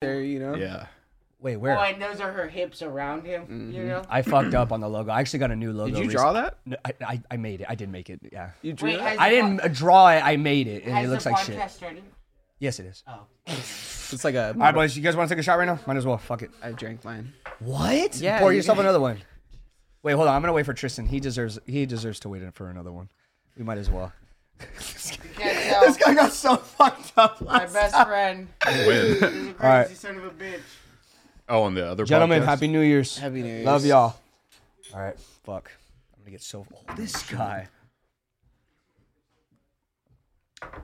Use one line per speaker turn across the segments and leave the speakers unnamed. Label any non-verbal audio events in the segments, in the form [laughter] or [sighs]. there, you know?
Yeah.
Wait, where?
Oh, and those are her hips around him. You know.
Mm-hmm. I fucked up on the logo. I actually got a new logo.
Did you draw that?
No, I, I I made it. I did make it. Yeah.
You drew
Wait,
that?
has-
I didn't uh, draw it. I made it, and
Has
it looks
the
like shit.
podcast started?
Yes, it is. All
Oh.
It's like a.
right, boys. You guys want to take a shot right now? Might as well. Fuck it.
I drank mine.
What?
Yeah,
Pour
you-
yourself another one. Wait, hold on. I'm gonna wait for Tristan. He deserves. He deserves to wait in for another one. We might as well.
You can't tell.
guy got so [laughs] fucked up.
My best friend.
Win.
He's a crazy
right.
son of a bitch.
[laughs] Oh, and the other
Gentlemen,
podcast?
happy New Year's.
Happy New Year's.
Love y'all. All right. Fuck. I'm gonna get so. Oh, this guy.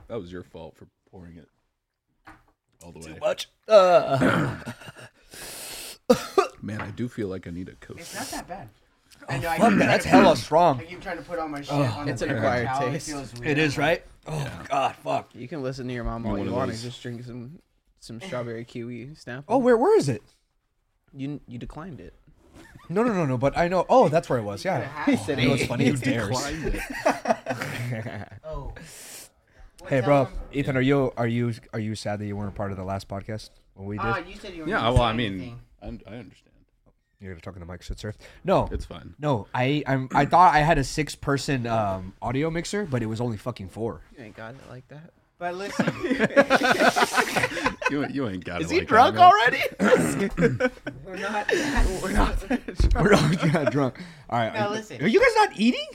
That was your fault for pouring it all the way.
Much. Uh,
Man, I do feel like I need a coat.
It's not that bad. I know.
Oh,
I
fuck,
keep trying
that's Oh,
to
hella
put-
strong.
I keep trying to put all my shit on
It's
the
an
paper
acquired
towel.
taste.
It, feels weird.
It is right. Oh god. Fuck.
You can listen to your mom all
one
you
of
want and
those.
just drink some some strawberry kiwi snap.
Oh, where where is it?
you you declined it.
No, no, no, no. But I know. Oh, that's where it was. Yeah.
He
You
[laughs]
know what's funny? Who dares?
Declined it.
Oh.
Hey, bro, Ethan, are you are you are you sad that you weren't part of the last podcast when we did?
Ah, you said you were.
Yeah,
gonna
well,
say
I mean,
anything.
I, I understand.
You're gonna talk in the mic, shit, sir. No,
It's fine.
no. I I'm, I thought I had a six person um, audio mixer, but it was only fucking four.
You ain't got it like that.
[laughs]
But listen,
You, you ain't got it.
Is he
like
drunk
I know.
already?
[laughs]
we're not.
We're [laughs] not.
We're all yeah, drunk. All right.
No,
are-
listen.
Are you guys not eating?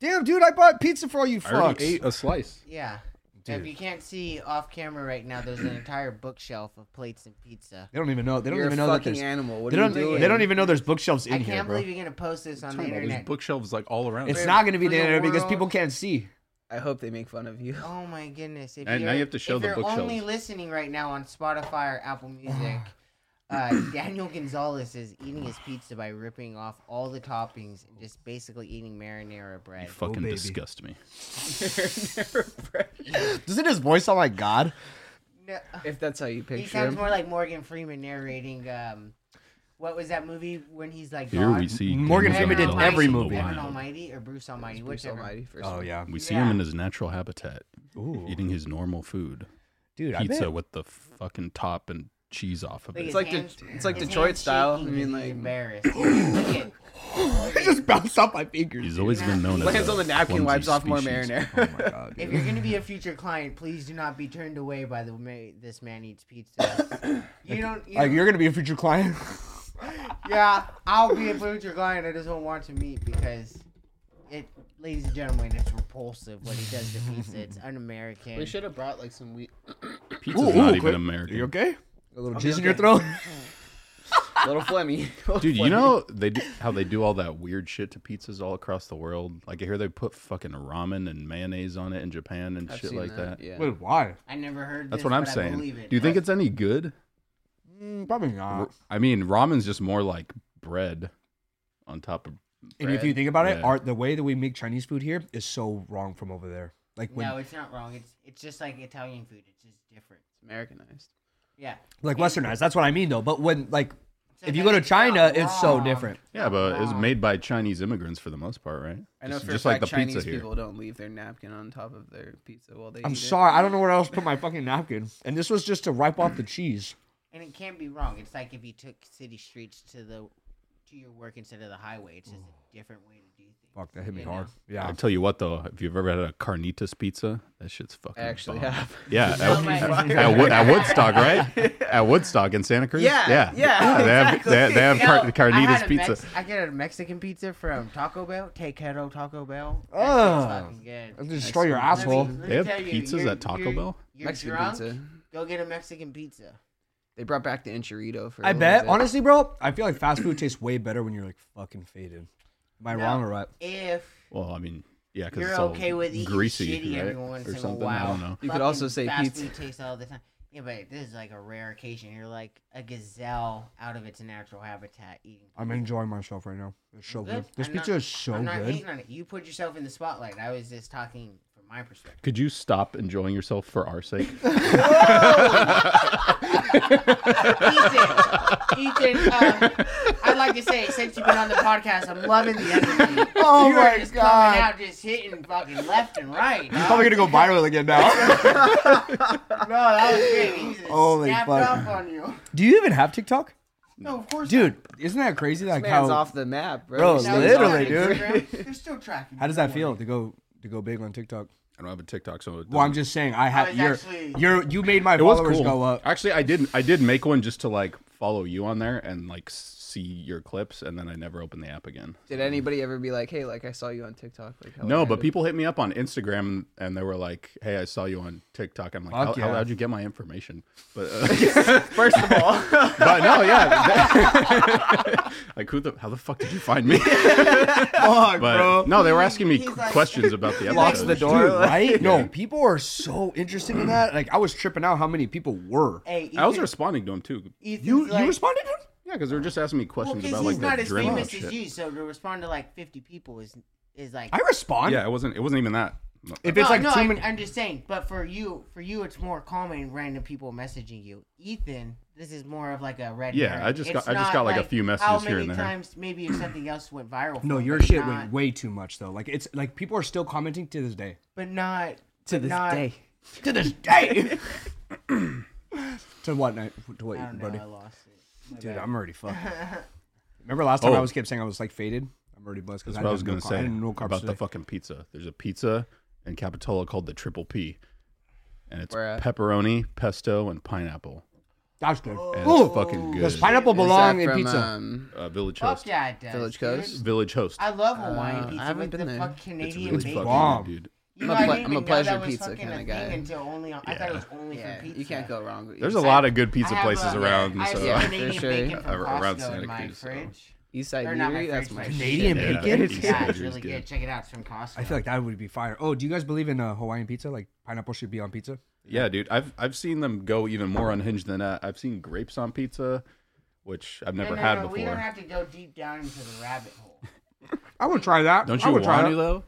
Damn, dude, I bought pizza for all you
I already
fucks.
ate a slice.
Yeah. If you can't see off camera right now, there's an entire bookshelf of plates and pizza.
They don't even know. They don't
You're a
even know that
fucking
there's.
animal. What
They
are
don't.
you doing?
They don't even know there's bookshelves in
I can't
here, bro.
believe you're gonna post this on the
Talking about There's
internet.
bookshelves like all around.
It's
us.
not gonna be
for
the
the
internet because
world.
people can't see.
I hope they make fun of
[laughs]
you.
Oh my goodness! If
And now
you're-
you have to show
if
the
you're
bookshelves.
only listening right now on Spotify or
[sighs]
Apple Music, uh, Daniel Gonzalez is eating his pizza by ripping off all the toppings and just basically eating marinara bread.
You
Oh,
fucking
baby.
disgust me.
Doesn't his voice sound like God?
No,
If that's how you
he
picture
sounds
him.
more like Morgan Freeman narrating. Um, what was that movie when he's like
Here
God?
we see
Morgan
Daniel
Freeman did
Gonzalez
every
in the
movie.
wild.
Evan Almighty or Bruce Almighty,
Bruce
whichever.
Almighty first.
Oh yeah,
We see
Yeah.
him in his natural habitat, eating his normal food,
dude. I bet.
pizza with the fucking top and cheese off of
Look,
it.
his
It's like De-
hands-
it's like
his
Detroit
hands
style.
shaking
I mean,
'cause
like- [coughs]
he's embarrassed. Look at-
[laughs] It just bounced off my fingers.
He's always been known as
Lands
a
on the napkin,
clumsy
wipes off more
species.
marinara.
[laughs] Oh my god.
If you're gonna be a future client, please do not be turned away by the way this man eats
[coughs]
pizza. You don't. You
Like you're gonna be a future client.
yeah, I'll be a future client. I just don't want to meet because it, ladies and gentlemen, it's repulsive what he does to
[laughs]
pizza. It's un-American.
We should have brought like some wheat,
Pizza's not even
quick.
American.
You okay? A little jizz in
okay.
your
[laughs]
throat.
[laughs] little Flemmy.
Dude, you know they do, how they do all that weird shit to pizzas all across the world. Like I hear they put fucking ramen and mayonnaise on it in Japan and shit like that.
Yeah.
Wait, why?
I never heard.
That's
this,
what I'm
but I
saying.
believe it.
Do you think it's any good?
Mm, probably not.
I mean, ramen's just more like bread on top of.
And if you think about it,
Yeah.
our the way that we make Chinese food here is so wrong from over there. Like when,
No, it's not wrong. It's it's just like Italian food. It's just different.
Americanized.
Yeah.
like westernized. That's what I mean though. But when like,
So
if you
then
go to
it's not
China, it's so
wrong.
different.
Yeah, but it's made by Chinese immigrants for the most part, right?
I know
just,
for
just
a
like
fact
the
Chinese
pizza here.
people don't leave their napkin on top of their pizza while they
I'm
eat
sorry, I don't know where else to put my fucking napkin. And this was just to wipe off the cheese.
And it can't be wrong. It's like if you took city streets to the to your work instead of the highway. It's just a different way to do things.
Fuck, that hit me
You know?
hard. Yeah.
I tell you what, though, if you've ever had a carnitas pizza, that shit's fucking.
I actually
bomb.
have.
Yeah,
Oh
at, [laughs]
my God.
at, Wo- at Woodstock, right? At Woodstock in Santa Cruz.
Yeah,
yeah,
yeah,
they have
exactly.
they, have- they have car-
No, [laughs] I had
carnitas
a
pizza.
Mex- I get a Mexican pizza from Taco Bell. Taquero Taco Bell. That
Oh.
shit's fucking good.
I'll just destroy your asshole.
Let me
They have
tell you,
pizzas
you're-
at Taco
you're-
Bell?
You're
Mexican
drunk,
pizza.
Go get a Mexican pizza.
They brought back the enchilito for. I
I bet honestly, bro. I feel like fast food tastes way better when you're like fucking faded. Am I wrong or right?
If
Well, I mean, yeah, because
you're
it's all
okay with eating
greasy,
shitty
right?
every once
or
in a
something.
while.
I don't know.
You could also
Fucking
say
fast
pizza.
food tastes all the time. Yeah, but this is like a rare occasion. You're like a gazelle out of its natural habitat eating.
I'm enjoying myself right now. It's so good.
Good.
This
I'm
pizza
not-
is so
I'm not
good.
hating on it. You put yourself in the spotlight. I was just talking from my perspective.
Could you stop enjoying yourself for our
[laughs]
sake?
Ethan, Ethan, uh, I'd like to say since you've been on the podcast, I'm loving the energy.
[laughs] Oh
you
my
are just
God. Oh
coming out, just hitting fucking left and right. dog.
Probably gonna go viral again
[laughs]
now.
No, that was great. He just
Holy
snapped
fuck.
up on you.
Do you even have TikTok,
No, of course,
dude? Isn't that crazy? Like
Man's
how
off the map, bro.
Bro,
You're
not.
still
Now he's on
literally,
talking.
dude.
Instagram. They're still tracking.
how does
you.
that feel to go to go big on TikTok?
I don't have a TikTok, so it
Well, I'm
doesn't-
just saying I
was
have you're,
actually-
you're you made my
It was
followers
cool.
go up.
Actually, I did. I did make one just to like follow you on there and like see your clips, and then I never opened the app again.
Did anybody ever be like, "Hey, like I saw you on TikTok"? Like, how
No,
random.
but people hit me up on Instagram and they were like, "Hey, I saw you on TikTok." I'm like,
Fuck
how,
yeah.
how, "How'd you get my information?" But, uh,
First of all,
[laughs] but no, yeah, [laughs] like who the how the fuck did you find me?
Fuck,
But
bro.
no, they were asking me
He's
qu-
like- [laughs]
questions about the episode.
locks the door.
[laughs]
Dude, right? No, people are so interested in that. Like I was tripping out how many people were.
Hey, Ethan,
I was responding to them too.
Ethan's
You
like,
you responded to him?
Yeah, because they were just asking me
Well,
questions
'cause
about
he's
like
not
that
as
dream
famous
shit.
as you, so to respond to like 50 people is is like.
I respond.
Yeah, it wasn't. It wasn't even that.
If
no,
it's like
no,
two
I,
minutes,
I'm just saying. But for you, for you, it's more common random people messaging you. Ethan, this is more of like a red.
Yeah,
herring.
I just got-
It's
I just
not
got, like, a few
How
messages
many
here and there.
times maybe if something else went viral?
no,
for it,
your
but
shit
not,
went way too much though. Like it's like people are still commenting to this day.
But not
to
but
this
not,
day,
[laughs] To this
[laughs]
day. [clears throat] to what night? To what,
I don't know.
buddy?
I lost it. My
Dude,
bad.
I'm already fucked.
[laughs]
Remember last time I
Oh.
was kept saying I was like faded. I'm already blessed because
That's what I was
no
gonna
car-
say
I didn't know carbs
about the
today.
fucking pizza. There's a pizza in Capitola called the Triple P, and it's
Where at?
pepperoni, pesto, and pineapple.
That's good.
Oh.
And
Ooh,
it's fucking good.
does pineapple
Is
belong
that
in
from,
pizza?
um,
uh, village
Fuck
host.
yeah, it does.
Village
dude.
Coast?
Village host.
I love Hawaiian
Uh, I
pizza
haven't
with
been
the
there.
fuck
It's
It's
Canadian
really
bacon.
fucking
bomb.
good, dude.
You
I'm
know,
a
I
ple-
didn't
I'm a
even know
pleasure
that was
pizza
fucking
kinda
a thing
guy.
Until only on, I thought it was only
yeah,
for pizza.
you can't go wrong. With
There's a
East
lot
Side-
of good pizza
I have,
places
uh,
around.
I have
so
Yeah, [laughs] for
Canadian
sure.
bacon from
Ar- around
Costco
Santa
in my
Cruz, so.
fridge.
East Side
Or not my
Eatery. That's
fridge,
my
my
Canadian
shit.
Yeah,
bacon?
East Side
Yeah, it's
Eatery's
really good. Check it out. It's from Costco.
I feel like that would be fire. Oh, do you guys believe in uh, Hawaiian pizza? Like pineapple should be on pizza?
Yeah, dude. I've I've seen them go even more unhinged than that. I've seen grapes on pizza, which I've
no,
never
no,
had
no,
before.
We don't have to go deep down into the rabbit hole.
I would try that.
Don't
I
you
would try
want
that.
to though?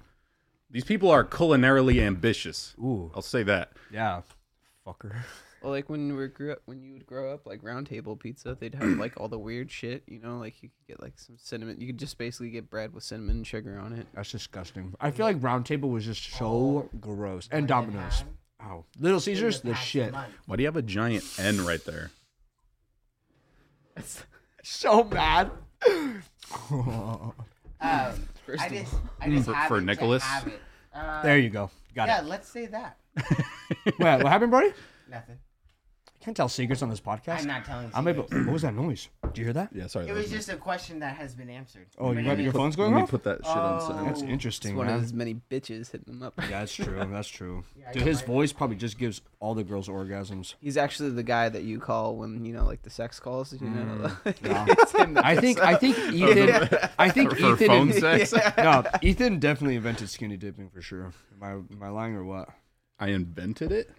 These people are culinarily ambitious.
Ooh.
I'll say that.
Yeah. Oh. Fucker. [laughs]
Well, like when we were grew up, when you would grow up, like round table pizza, they'd have like all the weird shit. You know, like you could get like some cinnamon. You could just basically get bread with cinnamon and sugar on it. [laughs]
That's disgusting. I feel like Round Table was just so gross. And Domino's. Oh. Little Caesars, the
Past
shit. [laughs]
month.
Why do you have a giant N right there?
So bad.
Um, I
of
just, I just
For-
have
for
it to
Nicholas?
have it.
[laughs]
Uh,
there you go. Got
yeah,
it.
let's say that.
Wait, what happened, buddy?
Nothing.
I can't tell secrets on this podcast.
I'm not telling.
I'm able. What was that noise? Did you hear that?
Yeah, sorry.
It was just a question that has been answered.
Oh, you
But
got
it
your
is-
phone's
Let
going
me
off?
put that shit on
Oh.
silent.
[laughs]
That's
It's
interesting,
one of
man.
his many bitches hitting him up.
That's true. That's
[laughs]
true.
I
Dude,
got
his
my-
voice probably just gives all the girls [laughs] orgasms.
He's actually the guy that you call when you know, like the sex calls. You know, [laughs]
Yeah.
It's him that
I
does
think.
that.
I [laughs] think Ethan. I think
For- for
Ethan.
phone
[laughs]
and-
sex?
[laughs] no, Ethan definitely invented skinny dipping for sure. Am I, am I lying or what?
I invented it. Mm-hmm.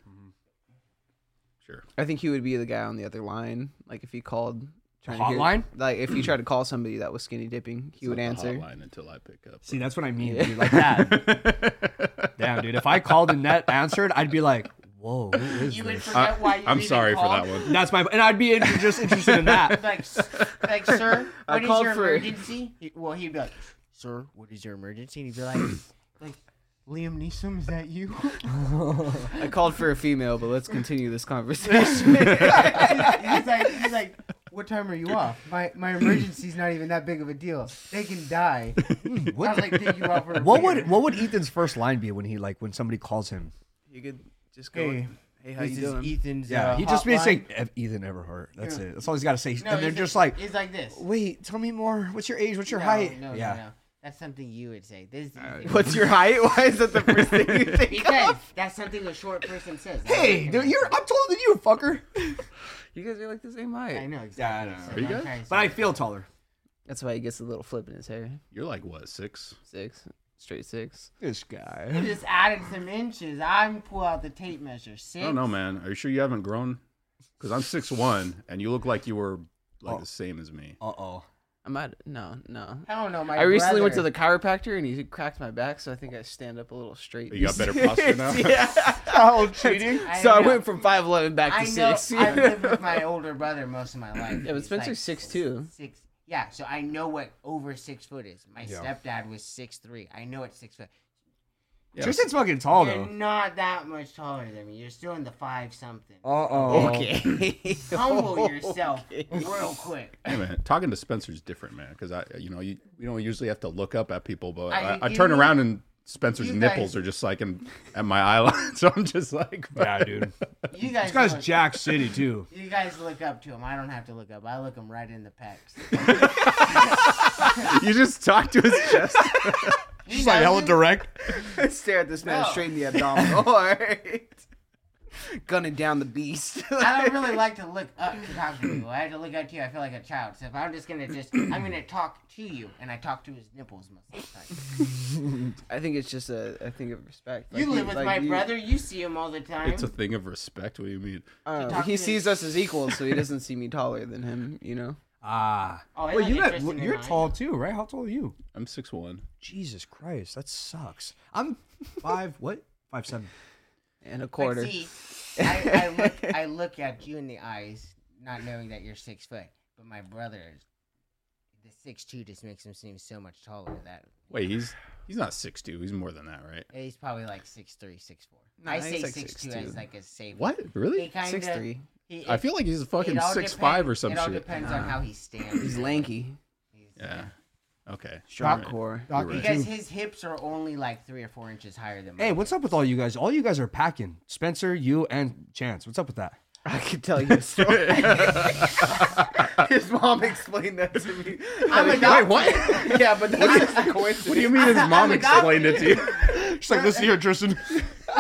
Sure.
I think he would be the guy on the other line. Like if he called trying to hear-
Hotline?
like if you tried to call somebody that was skinny dipping, he would answer.
Line until I pick up.
See, that's what I mean, dude. Like that. [laughs] Damn, dude. If I called and that answered, I'd be like, "Whoa, who is
You would [laughs]
this?"
forget why you.
I'm
even
sorry for
called.
that one.
That's my. And I'd be inter- just interested in that.
[laughs] Like, s- like, sir,
I
what is
called
your
for-
emergency? He- well, he'd be like, sir, what is your emergency? And he'd be like, like, Liam Neeson, is that you? [laughs]
I called for a female, but let's continue this conversation. [laughs]
he's like, he's like, what time are you off? My my emergency's not even that big of a deal. They can die. I was like, take you out for a
What
beer."
would What would Ethan's first line be when he like when somebody calls him?
you could just go.
Hey,
Hey, how
this
you
is
doing?
Ethan's.
Yeah,
uh,
he just be
hotline."
saying "Ev- Ethan Everhart. That's
Yeah.
it. That's all he's got to say.
No,
and they're
he's
just like,
he's like this.
"Wait, tell me more. What's your age? What's your
no,
height?"
No,
yeah.
no, no. That's something you would say. This is
What's your height? [laughs] Why is that the first thing [laughs] you think?
because that's something a short person says. That's
Hey,
not
dude,
gonna-
you're I'm taller than you, fucker.
You guys are like the same
I
height.
know exactly.
I know.
So
Are you
I'm
guys?
trying to
But I
say-
feel taller.
That's why he gets a little flip in his hair.
You're like what six?
Six, straight six.
This guy.
just added some inches. I'm pull out the tape measure. Six.
I don't know, man. Are you sure you haven't grown? Because I'm six one, and you look like you were like
Oh.
the same as me.
Uh oh.
I'm at no, no.
I don't know. My
I recently went to
brother-
the chiropractor and he cracked my back, so I think I stand up a little
Oh.
straight.
You got
[laughs]
better posture
[laughs]
now?
yeah. Oh, cheating.
I
so I
know.
went from five eleven back
I
to
know.
six.
I've lived
[laughs]
with my older brother most of my life.
Yeah, but
He's
Spencer's six two.
Six. Yeah, so I know what over six foot is. My
Yeah.
stepdad was six three. I know it's six foot.
Yeah.
Tristan's fucking tall
You're
though.
not that much taller than me. You're still in the five something.
[laughs]
Uh oh.
okay.
Humble yourself real quick.
Hey man, talking to Spencer's different, man. Because I, you know, you, we don't usually have to look up at people, but I,
I-
I,
you-
turn around and Spencer's
you
nipples
guys-
are just like in, at my [laughs] eye line, so I'm just like,
[laughs] Yeah, dude.
You guys.
This guy's
look-
Jack City too.
You guys look up to him. I don't have to look up. I look him right in the
[laughs]
[laughs]
pecs.
you just talk to his chest.
He
She's like hella
doesn't-
direct.
Stare at this man
No.
straight in the abdominal. All right. [laughs] Gunning down the beast.
I don't really like to look up to talk to people. I have to look up to you. I feel like a child. So if I'm just gonna just, I'm gonna talk to you, and I talk to his nipples most of the time.
[laughs] I think it's just a, a thing of respect.
You
Like,
live with
like
my
you-
brother. You see him all the time.
it's a thing of respect. What do you mean?
I don't know,
talk
uh, he
to
sees
his-
us as equals,
[laughs]
so he doesn't see me taller than him. You know.
Ah.
Oh,
Well, you
isn't that
got,
interesting
you're
than I
tall too, right? How tall are you?
I'm six one.
Jesus Christ, that sucks. I'm [laughs] five. what? Five seven.
And a
But
quarter. [laughs]
see, I, I look, I look at you in the eyes, not knowing that you're six foot. But my brother is the six two. Just makes him seem so much taller. That
Wait, he's he's not six two. He's more than that, right?
he's probably like six three, six four.
No,
I
he's
say
like
six two
6'2".
as like a safe.
What
He
really?
kinda,
Six three.
He,
I feel like he's fucking six five or some
It all
shit.
depends on how he stands.
He's lanky.
He's-
Yeah. Okay.
Shot
Alright.
core.
Doc,
You're
you
right.
Because his hips are only like three or four inches higher than mine.
Hey, what's up with all you guys? All you guys are packing. Spencer, you, and Chance. What's up with that?
I could tell you a
[laughs]
story. His mom explained that to me.
I'm
[laughs]
[laughs]
a
Wait,
doctor.
what?
yeah, but that's just a coincidence.
What do you mean his
[laughs]
mom explained it to you?
She's like, listen here, Tristan.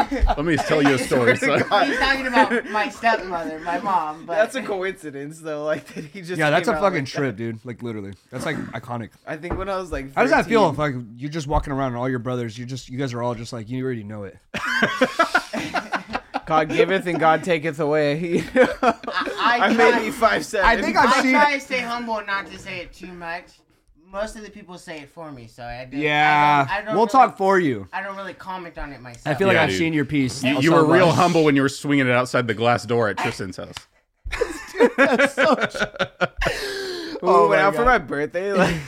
Let me tell you a
[laughs]
story. son.
He's talking about my stepmother, my mom, but
That's a coincidence, though. Like that he just.
Yeah, that's
came
a
out
fucking
like that.
trip, dude. Like literally, that's like iconic.
I think when I was like, 13,
How does that feel? If like you're just walking around and all your brothers, you just you guys are all just like you already know it.
God giveth and God taketh
[laughs]
away.
I,
[laughs] I
try,
may be five seven.
I think I've
I
seen.
try to stay humble and not to say it too much. Most of the people say it for me, so I don't,
Yeah,
I don't, I don't
we'll
really,
talk for you.
I don't really comment on it myself.
I feel like
Yeah,
I've
dude.
seen your piece.
You, you were real humble when you were swinging it outside the glass door at Tristan's house.
oh,
my
went out for
God.
my birthday.
[laughs]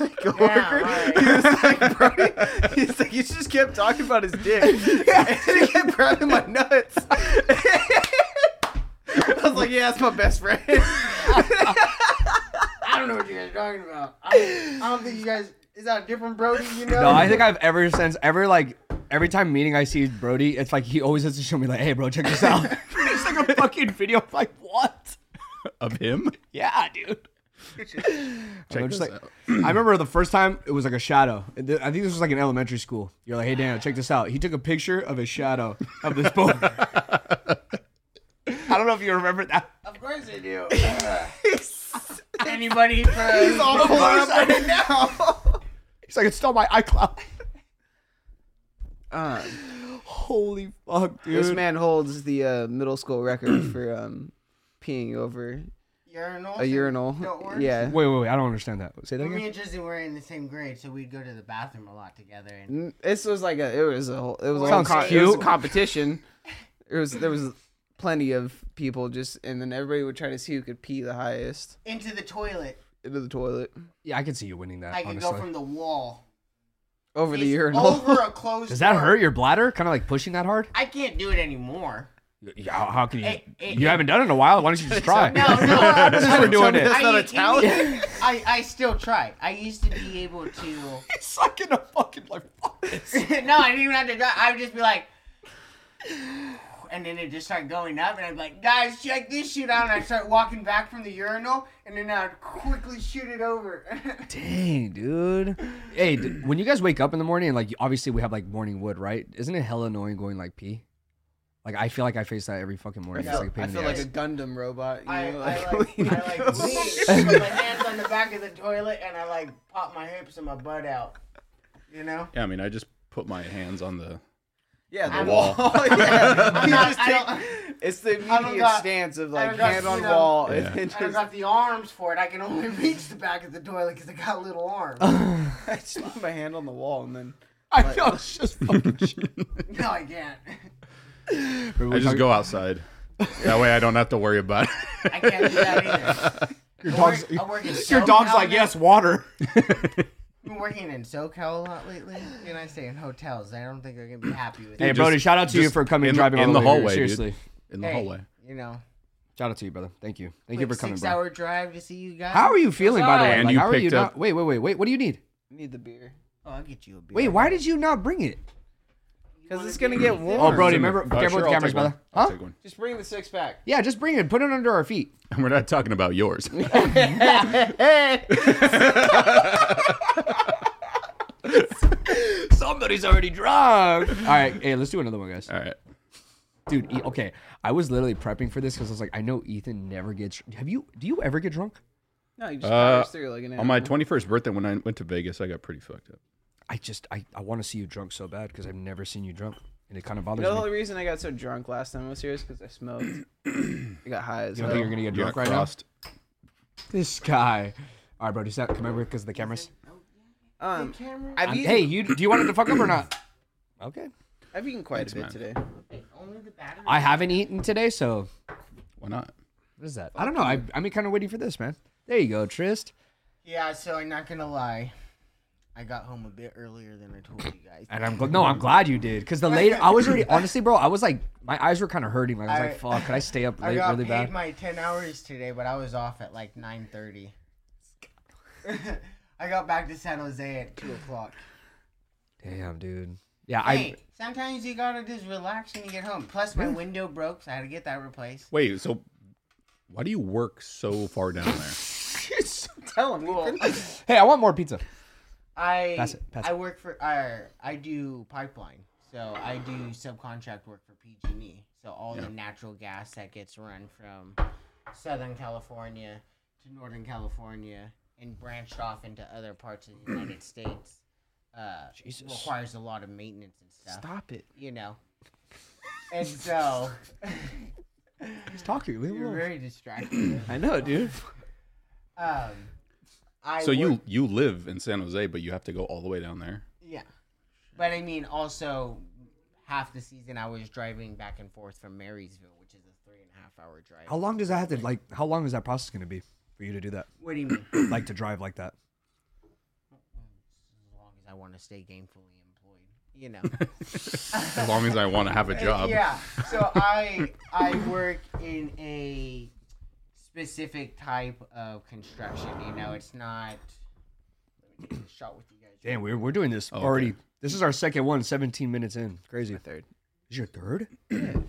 Like, like a
Yeah,
worker,
right.
[laughs] he was like, bro, he's like, you just kept talking about his dick.
[laughs]
[laughs] and he kept grabbing my nuts. [laughs] I was like, yeah, that's my best friend.
I don't know what you guys are talking about. I, I don't think you guys. Is that a different Brody? You know?
No, I think I've ever since ever like every time meeting I see Brody, it's like he always has to show me like, hey, bro, check this out. [laughs] it's like a fucking video. I'm like what?
Of him?
[laughs] Yeah, dude.
Check
I'm
this
just like,
out.
I remember the first time it was like a shadow. And th- I think this was like in elementary school. You're like, hey Daniel, check this out. He took a picture of a shadow of this
[laughs]
book. I don't know if you remember that.
Of course I
[laughs]
do. Anybody
[laughs]
from?
All
course
up
I-
right now.
He's like, it's still my iCloud. [laughs]
Uh,
Holy fuck, dude.
this man holds the uh, middle school
[clears throat]
record for um, peeing over
urinal.
a urinal. Yeah.
Wait, wait, wait. I don't understand that. Say that
Me
again.
and Tristan were in the same grade, so we'd go to the bathroom a lot together. And
N- This was like a it was a whole it was a whole
Sounds
co- it was a
cute.
competition. It was there was plenty of people just and then everybody would try to see who could pee the highest
into the toilet,
into the toilet
Yeah, I can see you winning that.
I could
honestly.
go from the wall
over the
It's
urinal. [laughs]
over
[laughs]
a closed.
Does that
door.
hurt your bladder? Kind of like pushing that hard?
I can't do it anymore.
Yeah, how- how can you?
It- it-
you
it-
haven't done it in a while. Why don't you
[laughs]
just try?
No,
[laughs]
no, I'm
Since we're doing it.
That's
I,
not a
it-
talent.
it- [laughs] I, I still try. I used to be able to.
[laughs]
[laughs]
He's sucking a fucking like. Fuck this.
no, I didn't even have to try. I would just be like. [sighs] And then it just started going up, and I'd be like, guys, check this shit out. And I'd start walking back from the urinal, and then I'd quickly shoot it over. [laughs]
Dang, dude. Hey, d- when you guys wake up in the morning, and like obviously we have like morning wood, right? Isn't it hella annoying going like pee? Like I feel like I face that every fucking morning. It's
No,
like a pain
I
in
feel
the
like
ass.
a Gundam robot. You
I,
know,
I
like, [laughs]
like, I like lean, put my hands on the back of the toilet, and I like pop my hips and my butt out. You know?
Yeah, I mean, I just put my hands on the
Yeah, the
I'm-
wall.
[laughs]
yeah.
I'm
You
not-
just
I
take-
don't-
it's the
don't
immediate
got-
stance of
I
like
don't got,
hand on
you know,
wall.
Yeah.
And then
I don't
just,
got the arms for it. I can only [laughs] reach the back of the toilet because I got little arms.
I just put my hand on the wall and then.
I know. It's
[laughs]
just fucking shit.
no, I can't. [laughs]
I just go outside. That way I don't have to worry about
I can't do that either.
[laughs] Your
I
dog's,
work- I work in
your dog's
SoCal
like,
now.
yes, water.
I've been working in SoCal a lot lately, and I stay in hotels. I don't think they're gonna be happy
[laughs]
with
[laughs]
Hey, [clears throat]
it.
Brody,
just-
shout out to you
just
for coming
in-
and driving
in
all
the
way here.
hallway, dude.
Seriously,
in the
Hey,
hallway.
You know,
[laughs] shout out to you, brother. Thank you. Thank you
quick
for coming, bro.
six-hour drive to see you guys.
How are you feeling, by the way?
And
Like,
you
how are you
picked up-
not? Wait, wait, wait, wait. What do you need?
need the beer
Oh, I'll get you a beer.
Wait, why did you not bring it?
because it's gonna get warm.
Oh,
It's
Brody,
in the-
remember-
uh,
careful with
I'll
cameras,
take one.
brother.
I'll
Huh?
take one. [laughs]
Just bring the six pack.
Yeah, just bring it. Put it under our feet.
We're not talking about yours.
[laughs] Somebody's already drunk. All right, hey, let's do another one, guys.
All right.
Dude, E- okay, I was literally prepping for this because I was like, I know Ethan never gets. Have you? Do you ever get drunk?
No, you just
Uh,
powers through like an
On my
animal.
21st birthday, when I went to Vegas, I got pretty fucked up.
I just, I, I want to see you drunk so bad because I've never seen you drunk, and it kind of bothers
You know, the
me.
only reason I got so drunk last time was here is because I smoked.
[clears throat]
I got high as
You
hell.
don't think you're gonna get
You
drunk
got
right
crossed.
now? This guy. All right, bro, just come over because of the cameras.
Um,
Camera?
I've
Um,
eaten,
hey, you do you want it to fuck up or not? Okay.
I've eaten quite
Thanks,
a bit
man.
today.
Wait, only the battery.
I haven't eaten today, so
Why not?
what is that? I don't know. I, I'm kind of waiting for this, man. There you go, Trist.
Yeah, so I'm not gonna lie. I got home a bit earlier than I told you guys.
And I'm gl- no, I'm glad you did because the later I was already honestly, bro, I was like my eyes were kind of hurting. Like I was like,
I-
fuck, could I stay up
I
late
got
really
paid
bad?
my ten hours today, but I was off at like nine thirty. [laughs] I got back to San Jose at two o'clock.
Damn, dude. Yeah,
Hey, sometimes you gotta just relax when you get home. Plus, my window broke, so I had to get that replaced.
Wait, so why do you work so far down there?
Tell him. Well,
I [laughs] hey, I want more pizza.
I
Pass it, pass
I
it.
work for uh, I do pipeline, so I do subcontract work for PG&E. E. So all the natural gas that gets run from Southern California to Northern California and branched off into other parts of
[clears throat]
the United States uh,
Jesus.
requires a lot of maintenance and stuff.
stop it.
You know, and so [laughs]
He's talking. Leave him
you're
alone.
very distracted.
I know, dude.
Um, I
so
work-
you you live in San Jose, but you have to go all the way down there.
Yeah. But I mean, also, half the season I was driving back and forth from Marysville, which is a three and a half hour drive.
How long does that have to like? How long is that process gonna be for you to do that? [clears throat]
What do you mean?
Like to drive like that?
as long as I want to stay gainfully employed,
[laughs]
you know.
As long as I want to have a job.
Yeah. So
[laughs]
I I work in a specific type of construction. You know, it's not. Let me take a shot with you guys.
Damn, we're we're doing
Oh,
this already. This is our second one, 17 minutes in. Crazy.
Third.
Is
[clears throat]
your third?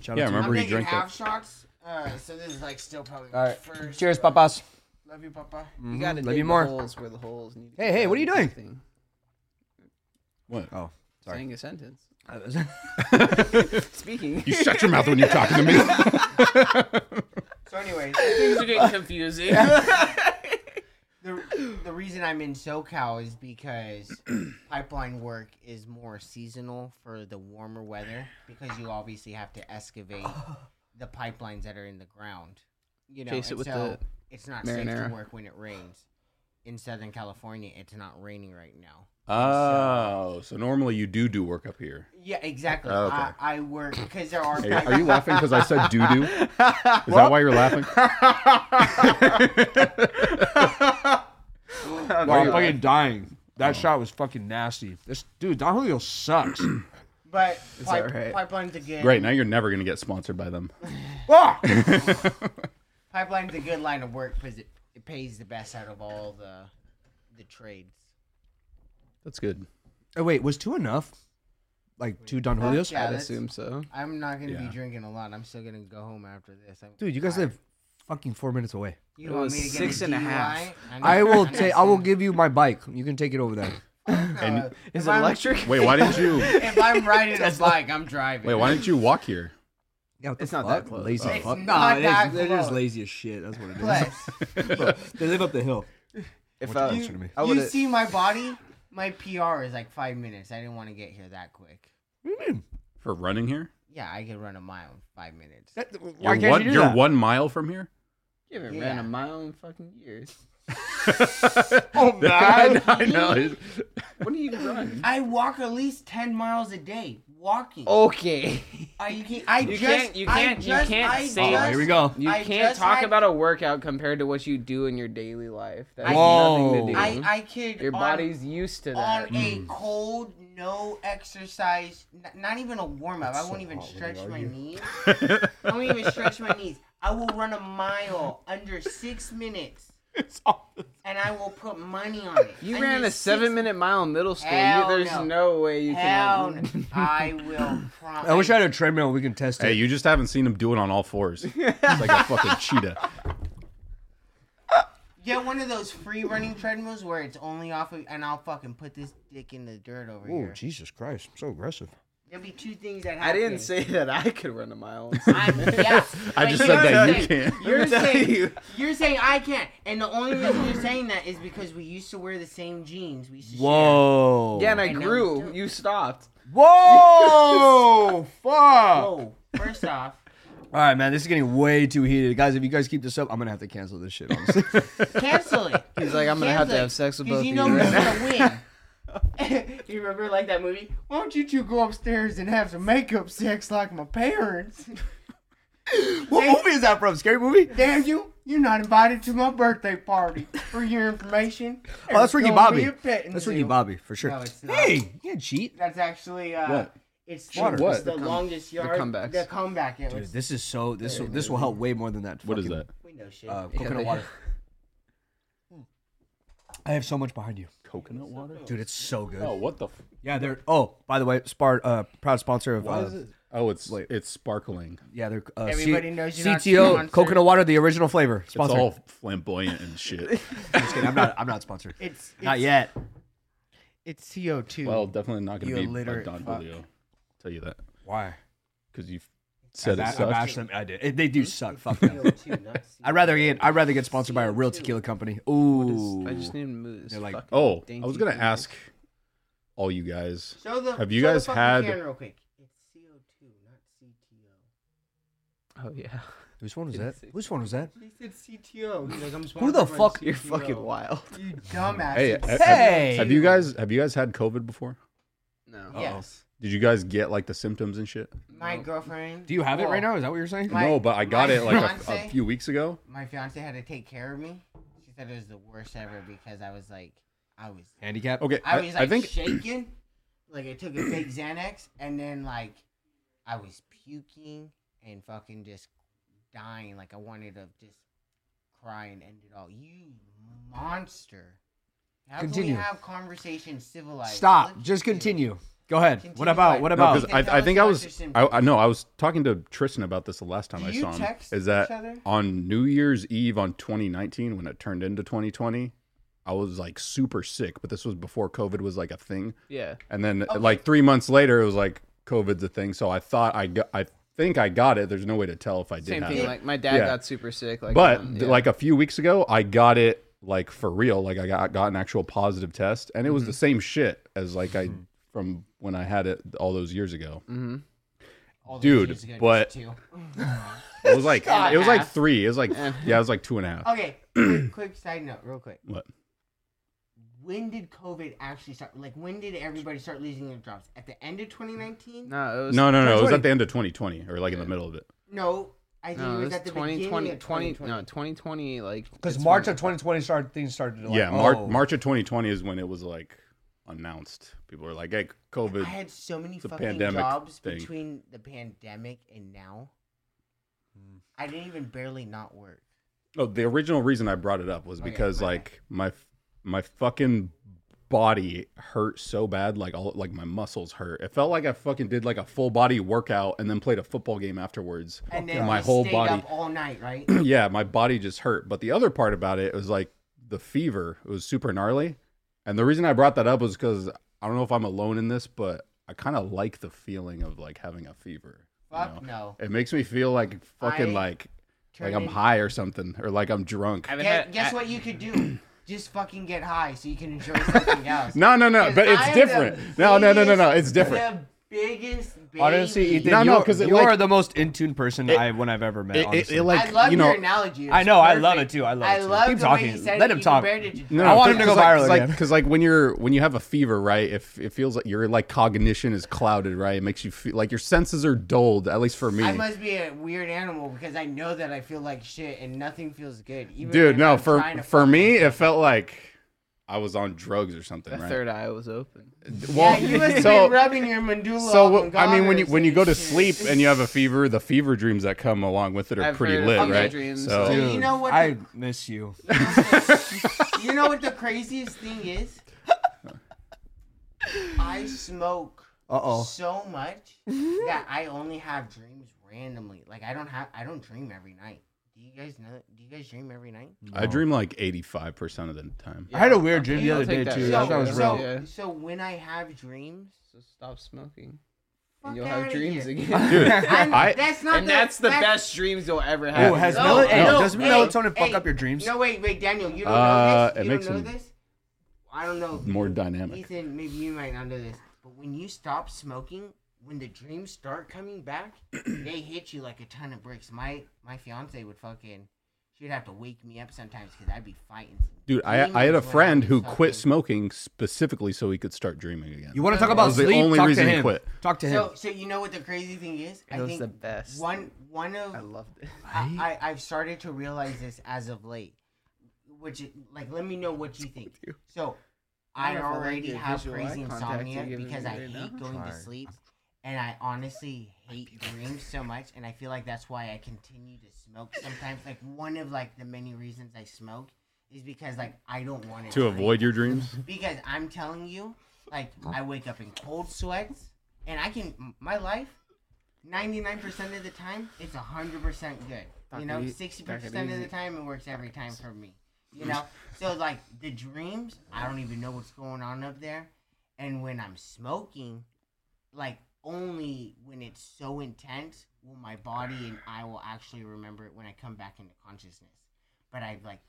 Shout
Yeah,
out to
remember
I'm
he
taking
drank
half
that.
shots. Uh, so this is like still probably
All right.
first.
Cheers, Mm.
but-
papas.
Love you, Papa.
You gotta
Mm-hmm. Love
dig
you
the
more.
Holes where the holes need to
Hey,
be
hey, what are you
dug
doing?
thing.
What?
Oh, [laughs] sorry.
Saying a sentence.
[laughs]
You
Speaking.
shut your mouth when you're talking to me.
So, anyways.
[laughs]
[laughs]
Things are getting [laughs] confusing.
the, the reason I'm in SoCal is because pipeline work is more seasonal for the warmer weather because you obviously have to excavate the pipelines that are in the ground. You know,
Chase it
and
with
so
the
it's not safe to
marinara.
work when it rains. In Southern California, it's not raining right now.
[laughs] Oh, so normally you do do work up here.
Yeah, exactly.
Oh, okay.
I, I work because there are.
Are you, are you laughing because I said doo doo? Is that why you're
[laughs]
laughing?
No, I'm fucking dying. That
Oh.
shot was fucking nasty. This dude, Don Julio
[clears throat]
sucks.
But pipe,
alright.
pipelines again.
Great. Now you're never gonna get sponsored by
[laughs]
them.
Ah!
[laughs]
Pipeline's a good line of work because it, it pays the best out of all the the trades.
That's good.
Oh wait, was two enough? Like two Don Julios?
Yeah,
I'd
that's-
assume so.
I'm not gonna
Yeah.
be drinking a lot. I'm still gonna go home after this. I'm
Dude, you guys
tired.
live fucking four minutes away.
You
It
want
was
me to get
six
a
and a half.
DUI?
[laughs]
I'm
I
not-
will
I'm not
take. I will
saying-
give you my bike. You can take it over there.
And
Is
If
it
I'm-
electric?
wait, why didn't you?
If I'm riding a bike, I'm driving.
Wait, why didn't you walk here?
[laughs] Yeah, what the
It's not that
fuck?
close.
Lazy
It's
fuck.
not Nah, it is- that they're just close.
lazy as shit. That's what it
Plus,
That's
is. [laughs] they live up the hill.
If
What
I,
you answer to me?
I
you
would
see my body? My PR is like five minutes. I didn't want to get here that quick.
What do you mean?
for running here.
Yeah, I could run a mile in five minutes.
That, why
You're
can't
one,
you do
are
that?
one mile from
[laughs]
here.
You haven't
Yeah.
ran a mile in fucking years.
[laughs] Oh, [laughs] man.
I know.
What do you run?
I walk at least ten miles a day walking.
Oh,
okay.
I, you can't. I
You
just,
can't- you
I
can't- you
just-
can't
I
say-
just-
Oh, here we go.
[laughs] You
I
can't
just
talk
had-
about a workout compared to what you do in your daily life. That's
Whoa.
nothing to do.
I, I could.
your
on-
body's used to
on
that.
Mm.
a cold, no exercise, n- not even a warm up. I won't even stretch my
[laughs]
knees. I won't even stretch my knees. I will run a mile under six minutes,
It's all-
and I will put money on it.
You
Under
ran a
six-
seven-minute mile in middle school. You,
Hell
there's
no.
no. way you
Hell,
can.
no.
[laughs]
I will. Prom-
I wish I had a treadmill. We can test it.
hey, you just haven't seen him do it on all fours. It's like a fucking cheetah.
get one of those free running treadmills where it's only off, of, and I'll fucking put this dick in the dirt over
oh,
here.
Jesus Christ. So aggressive.
There'll be two things that happen.
I didn't say that I could run a mile. [laughs]
I'm, yeah,
I
but
just said that
you're
you
saying-
can't.
You're
I'm telling
saying
you.
You're saying I can't, and the only reason you're saying that is because we used to wear the same jeans. We used to share.
Whoa.
Yeah, and I
I know you
grew.
don't.
You stopped.
[laughs] Whoa. Fuck. All
Whoa! Oh, First off,
right, man. This is getting way too heated. Guys, if you guys keep this up, I'm going to have to cancel this shit, honestly.
cancel it.
[laughs] He's like, I'm gonna have to have sex with both
you
of
know
you right
who's
now. [laughs]
gonna win. [laughs] you remember like that movie? Why don't you two go upstairs and have some makeup sex like
[laughs]
my parents?
[laughs] what movie is that from? Scary movie?
Daniel, you're not invited to my birthday party. For your information,
Oh, that's
there's
Ricky
gonna be
Bobby.
a petting
That's Ricky
zoo.
Bobby, for sure.
No, it's not.
hey, you can't cheat.
That's actually uh,
What?
It's
Water.
the,
What?
the
The com-
longest yard.
comebacks.
The comeback. It
Dude,
was,
this is so. This will, this will help way more than that.
What is
fucking,
that?
we know shit.
Uh,
Yeah,
coconut
they-
water. I have so much behind you,
Coconut water.
dude. It's so good.
Oh, what the? F-
Yeah, they're. Oh, by the way, Spar, uh, proud sponsor of. uh,
Oh, it's
Wait.
it's sparkling.
Yeah, they're. Uh,
Everybody knows you're not
CTO
sponsored.
coconut water, the original flavor.
It's
Sponsor.
all flamboyant and shit.
I'm, just kidding, I'm not. I'm not sponsored.
It's, it's
Not yet.
It's CO
[laughs]
two.
well, definitely not gonna
You
be like
illiterate
Don
fuck.
Julio. Tell you that
Why?
because you
I,
said it
I
sucks.
bashed them. I did. It- they do suck. Fuck them.
CO two, not CO2.
I'd rather get. I'd rather get sponsored by a real tequila company. Ooh.
I just need to move this.
They're like,
fucking
Oh, I
dainty
was gonna
thing.
ask all you guys.
Show the,
Have you
show the
guys
fucking
had-
can real quick. It's CO two, not CTO.
Oh
[laughs]
yeah. [laughs]
Whose one was that? Whose one was that?
They said CTO. He's like, I'm
Who the
sponsored by
fuck-
CTO.
You're fucking wild.
You dumbass.
Hey,
It's
have-
Hey!
Have you guys have you guys had COVID before?
No.
Uh-oh.
Yes.
Did you guys get like the symptoms and shit?
My girlfriend.
Do you have it
Well,
right now? Is that what you're saying?
My-
no, but I got
my
it like a- a,
fiance-
few weeks ago.
My fiance had to take care of me. She said it was the worst ever because I was like, I was,
Handicap.
Okay, I,
I was like
I think
shaking. Like I took a big Xanax and then like I was puking and fucking just dying. Like I wanted to just cry and end it all. You monster. How
Continue.
can we have conversations civilized?
Stop.
Look
just
at you.
continue. Go ahead. what
Continue
about?
what?
What
No,
about?
no,
You
because
can tell
I, I
us
think I
about
was
your symptoms.
I, I know I was talking to Tristan about this the last time
Do
I
you
saw him.
text
is that
each other?
on New Year's Eve on 2019 when it turned into 2020, I was like super sick, but this was before COVID was like a thing.
Yeah.
And then
Oh.
like three months later, it was like COVID's a thing. So I thought I got, I think I got it. There's no way to tell if I did
Same
have
thing.
it.
Like my dad
Yeah.
got super sick. Like,
but
um,
th-
yeah.
like a few weeks ago, I got it like for real. Like I got, got an actual positive test, and it
Mm-hmm.
was the same shit as like I
Hmm.
from when I had it all those years ago.
Mm-hmm.
All those
Dude,
years ago,
but-
just two.
It was like it was like
half.
three. It was like yeah, it was like two and a half.
Okay, quick, quick side note, real quick.
What?
When did COVID actually start? Like, when did everybody start losing their jobs? At the end of 2019?
no, it was
No, no, no. It was
2020.
at the end of 2020 or like in the middle of it.
No, I think
No,
it
it
was
was
at the beginning
2020,
of 2020.
20 no, 2020, like
Because
it's
March
when-
of 2020 started things started to like,
yeah, March
oh.
March of 2020 is when it was like announced. People were like, "Hey, COVID."
I had so many
It's a
fucking
pandemic
jobs
thing.
between the pandemic and now.
Hmm.
I didn't even barely not work.
No, Oh, the original reason I brought it up was
yeah,
because
my
like my my fucking body hurt so bad, like all like my muscles hurt. It felt like I fucking did like a full body workout and then played a football game afterwards.
And then
my
we
whole
stayed
body,
up all
[clears throat]
night, right?
yeah, my body just hurt. But the other part about it was like the fever it was super gnarly, and the reason I brought that up was because I don't know if I'm alone in this, but I kind of like the feeling of like having a fever. you
Fuck
know?
no.
It makes me feel like fucking like
I
like
turned
I'm
in-
high or something, or like I'm drunk.
I haven't
Guess,
had-
guess
I-
what you
[clears throat]
could do? Just fucking get high so you can enjoy something
[laughs]
else.
No, no, no.
Because
But it's
I am the
different. No, no, no, no, no. It's
biggest-
different.
The biggest baby.
Honestly, Ethan,
No, no,
you,
'cause it,
you
like-
are the most in tune person
It-
I when I've ever met.
It- it-
honestly.
it, like
I love
you know,
your analogy. It's
I know, I love
perfect.
it too, I love
I
it too.
love
Keep
the way
talking.
you said
Let
it,
him
you
talk.
compared it to-
No,
I want him to go viral
Because
again.
like, 'cause, like when you're when you have a fever, right? If it feels like your like cognition is clouded, right? It makes you feel like your senses are dulled. At least for me.
I must be a weird animal because I know that I feel like shit and nothing feels good. Even
Dude,
if
no.
I'm
For
trying to
for
fuck
me,
myself.
it felt like I was on drugs or something,
That
right?
third eye was open.
yeah, you must have
so
been rubbing your medulla.
so
oblongata
I mean, when you
or
when you
some
go to
shit.
sleep and you have a fever, the fever dreams that come along with it are
I've
pretty
heard of
lit,
fever
right?
dreams.
So
Dude, you know what-
I miss you.
you know what the craziest thing is? I smoke
Oh.
Uh-oh.
so much that I only have dreams randomly. Like I don't have, I don't dream every night. Do you guys know? Do you guys dream every night?
I dream like eighty five percent of the time.
I had a weird dream
Okay,
the
I'll
other day
take that.
too.
Yeah,
I thought it was
yeah.
real.
Yeah.
so when I have dreams,
So stop smoking,
fuck
and you'll have
outta
dreams
here.
again.
Dude,
[laughs]
[laughs]
I'm-
I-
that's
[laughs]
not
and that's the best dreams you'll ever have.
Oh, has
No,
mel- hey,
no,
does
hey,
melatonin fuck
hey,
up your dreams?
No, wait, wait, Daniel, you don't
Uh,
know this.
it
You
makes
don't know
them
this. I don't know.
more dynamic.
Ethan, maybe you might not know this, but when you stop smoking, when the dreams start
[clears throat]
coming back, they hit you like a ton of bricks. My my fiance would fucking, she'd have to wake me up sometimes because I'd be fighting. some
Dude, I, I had a
demons when
friend
was
who quit
fucking-
smoking specifically so he could start dreaming again.
You want to talk
That
about
was the
sleep?
only
talk
reason
to
he
him.
quit.
Talk to him.
[laughs] So, so you know what the crazy thing is?
It was the best.
One one of
I loved
[laughs]
it.
I, I, I've started to realize this as of late. Which, is- like, let me know what you think. So, I
Wonderful, like,
already
your
have
visual
crazy
eye contact you're
insomnia
giving
because
me
I
right now.
hate going to
Tired.
sleep, and I honestly hate dreams so much, and I feel like that's why I continue to smoke sometimes. Like, one of like the many reasons I smoke is because like I don't want
To avoid your dreams?
because I'm telling you, like I wake up in cold sweats, and I can m- my life, ninety nine percent of the time, it's hundred percent good. You
Fucking
know,
ea-
sixty
fucking
percent of
easy.
the time, it works every time for me. You know, so like the dreams, I don't even know what's going on up there, and when I'm smoking, like only when it's so intense will my body and I will actually remember it when I come back into consciousness. But I've like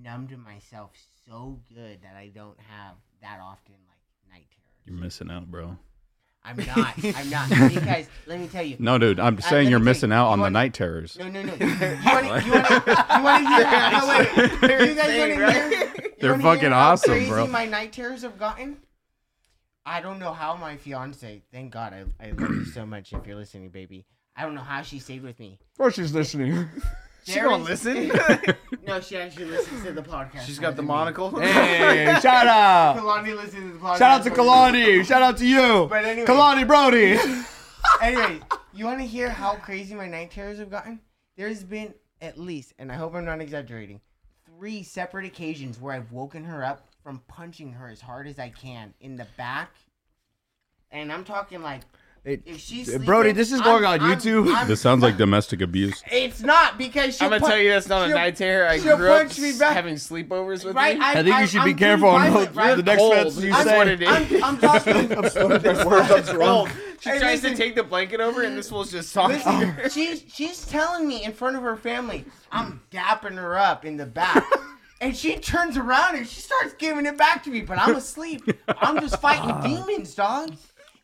numbed myself so good that I don't have that often like night
You're
terrors.
missing out, bro.
I'm not. I'm not because let me tell you.
No, dude, I'm
Uh, let
saying
me
you're
tell
missing
you,
out
you
on the
wanna-
night terrors.
No, no, no. You want to you want to you want to hear? No, wait. You guys want to hear? you
They're
wanna hear
fucking
how
awesome,
crazy
bro.
My night terrors have gotten. I don't know how my fiance. Thank God, I, I love you so much. If you're listening, baby, I don't know how she stayed with me.
Of course, she's listening.
She
There
gonna
is-
listen?
[laughs] No, she actually listens to the podcast.
She's got
more
the
than me.
monocle. [laughs]
[laughs] hey, shout out!
Kalani listens to the podcast.
Shout out to
more than me.
Kalani! Shout out to you!
But anyway.
Kalani Brody!
Anyways, you want to hear how crazy my night terrors have gotten? There's been at least, and I hope I'm not exaggerating, three separate occasions where I've woken her up from punching her as hard as I can in the back. And I'm talking like, if
[laughs]
she's sleeping,
Brody, this is going
I'm-
on
I'm-
YouTube.
I'm-
This sounds like domestic
[laughs]
abuse.
it's not because she.
I'm gonna
pun-
tell you that's not a
she'll-
night terror. I
she'll
grew up
punch me back.
having sleepovers with
Right,
me.
I,
I think you
I'm-
should be
I'm
careful
pretty
on
violent,
the
right?
next
Cold.
sentence you
That's
I'm-
what
say.
it is.
[laughs]
I'm, I'm talking. [laughs]
She
Hey,
tries
listen.
to take the blanket over, and this fool's just talking. to
Listen,
Oh.
her.
she's she's telling me in front of her family, I'm dapping her up in
[laughs]
the back. And she turns around and she starts giving it back to me, but I'm asleep. I'm just
[laughs]
fighting demons, dog.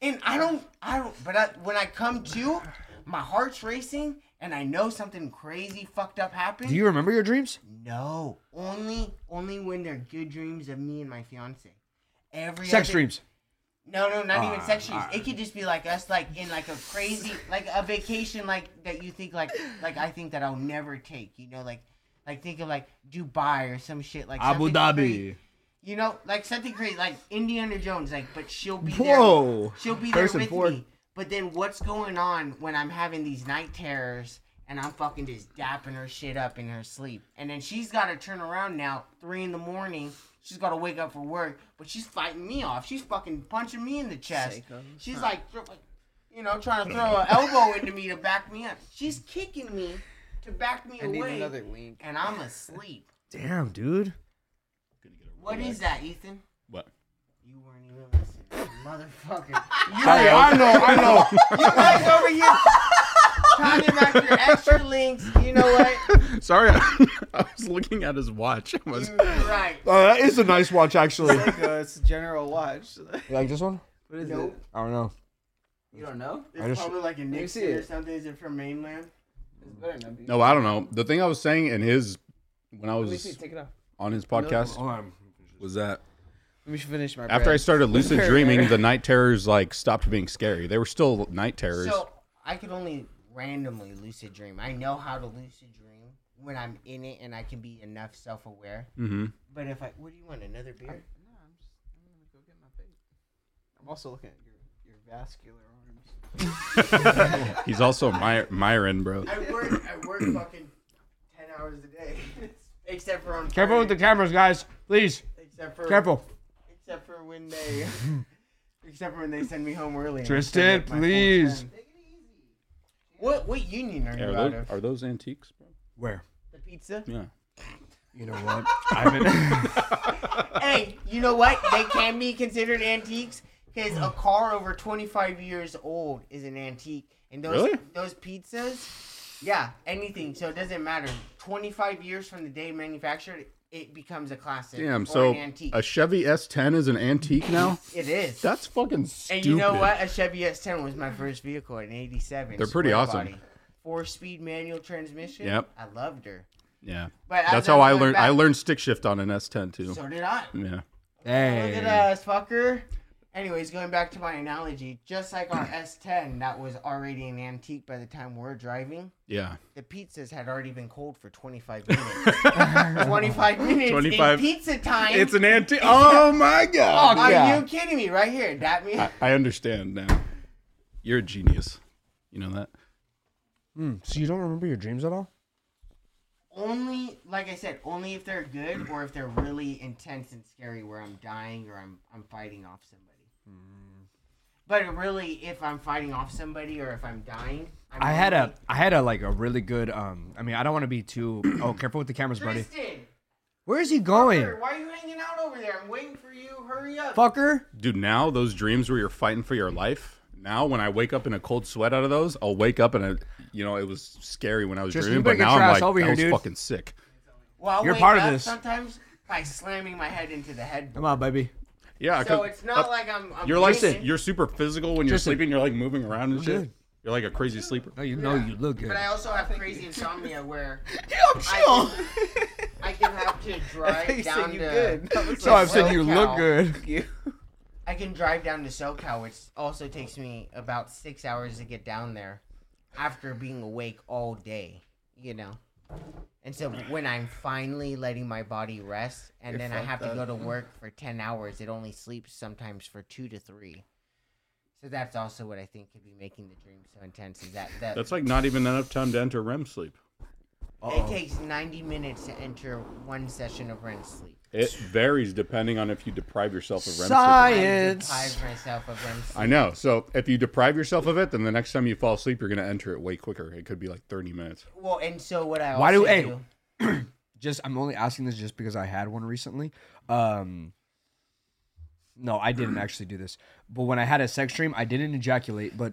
And I don't, I don't. But I, when I come to, my heart's racing, and I know something crazy, fucked up happened.
Do you remember your dreams?
no, only, only when they're good dreams of me and my fiance. Every
Sex
other-
dreams.
no, no, not
Ah,
even sex dreams. It could just be like us, like in like a crazy, like a vacation, like that you think like, like I think that I'll never take. You know, like, like think of like Dubai or some shit like
Abu
something crazy,
Dhabi.
you know, like something crazy, like Indiana Jones, like but she'll be
Whoa.
there. She'll be there
Harrison
with
Ford.
me. But then what's going on when I'm having these night terrors and I'm fucking just dapping her shit up in her sleep? And then she's got to turn around now, three in the morning. She's got to wake up for work, but she's fighting me off. She's fucking punching me in the chest.
Psycho.
She's like, thro- you know, trying to throw an elbow into me to back me up. She's kicking me to back me
[laughs] I need
away,
another wink.
and I'm asleep.
Damn, dude.
What is that, Ethan?
[laughs]
What?
You weren't even listening,
[laughs]
motherfucker.
Sorry, I know, I [laughs] know.
You guys over here talking about your extra
[laughs]
links. You know what?
Sorry,
[laughs]
I was looking at his watch. I was-
You're right.
Uh, that is a nice watch, actually.
Like, uh, it's a general watch. [laughs]
You like this one?
What is
Nope.
it?
I don't know.
You don't know? It's
I just-
probably like a
me
Nixon
see
or
it.
something. Is it from mainland?
[laughs] No, I don't know. The thing I was saying in his when I was
Take it off.
on his podcast
Hold on.
was that
Let me finish my.
after I
bread.
started lucid
Fair.
dreaming, the night terrors like stopped being scary. They were still night terrors.
So I could only randomly lucid dream. I know how to lucid dream when I'm in it and I can be enough self aware.
mm-hmm.
But if I, what do you want? Another beer?
No, I'm just. I'm gonna go get my baby. I'm also looking at your your vascular arms.
[laughs]
He's also My- Myron, bro.
I work. I work fucking ten hours a day, [laughs] except for on
Careful with the
Friday-
cameras, guys. Please.
except for
Careful.
except for when they [laughs] except for when they send me home early. and I
Tristan,
still get my full
please.
time. What what union are you
Are
out
those,
of?
are those antiques? Bro?
Where?
The pizza.
Yeah.
You know what? I've [laughs] been.
hey, you know what? They can be considered antiques because a car over 25 years old is an antique. And those
Really?
those pizzas, yeah, anything. So it doesn't matter. 25 years from the day manufactured, it becomes a classic.
Damn.
or
So
an antique.
a Chevy S10 is an antique now.
it is.
That's fucking stupid.
and you know what? A Chevy S10 was my first vehicle in 87.
They're pretty
Square
awesome.
body. Four speed manual transmission.
Yep.
I loved her.
Yeah.
But as
That's how I
went
learned. I
back-
learned stick shift on an S10 too.
So did I.
Yeah.
hey.
Look at us, fucker. Anyways, going back to my analogy, just
[clears throat]
like our S10 that was already an antique by the time we're driving,
Yeah.
the pizzas had already been cold for 25
[laughs]
minutes. 25 minutes
25
in pizza time.
an
[laughs]
antique. Oh my god.
Are
Yeah.
you kidding me? Right here, that me.
I, I understand now. You're a genius. You know that.
Hmm, so you don't remember your dreams at all?
only, like I said, only if they're good or if they're really intense and scary, where I'm dying or I'm I'm fighting off somebody.
Mm.
But really, if I'm fighting off somebody or if I'm dying, I'm
I had
only-
a, I had a like a really good. Um, I mean, I don't want to be too. [clears throat] Oh, careful with the cameras, buddy.
Tristan.
Where is he going,
Why are you hanging out over there? I'm waiting for you. Hurry up.
fucker?
Dude, now those dreams where you're fighting for your life. Now, when I wake up in a cold sweat out of those, I'll wake up and I, you know, it was scary when I was
Tristan, you
dreaming, but
better get
now
your
I'm
ass
like,
over
that
here,
was
dude.
fucking sick.
Well,
You're
wake
part of
up
this.
Sometimes by slamming my head into the headboard.
Come on, baby.
Yeah,
So
'cause-
it's not
uh,
like I'm. I'm
you're like
faking,
you're super physical when you're
Tristan.
sleeping. You're like moving around and shit.
good.
You're like a crazy sleeper.
No, you know you look good.
But I also have crazy
[laughs]
insomnia where
I'm
chill. I can have to
thought you
drive
said
down
you
to.
good. That
[laughs]
was
So I've said
SoCal.
you look good.
you.
I can drive down to SoCal, which also takes me about six hours to get down there, after being awake all day. You know. And so when I'm finally letting my body rest, and
You're
then I have
fucked
to go
up.
to work for ten hours, it only sleeps sometimes for two to three. So that's also what I think could be making the dream so intense is that, that
That's like not even enough time to enter REM sleep.
it takes ninety minutes to enter one session of REM sleep.
It varies depending on if you deprive yourself of REM sleep.
Science.
I deprive myself of REM sleep.
I know. So if you deprive yourself of it, then the next time you fall asleep, you're gonna enter it way quicker. It could be like 30 minutes.
Well, and so what I also
Why do-
do,
hey, Just, I'm only asking this just because I had one recently. Um, no, I didn't actually do this. But when I had a sex dream, I didn't ejaculate. But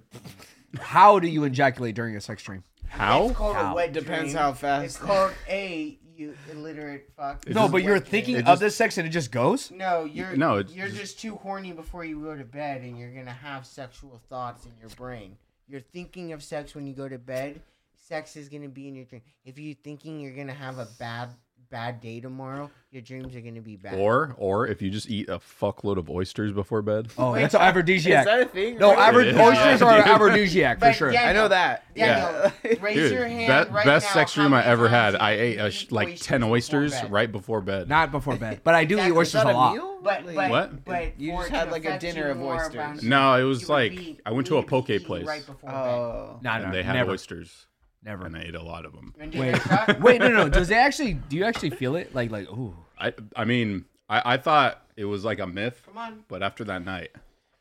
how do you ejaculate during a sex dream?
It's
How?
called a wet
Depends
dream.
how fast.
It's called a you illiterate fuck.
It
no,
just-
but you're
Wet dream.
thinking
It
of
just-
the sex and it just goes.
No, you're
No,
no,
it's
you're
just-
just too horny before you go to bed, and you're gonna have sexual thoughts in your brain. You're thinking of sex when you go to bed. Sex is gonna be in your dream. If you're thinking you're gonna have a bad bad day tomorrow, your dreams are gonna be bad.
Or or if you just eat a fuckload of oysters before bed.
Oh, that's an aphrodisiac.
Is that a thing?
no,
Really?
aphro-
It is,
oysters
yeah,
are an
dude.
aphrodisiac for
But
sure.
yeah,
I know
[laughs]
that.
Yeah, no, raise
Dude,
your hand
be-
right
best
now,
sex
how
dream I
many
ever
times
had. I
you
ate a,
eat
sh- like 10
before
oysters
bed.
right before bed.
Not before bed, but I do eat
Exactly.
Is
oysters
that
a lot.
meal?
But,
Like-
but
What?
But
You
for
just
it to
had, like, a
affect
dinner
you
of
more
oysters.
around-
No, it was
you would
like-
be-
I went
you
to a
would be
poke
eating
place.
Right before bed.
Oh.
No, no,
and they had
never,
oysters
never.
and I ate a lot of them.
You wanna do
Wait, [laughs]
this, huh?
wait, no, no. Does it actually? Do you actually feel it? Like, like, ooh.
I I mean, I, I thought it was like a myth,
Come on.
but after that night,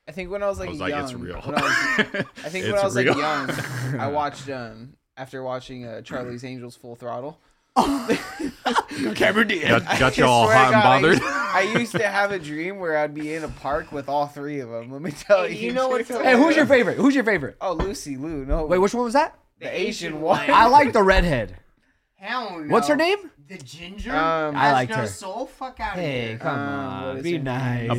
I think when I was like
I was
young,
like, it's real.
when I
[laughs]
was I think [laughs] when I was
real.
like young, I watched um after watching uh, Charlie's Angels Full Throttle.
Cameron
[laughs]
Diaz.
[laughs]
got, got you
I
all
swear to
hot and
God, I
bothered.
[laughs] used- I used, to have a dream where I'd be in a park with all three of them. Let [laughs] me tell
Hey,
you.
you know what's
dude.
Hey, who's your favorite? Who's your favorite?
Oh, Lucy Lou. No,
Wait, which one was that?
the Asian one.
I like the redhead.
Hell no.
What's her name?
The ginger.
Um,
I
That's
liked
no
her.
Soul. Fuck out of
Hey,
here.
come
Um, what
on.
is
Ah, Be
her name?
nice.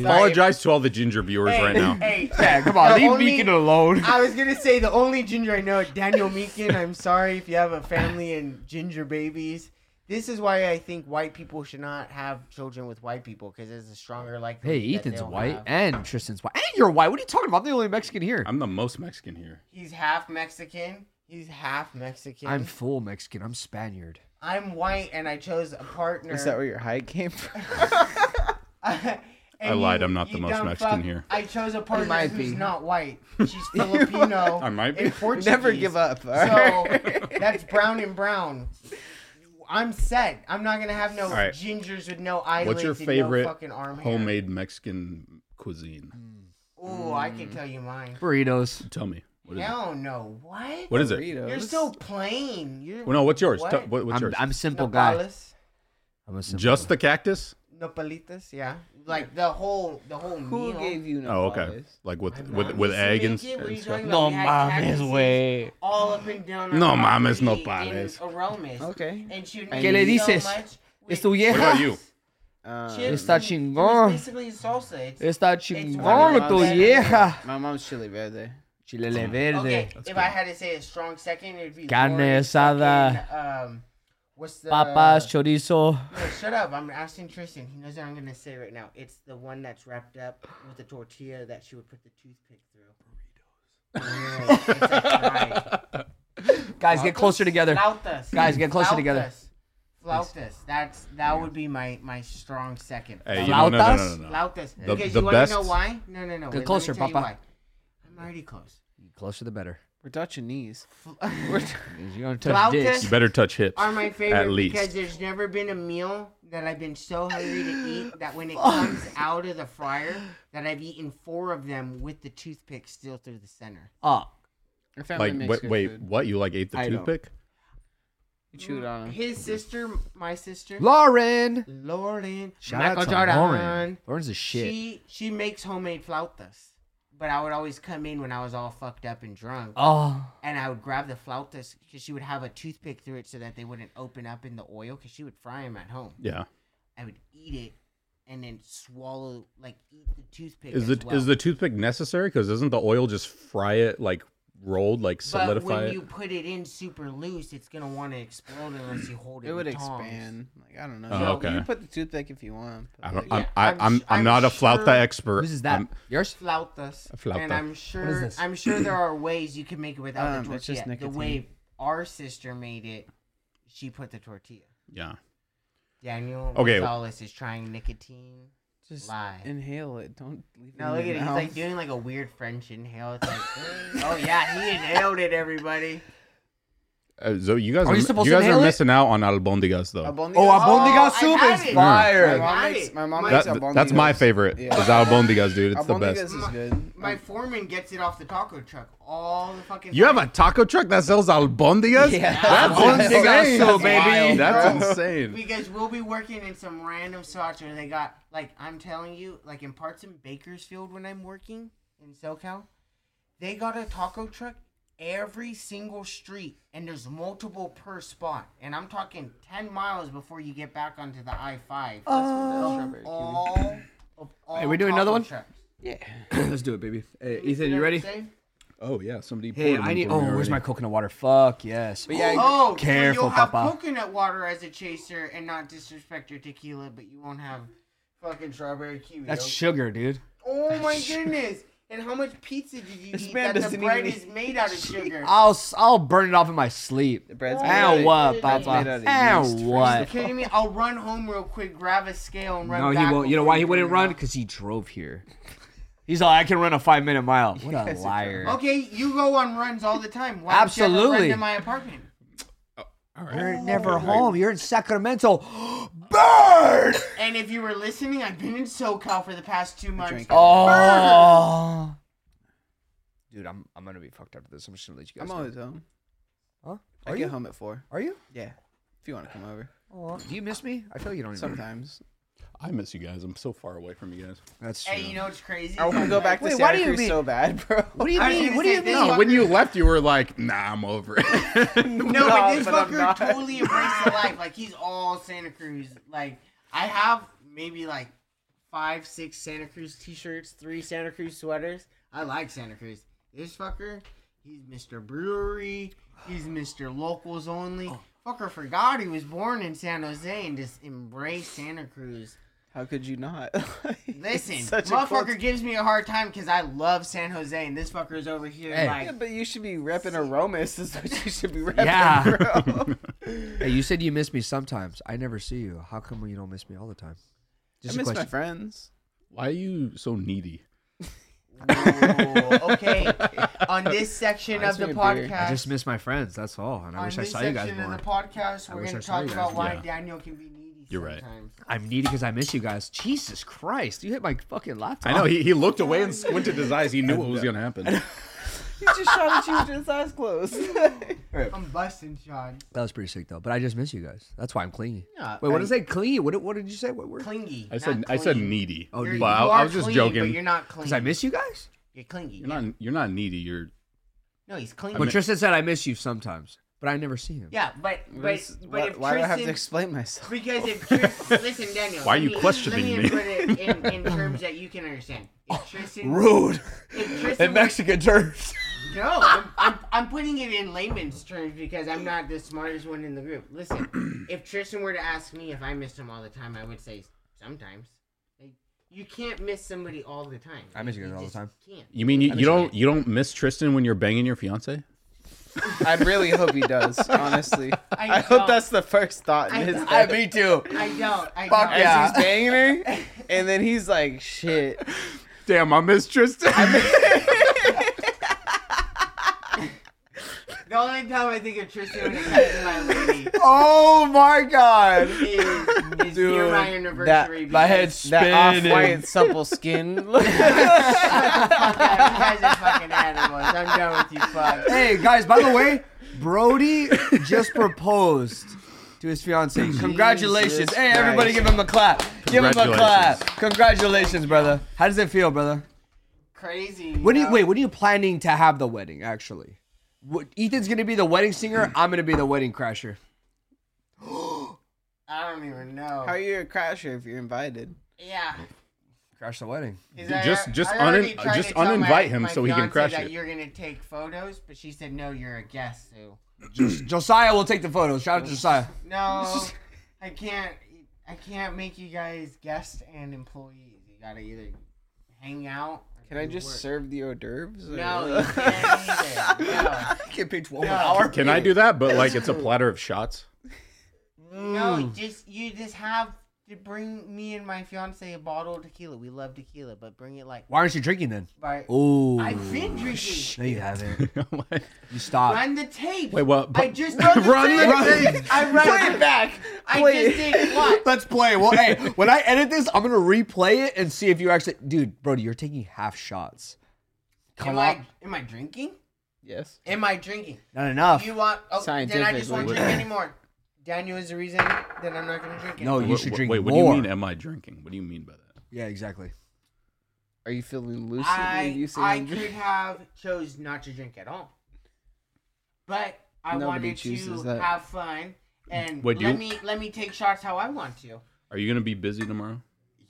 [laughs] Apologize to all the ginger viewers
Hey,
right now.
Hey,
Yeah, come on.
The
Leave
only-
Beacon alone.
I was gonna say the only ginger I know, is Daniel Meekin. I'm sorry if you have a family and ginger babies. This is why I think white people should not have children with white people because it's a
[laughs]
stronger
Hey,
likelihood. that
Ethan's
they'll
white
have-
and Tristan's white. And you're white. What are you talking about? I'm the only Mexican here.
I'm the most Mexican here.
He's half Mexican. He's half Mexican.
I'm
I'm,
full Mexican. I'm Spaniard.
white, and I chose a partner.
Is that where your height came
[laughs]
from?
I
lied, I'm not the most Mexican here.
I chose a partner
might
who's
be. [laughs]
not white. She's Filipino.
[laughs] I might be.
and Portuguese.
Never give up. all
So
right?
[laughs] that's brown and brown. I'm set. I'm not gonna have no
right.
gingers with no eyelids.
your
and
favorite
no fucking arm hair.
Homemade Mexican cuisine.
Ooh, I can tell you mine.
Burritos.
Tell me. What is it?
Hell no. What?
What is it?
Burritos.
You're so plain. You're
Well, no, what's yours?
What?
Tell- What? what's
I'm,
yours?
I'm a simple guy.
Nopales,
I'm a simple
Just the cactus?
nopalitas. Yeah, like the whole the whole
Who
meal.
gave you
Oh,
no
okay. Like with
I'm
with
not
with egg and,
Mexican. What are
and [laughs]
you
stuff.
talking about?
No
We had
mames,
cactuses
way.
All up and down. our
No mames,
property
nopales.
in Aromas.
Okay.
And she would
¿Qué
make
le
so
dices?
much
¿Es
with
tu vieja?
What about you?
Uh,
chips
Está
and-
chingón.
It's basically salsa. It's,
Está
one
chingón
of
Oh, tu
those-
vieja.
my mom's chili verde.
Chile le verde.
Okay, if I had to say a strong second, it'd be
Carne
Lori's
asada.
fucking, um, what's the
Papas, chorizo.
No, shut up! I'm asking Tristan. He knows what I'm gonna say right now. It's the one that's wrapped up with the tortilla that she would put the toothpick through. Burritos. No,
[laughs]
that's right.
Guys, get closer together.
Flautas.
Guys, get closer together.
Flautas. Flautas. That's that would be my my strong second.
Hey, you know, no, no, no,
Flautas?
no, no.
Flautas.
The-
because
the
you want to know
best-
why? No, no, no. Wait, let me
closer,
tell you
Papa.
why. I'm already close.
Closer the better.
We're
[laughs]
Dutchanese.
We're
You're gonna touch
Flautas?
dicks.
You better touch hips.
are my favorite
At least.
because there's never been a meal that I've been so hungry to eat that when it comes out of the fryer that I've eaten four of them with the toothpick still through the center.
Ah,
Our family
Like
makes
wait,
good
wait,
food.
what? You like ate the
I don't.
toothpick?
We chewed
uh,
on 'em.
His sister, my sister,
Lauren.
Lauren,
Shout
Michael
out to
Jordan,
Lauren. Lauren's a shit.
She she makes homemade flautas, but I would always come in when I was all fucked up and drunk,
oh,
and I would grab the flautas because she would have a toothpick through it so that they wouldn't open up in the oil because she would fry them at home.
Yeah.
I would eat it and then swallow, like eat the toothpick.
Is
as
the
well.
is the toothpick necessary? Because doesn't the oil just fry it like rolled, like
but
solidify
when
it?
you put it in super loose, it's gonna want to explode unless you hold it.
It would
with tongs.
expand. Like I don't know.
Oh,
You
okay.
can put the toothpick if you want. but,
I don't,
like,
I'm,
Yeah,
I,
I'm
I'm, I'm,
sh- I'm
not a flauta
sure-
expert.
whose is that?
I'm-
Yours?
Flautas.
A flauta.
And I'm
is
sure
this?
I'm sure there are ways you can make it without
Um,
the
it's
tortilla.
just
the
nicotine.
way our sister made it, she put the tortilla.
yeah.
Daniel
Okay.
Gonzalez is trying nicotine.
just
Lie.
inhale it. Don't leave
No,
it.
look
in
at it.
your
He's like
mouth.
doing like a weird French inhale. [laughs] It's like, oh yeah, he inhaled it, everybody.
Uh, so you guys
Are
are,
you
you
supposed to
guys
inhale
are
it?
missing out on albondigas though.
Abondigas-
Oh, abondigas
I
soup is
had it.
My
fire.
mom
Got
makes
it.
my mom
My-
makes
That- that's my
abondigas.
favorite.
Yeah.
Is albondigas, dude. It's
Abondigas
the best.
is good.
My foreman gets it off the taco truck all the fucking.
You have
time.
a taco truck that sells albondigas?
Yeah.
That's
[laughs] Albondigas
insane.
soup, baby.
That's insane.
Because we'll be working in some random spots where they got like I'm telling you, like in parts in Bakersfield when I'm working in SoCal, they got a taco truck every single street and there's multiple per spot. And I'm talking ten miles before you get back onto the I five. Oh. all of all
Hey, we doing another
taco
one?
[clears throat]
trucks.
Let's do it, baby. Hey,
see
Ethan,
what
you
I'm
ready?
saying?
Oh yeah, somebody.
Hey,
poured
I
them
need.
for
Oh,
me
where's my
already.
coconut water? Fuck yes. But
yeah,
Oh, so
Careful,
you'll have
Papa.
coconut water as a chaser and not disrespect your tequila, but you won't have fucking strawberry kiwi.
that's
okay?
sugar, dude.
Oh my goodness! And how much pizza did you
This
eat
man
that the
doesn't
bread
even
is made out of sugar?
I'll s- I'll burn it off in my sleep.
The bread's
Oh,
made
ow,
out
And
of-
what,
it's
bread's made
Papa?
out of yeast
And
first.
Are you
what?
kidding me? I'll run home real quick, grab a scale, and run
No, he
back
won't. You know
before
why he
put
wouldn't
it
run?
up.
Because he drove here. He's like, I can run a five minute mile. What a liar.
Okay, you go on runs all the time. Why don't you ever
Absolutely.
Run to my apartment.
You're never home. You're in Sacramento. [gasps] Bird.
And if you were listening, I've been in SoCal for the past two months.
drink.
Oh. Dude, I'm I'm gonna be fucked after this. I'm just gonna let you
I'm
guys. know.
always home.
Huh?
I
Are
get
you?
home at four.
Are you?
Yeah, if you want to come over
Oh, do you miss me? I feel like you don't. Even
sometimes.
I miss you guys. I'm so far away from you guys.
That's true.
Hey, you know what's crazy?
I want to go back to
Wait, why
Santa
do you
Cruz
mean-
so bad, bro.
what do you
I was
mean?
gonna
What do
say
you
this
mean?
one-
No, when you left, you were like, "Nah, I'm over it." [laughs]
No, but this
but I'm
fucker
not. [laughs]
totally embraced the life. Like he's all Santa Cruz. Like I have maybe like five, six Santa Cruz t-shirts, three Santa Cruz sweaters. I like Santa Cruz. This fucker, he's Mr. Brewery. He's Mr. Locals only.
Oh.
Fucker forgot he was born in San Jose and just embraced Santa Cruz.
How could you not? [laughs]
Listen,
It's such a
motherfucker
cult-
gives me a hard time because I love San Jose and this fucker is over here
Hey.
like
Yeah, but you should be repping Aromas. Is what you should [laughs] be repping,
Yeah.
bro.
Hey, you said you miss me sometimes. I never see you. How come you don't miss me all the time?
I
Just a
miss my
question.
friends.
Why are you so needy?
Ooh,
[laughs]
okay. On this section
Buys
of the
me a beer.
podcast,
I just miss my friends. That's all. And I
on
wish I
this
saw you guys
section
more.
of the podcast,
I
we're
wish
going
I
to
saw
talk
you guys
about why
more.
Daniel can be needy.
You're right.
sometimes.
I'm needy because I miss you guys. Jesus Christ, you hit my fucking laptop.
I know he, he looked away and squinted his eyes. He knew what was gonna happen.
He just shot at you with his eyes [laughs] closed.
I'm busting, Sean.
That was pretty sick though, but I just miss you guys. That's why I'm clingy.
Yeah,
Wait, what did I say? Clingy? What, did- what did you say? What word?
Clingy.
I said
not
I said
clean.
needy.
Oh,
but
needy.
You're-
Wow,
I,
you
I
are
was just
clean,
joking.
But you're
You're
not clean.
Because I miss you guys?
You're clingy. yeah.
not you're not needy. You're
No, he's clingy.
But Tristan said I miss you sometimes, but I never see him.
yeah, but but,
This-
but
why
if
why do I have to
Tristan-
explain myself?
Because
[laughs]
if Tristan, listen, Daniel.
Why are
let
you
me-
questioning
let
me? Oh,
Put it in,
[laughs]
in terms that you can understand. If Tristan,
Rude. [laughs]
if Tristan was-
Mexican [laughs] terms.
No, I'm, I'm, I'm putting it in layman's terms because I'm not the smartest one in the group.
[clears throat]
Listen, if Tristan were to ask me if I missed him all the time, I would say sometimes. Like, you can't miss somebody all the time.
I miss you guys all the
just
time.
Can't.
You mean you, you don't you don't miss Tristan when you're banging your fiance?
I really hope he [laughs] does. Honestly,
I
I,
don't.
hope that's the first thought in
I
his
don't.
head.
me [laughs] too.
I don't. I
Fuck
don't.
As
yeah.
[laughs] he's banging her, [laughs] and then he's like, "Shit."
Damn, I miss Tristan. [laughs]
The only time I think of Tristan when I miss my
[laughs]
lady
Oh my [laughs] god.
is, is near my anniversary.
that-
My
because-
head's
[laughs]
That
spinning.
off-white supple
[laughs]
skin. Look.
Fuck that, You guys are fucking animals. I'm done with you, fuck.
Hey guys, by the way, Brody just proposed to his fiancee. Congratulations.
Jesus
hey everybody
Christ.
give him a clap. Give him a clap. Congratulations, brother. How does it feel, brother?
Crazy.
When do you,
know?
wait, when are you planning to have the wedding actually? What, Ethan's going to be the wedding singer, I'm going to be the wedding crasher.
I don't even know.
How are you a crasher if you're invited?
yeah.
Crash the [clears throat] wedding.
Is
Dude,
I-
just- just
I already
unin-
tried to
just
tell my-
uninvite him
my
so he can
fiancée
crush
that
it.
You're gonna take photos, but she said no. You're a guest, so
Josiah will take the photos. Shout out to Josiah.
[laughs]
no, I can't. I can't make you guys guests and employees. You gotta either hang out. or
Can I
do
just
work.
serve the hors d'oeuvres? or- [laughs]
No, you can't either.
I can't pay 12
an hour.
Can I do that? But like it's a platter of shots. [laughs]
No, no. Just you just have to bring me and my fiance a bottle of tequila. We love tequila, but bring it like.
Why aren't you drinking then?
by-
Oh.
I've been drinking.
No, you haven't.
I'm like,
You stopped.
Run the tape.
Wait, what?
I just
[laughs]
run the
Run the
tape.
tape.
[laughs] I run it back. I just did what?
Let's play. Well, hey, when I edit this, I'm gonna replay it and see if you actually, dude, Brody, you're taking half shots. [laughs] Come
am
on,
I am I drinking?
Yes.
Am I drinking?
not enough.
You want? Oh, then I just won't
Scientifically.
drink anymore. Daniel is the reason that I'm not gonna drink.
no,
anymore.
you
Wha-
should
wha-
drink
Wait, what
more.
do you mean? Am I drinking? What do you mean by that?
Yeah, exactly.
Are you feeling lucid? when
I
you say
I
I'm
could have chose not to drink at all, but I
Nobody
wanted to
chooses that.
have fun and
Would
let
you?
me let me take shots how I want to.
Are you gonna be busy tomorrow?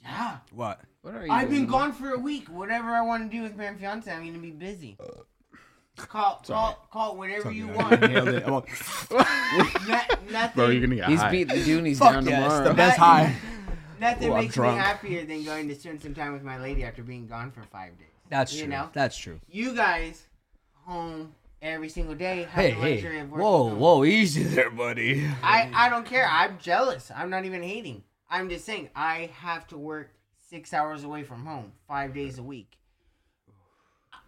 Yeah,
What?
What are you?
I've been
doing?
gone for a week. Whatever I want to do with my fiance, I'm gonna be busy.
Uh,
Call call call whatever
[laughs]
you
[laughs]
want. [laughs] No- nothing.
Bro, you're gonna get
He's
high.
beating the Doonies
Fuck
down
yeah, it's
tomorrow.
the best high.
[laughs] Nothing
Ooh, I'm
makes
drunk.
me happier than going to spend some time with my lady after being gone for five days.
That's
You
true.
know?
That's true.
You guys home every single day. Have
Hey,
the luxury
hey,
of working
whoa,
home.
whoa, easy there,
[laughs]
buddy.
I, I don't care. I'm jealous. I'm not even hating. I'm just saying I have to work six hours away from home, five days a week.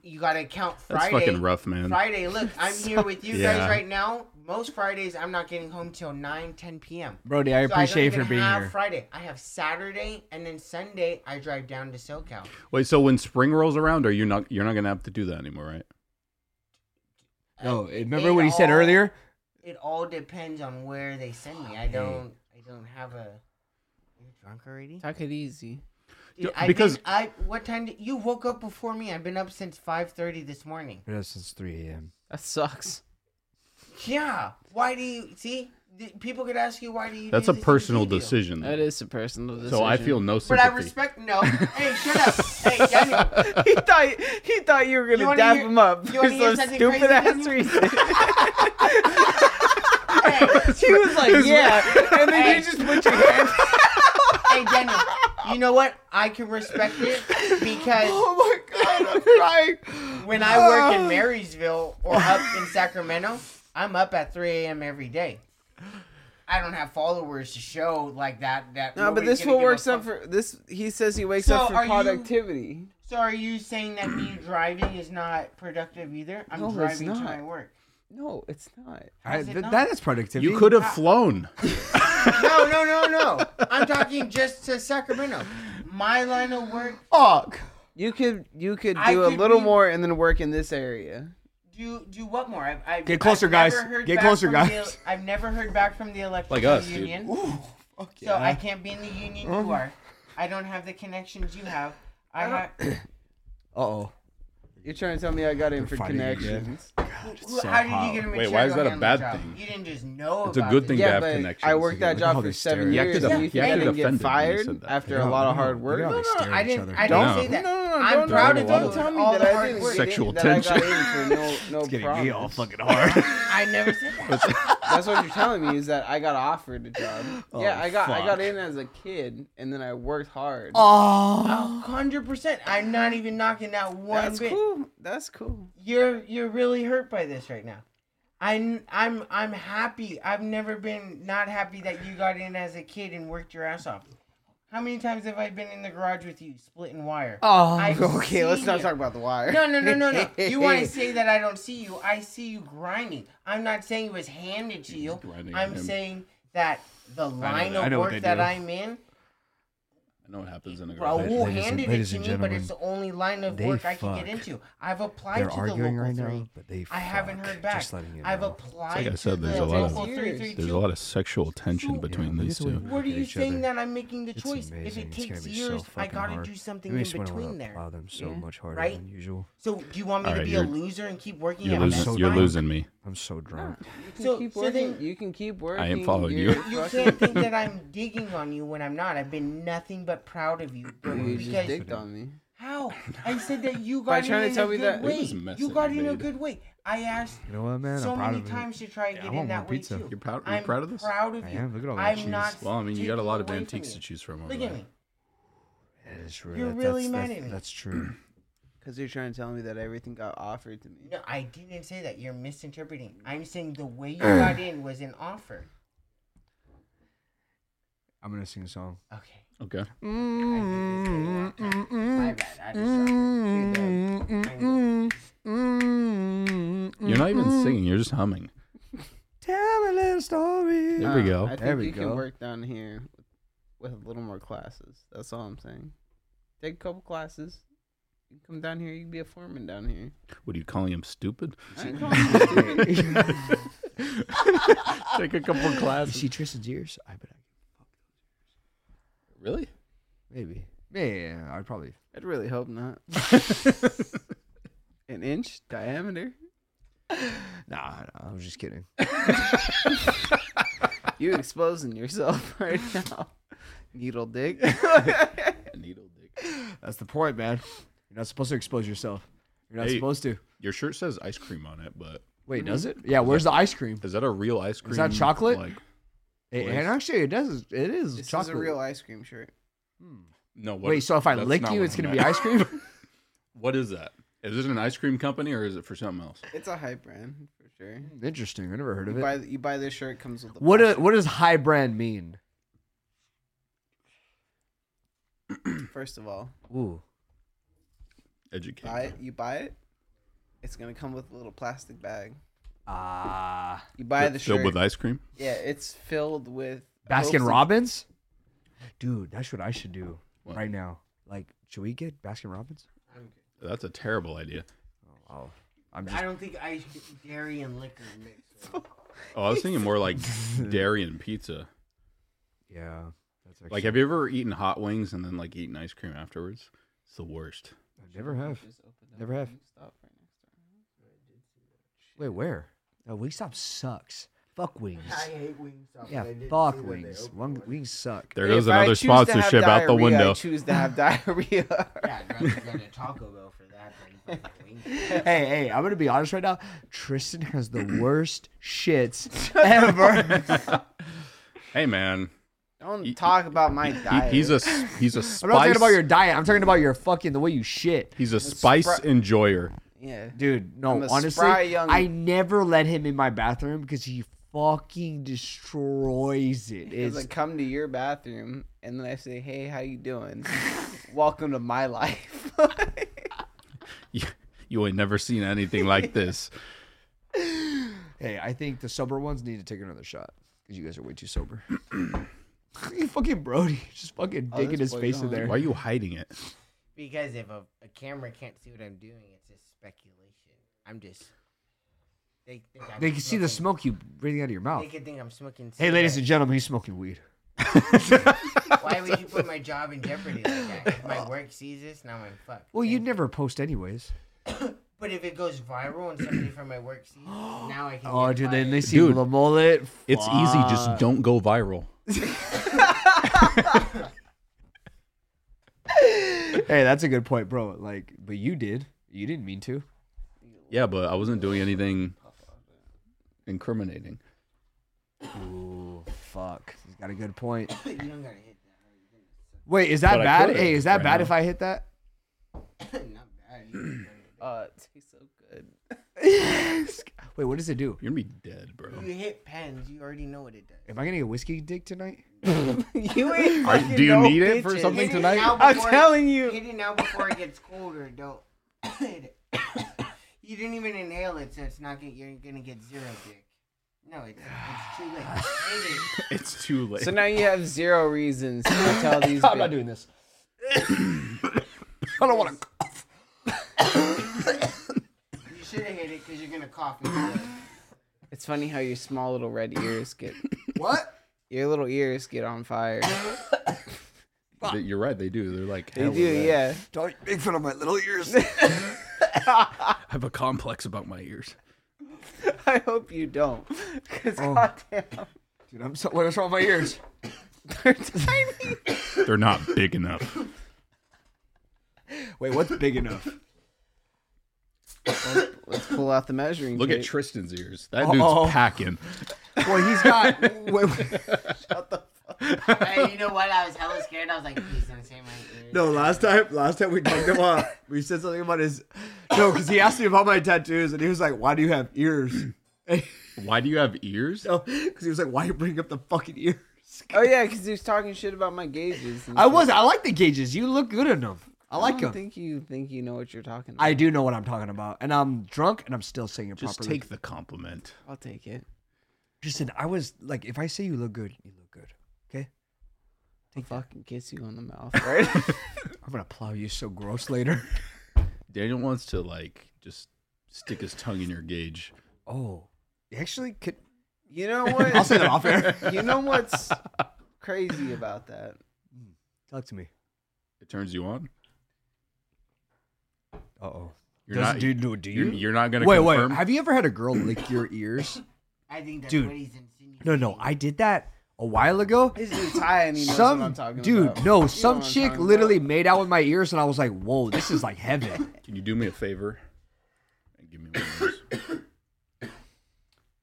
You gotta count
That's
Friday.
fucking rough, man.
Friday, look,
[laughs]
I'm here with you
Yeah.
guys right now. Most Fridays, I'm not getting home till 9, 10 p.m.
Brody, I
So I don't
appreciate you
even
for being
have
here.
Friday. I have Saturday and then Sunday. I drive down to SoCal.
Wait, so when spring rolls around, are you not you're not gonna have to do that anymore, right?
No, remember
it
what he said
all-
earlier?
It all depends on where they send me. I don't. I don't have a. You're drunk already?
Take it easy.
Dude,
Yo,
I've
because-
been- I what time did you woke up before me? I've been up since five thirty this morning.
Yeah, since 3 a.m.
That sucks.
Yeah. Why do you see? Th- People could ask you why do you?
That's
do
a
the same
personal
thing you do?
decision.
That is a personal
so
decision. [laughs]
I feel no
But
sympathy.
I respect no. hey, shut up.
[laughs]
Hey, Daniel.
he thought he thought you were
You
gonna
wanna
dab
hear-
him up
you
for
wanna
some
hear something
stupid
crazy,
ass
Daniel?
reason. [laughs]
Hey,
he was like,
[laughs]
yeah, and then
Hey.
you just put your hand.
hey, Daniel. You know what? I can respect it because
[laughs] Oh my god, I'm crying.
when I work in Marysville or up in Sacramento, I'm up at 3 a.m. every day. I don't have followers to show like that. That
No, but
nobody's
this
gonna
one
give a
works up
fuck.
for this. He says he wakes
So
up for
are you-
productivity.
So are you saying that me driving is not productive either? I'm
No, it's
driving to
not.
my work.
No, it's not.
I,
is it
th-
not?
that is productivity.
You could have
[laughs]
flown.
No, no, no, no. I'm talking just to Sacramento. My line of work,
Fuck. You could you could
I
do a
could
little
be-
more and then work in this area.
do do what more? I've, I've,
Get closer,
I've never
guys.
heard
Get
back
closer,
from
guys.
The, I've never heard back from the electrical
Like us, dude.
union,
Ooh, fuck
so
yeah.
I can't be in the union
Uh-huh.
you are. I don't have the connections you have. I
[clears throat]
have.
Uh oh.
You're trying to tell me I got in for
fighting again.
connections.
who- how did you get a material
Wait, why is that a
handling
bad
job?
thing?
You didn't just know.
It's a
about
good
this.
thing to
Yeah,
have
but
connections.
I worked that
Look
job
how
for
they
seven
stare.
years.
You acted
and
up-
you
you
think I
acted
didn't get
offended when you said
fired
that.
after a lot of hard work?
No, no, no, I didn't. I
No.
didn't say that.
No, no, no,
I'm
don't-
proud of
don't
you.
Don't tell me
all
that
the
I
hard
didn't
work.
Sexual
that I got
tension.
in for no, no
Getting me all
problem.
fucking hard.
[laughs]
[laughs]
I never said that.
That's what you're telling me is that I got offered a job.
Oh,
yeah, I got I got
fuck.
in as a kid and then I worked hard.
oh.
hundred percent. I'm not even knocking that one
That's
bit.
cool. That's cool.
You're you're really hurt by this right now. I'm I'm I'm happy. I've never been not happy that you got in as a kid and worked your ass off. How many times have I been in the garage with you splitting wire?
Oh.
I've
[laughs] Okay, let's
seen
not
you.
talk about the wire.
No, no, no, no, no. You
[laughs]
want to say that I don't see you? I see you grinding. I'm not saying it was handed to you.
grinding
I'm
him.
saying that the line
I know
of
what
work
they
that
do.
I'm in
I know what happens in a garage.
Raul
Ladies and-
handed it
ladies
to
and
me, but
gentlemen,
it's the only line of
they
work I can get
fuck.
into. I've applied
They're
to the
arguing
local
right
three.
now, but they.
I haven't
fuck.
heard back.
Just letting you
I've
know.
applied.
Like I
to
said, there's
the
a lot of-
local
Years.
332.
There's a lot of sexual tension between
Yeah,
these
look at the
two.
way
What
look
are
at
you
each
saying
other.
that I'm making the
It's
choice? If
amazing.
it
It's gonna
takes
be so
years, I
fucking
gotta
hard.
do
It
something in
makes me wanna
between
Plow
there.
them so much harder
Right?
than usual.
So do you want me
All
to
right,
be a
you're-
loser and keep working
You're
at
losing.
Best
you're
Buy?
losing me.
I'm so drunk.
You can
So-
keep
so
working.
then-
you can keep working.
following
your
you.
You
fucking-
can't think that I'm digging on you when I'm not. I've been nothing but proud of you, bro.
You just
because
dicked on me.
How? I said that you
By
got in,
trying to
in
tell
a
me
good
that-
It
way.
was a mess
You
that
got
you
in a
made.
good way. I asked
You know what, man?
so
I'm proud
many
of it.
times to try and
Yeah, I
get in
want more
that way
pizza.
too.
You're proud. You're
I'm
proud of this.
Proud of
I
you.
am. Look at all that
I'm
cheese.
not.
Well, I mean, you got a
taking
lot of
away
antiques to
from
choose from. Over
you. Look
there.
at me.
That is true.
You're
That-
really
that's,
mad
that's,
at me.
That's true. [clears throat]
Because you're trying to tell me that everything got offered to me.
No, I didn't say that. You're misinterpreting. I'm saying the way you
Mm.
got in was an offer.
I'm gonna sing a song.
Okay.
Okay.
Mm,
Mm,
My bad. I distracted. I knew.
mm.
mm,
You're not even singing. You're just humming.
Tell me a little story.
There we
Uh,
go.
I think
There we
you
go.
can work down here with a little more classes. That's all I'm saying. Take a couple classes. You can come down here. You can be a foreman down here.
What are you calling him?
[laughs]
Stupid.
I ain't calling you stupid.
Take a couple
You [laughs]
classes.
see Tristan's ears? I bet. I,
Really?
maybe. Yeah, yeah, yeah, I'd probably.
I'd really hope
[laughs]
not. An inch diameter.
Nah, nah, I was just kidding.
You exposing yourself [laughs] right now. Needle
[laughs]
dick.
Needle dick.
That's the point, man. You're not supposed to expose yourself. You're not
Hey.
supposed to.
Your shirt says ice cream on it, but
Wait, does it? Yeah. Where's the ice cream?
is that a real ice cream?
Is that chocolate?
Like,
It-
Place.
and actually, it does. It is
This
chocolate.
is a real ice cream shirt.
no. What,
Wait, so if I
that's
lick
not
you,
what
it's
I'm
gonna be
at.
ice cream?
[laughs]
[laughs]
What is that? Is it an ice cream company or is it for something else?
It's a high brand for sure.
Interesting. I never heard of
You
it.
buy, you buy this shirt, it comes with a
What
box.
do- What does high brand mean?
First of all,
Ooh.
Educate.
buy it. You buy it. It's gonna come with a little plastic bag.
Ah.
You buy
Fi-
the
filled
shirt.
with ice cream.
yeah, it's filled with
Baskin
hopes-
Robbins? Dude, that's what I should do
What?
right now. Like, should we get Baskin Robbins?
That's a terrible idea.
Oh, wow. I'm
I
just
don't think ice, cream- dairy, and liquor mix.
[laughs]
Oh, I was thinking more like dairy and pizza.
yeah. That's actually,
Like, have you ever eaten hot wings and then like eaten ice cream afterwards? It's the worst.
I never have.
Just opened up
Never have.
Wingstop right next door.
Wait, where? Oh, Wingstop sucks. Fuck wings.
I hate Wingstop.
Yeah,
but I did
fuck
see that they
wings.
opened
One,
one.
wings suck.
There goes
If I
another
choose to have
sponsorship out the
diarrhea, I
window.
choose to have [laughs] diarrhea.
[laughs]
Yeah, I'd rather go to Taco Bell for that than fucking Wingstop.
[laughs] Hey, hey, I'm gonna be honest right now. Tristan has the
[clears throat]
worst
[laughs]
shits ever.
[laughs]
hey man,
Don't
He-
talk about my
he,
diet.
he's a s- he's
[laughs]
a spice.
I'm not talking about your diet. I'm talking about your fucking the way you shit.
He's a spice
spri-
enjoyer. [laughs]
yeah.
Dude,
I'm
no,
a
honestly,
spry young-
I never let him in my bathroom because he fucking destroys it.
Because
It's
I come to your bathroom and then I say, "Hey, how you [laughs] doing? Welcome to my life." [laughs]
You, you ain't never seen
[laughs]
anything like this.
Hey, I think the sober ones need to take another shot because you guys are way too sober. [clears throat] you fucking Brody, [laughs] just fucking
Oh,
digging
this
his
boy's
face in
on.
there.
Why are you hiding it?
Because if a, a camera can't see what I'm doing, it's just speculation. I'm just. They, think I'm
They can see the
smoking-
smoke you breathing out of your
They
mouth.
could think I'm smoking.
Hey, ladies and gentlemen, he's smoking weed.
gentlemen. Why would you put my job in jeopardy like that? If my work sees this, now I'm fucked.
Well,
And-
you'd never post anyways.
But if it goes viral and somebody from my work sees it, now I can.
Oh,
get
dude,
fired.
then they see
Dude,
the mullet.
It's easy. Just don't go viral.
Hey, that's a good point, bro. Like, but you did. You didn't mean to.
Yeah, but I wasn't doing anything incriminating.
Ooh, fuck. He's got a good point.
[laughs] you don't gotta hit
Wait, is that
But I
bad?
could've
Hey, is that
right
bad
now.
if I hit that? [laughs]
that. [laughs] Not bad. You
uh, it tastes so good.
Wait, what does it do?
You're gonna be dead, bro.
you hit pens, you already know what it does.
Am I gonna get whiskey dick tonight?
[laughs] you ain't.
Are-
fucking
do you
no
need it for
bitches.
something
Hit it [laughs]
tonight?
now
I'm
before-
telling you.
Hit it now before it gets colder. Don't. [coughs] you didn't even inhale it, so it's not get, you're gonna get zero dick. No, it's, it's too late. Hit it.
It's too
[laughs]
late.
So now you have zero reasons [laughs] to tell these.
[laughs] I'm
bitches-
not doing this. [laughs] I don't [laughs] want to.
You should have hit it because you're gonna cough. and-
It's funny how your small little red ears [laughs] get
what?
your little ears get on fire.
They- You're right. They do. They're like
They do, yeah. [laughs]
Don't make fun of my little [laughs] ears.
I have a complex about my ears.
I hope you don't, because
Oh.
goddamn,
Dude, I'm so. What's wrong with my ears?
they're tiny.
They're not big enough.
Wait, what's big enough?
Let's [laughs] pull out the measuring.
[laughs] Look at
tape.
Tristan's ears. That
Uh-oh.
dude's packing.
[laughs] Well, he's got. [laughs] wait, wait.
Hey, you know what? I was hella scared. I was like, please don't say my ears.
No, last time, last time we talked about, we said something about his. No, because he asked me about my tattoos, and he was like, "Why do you have ears?" [laughs]
Why do you have
Oh.
ears?
Because he was like, "Why you bring up the fucking ears?"
Oh yeah, because he was talking shit about my gauges. and
I
shit.
was. I like the gauges. You look good in them. I
I
like
don't
them.
think you think you know what you're talking about.
I do know what I'm talking about, and I'm drunk, and I'm still saying it
Just
properly.
take the compliment.
I'll take it.
Tristan, I was like, if I say you look good, you look good. Okay,
I'll fucking kiss you on the mouth, [laughs] right?
I'm gonna plow you so gross later. [laughs]
Daniel wants to like just stick his tongue in your gauge.
Oh, actually, could
you
[laughs]
know
I'll
what?
say that off air. [laughs]
[laughs] you know what's crazy about that?
Talk to me.
It turns you on.
Uh oh.
You're not.
do, do, do
you're,
you?
you're not gonna.
wait,
confirm.
wait. Have you ever had a girl lick your ears?
I think that's
Dude.
what he's insinuating.
[clears throat] No, no. I did that a while ago.
This dude's high and he knows
Some
what I'm talking
dude,
about. You
no,
know
some
what I'm
chick
talking
literally
about.
made out with my ears, and I was like, "Whoa, this is like heaven."
Can you do me a favor? And give me one of those.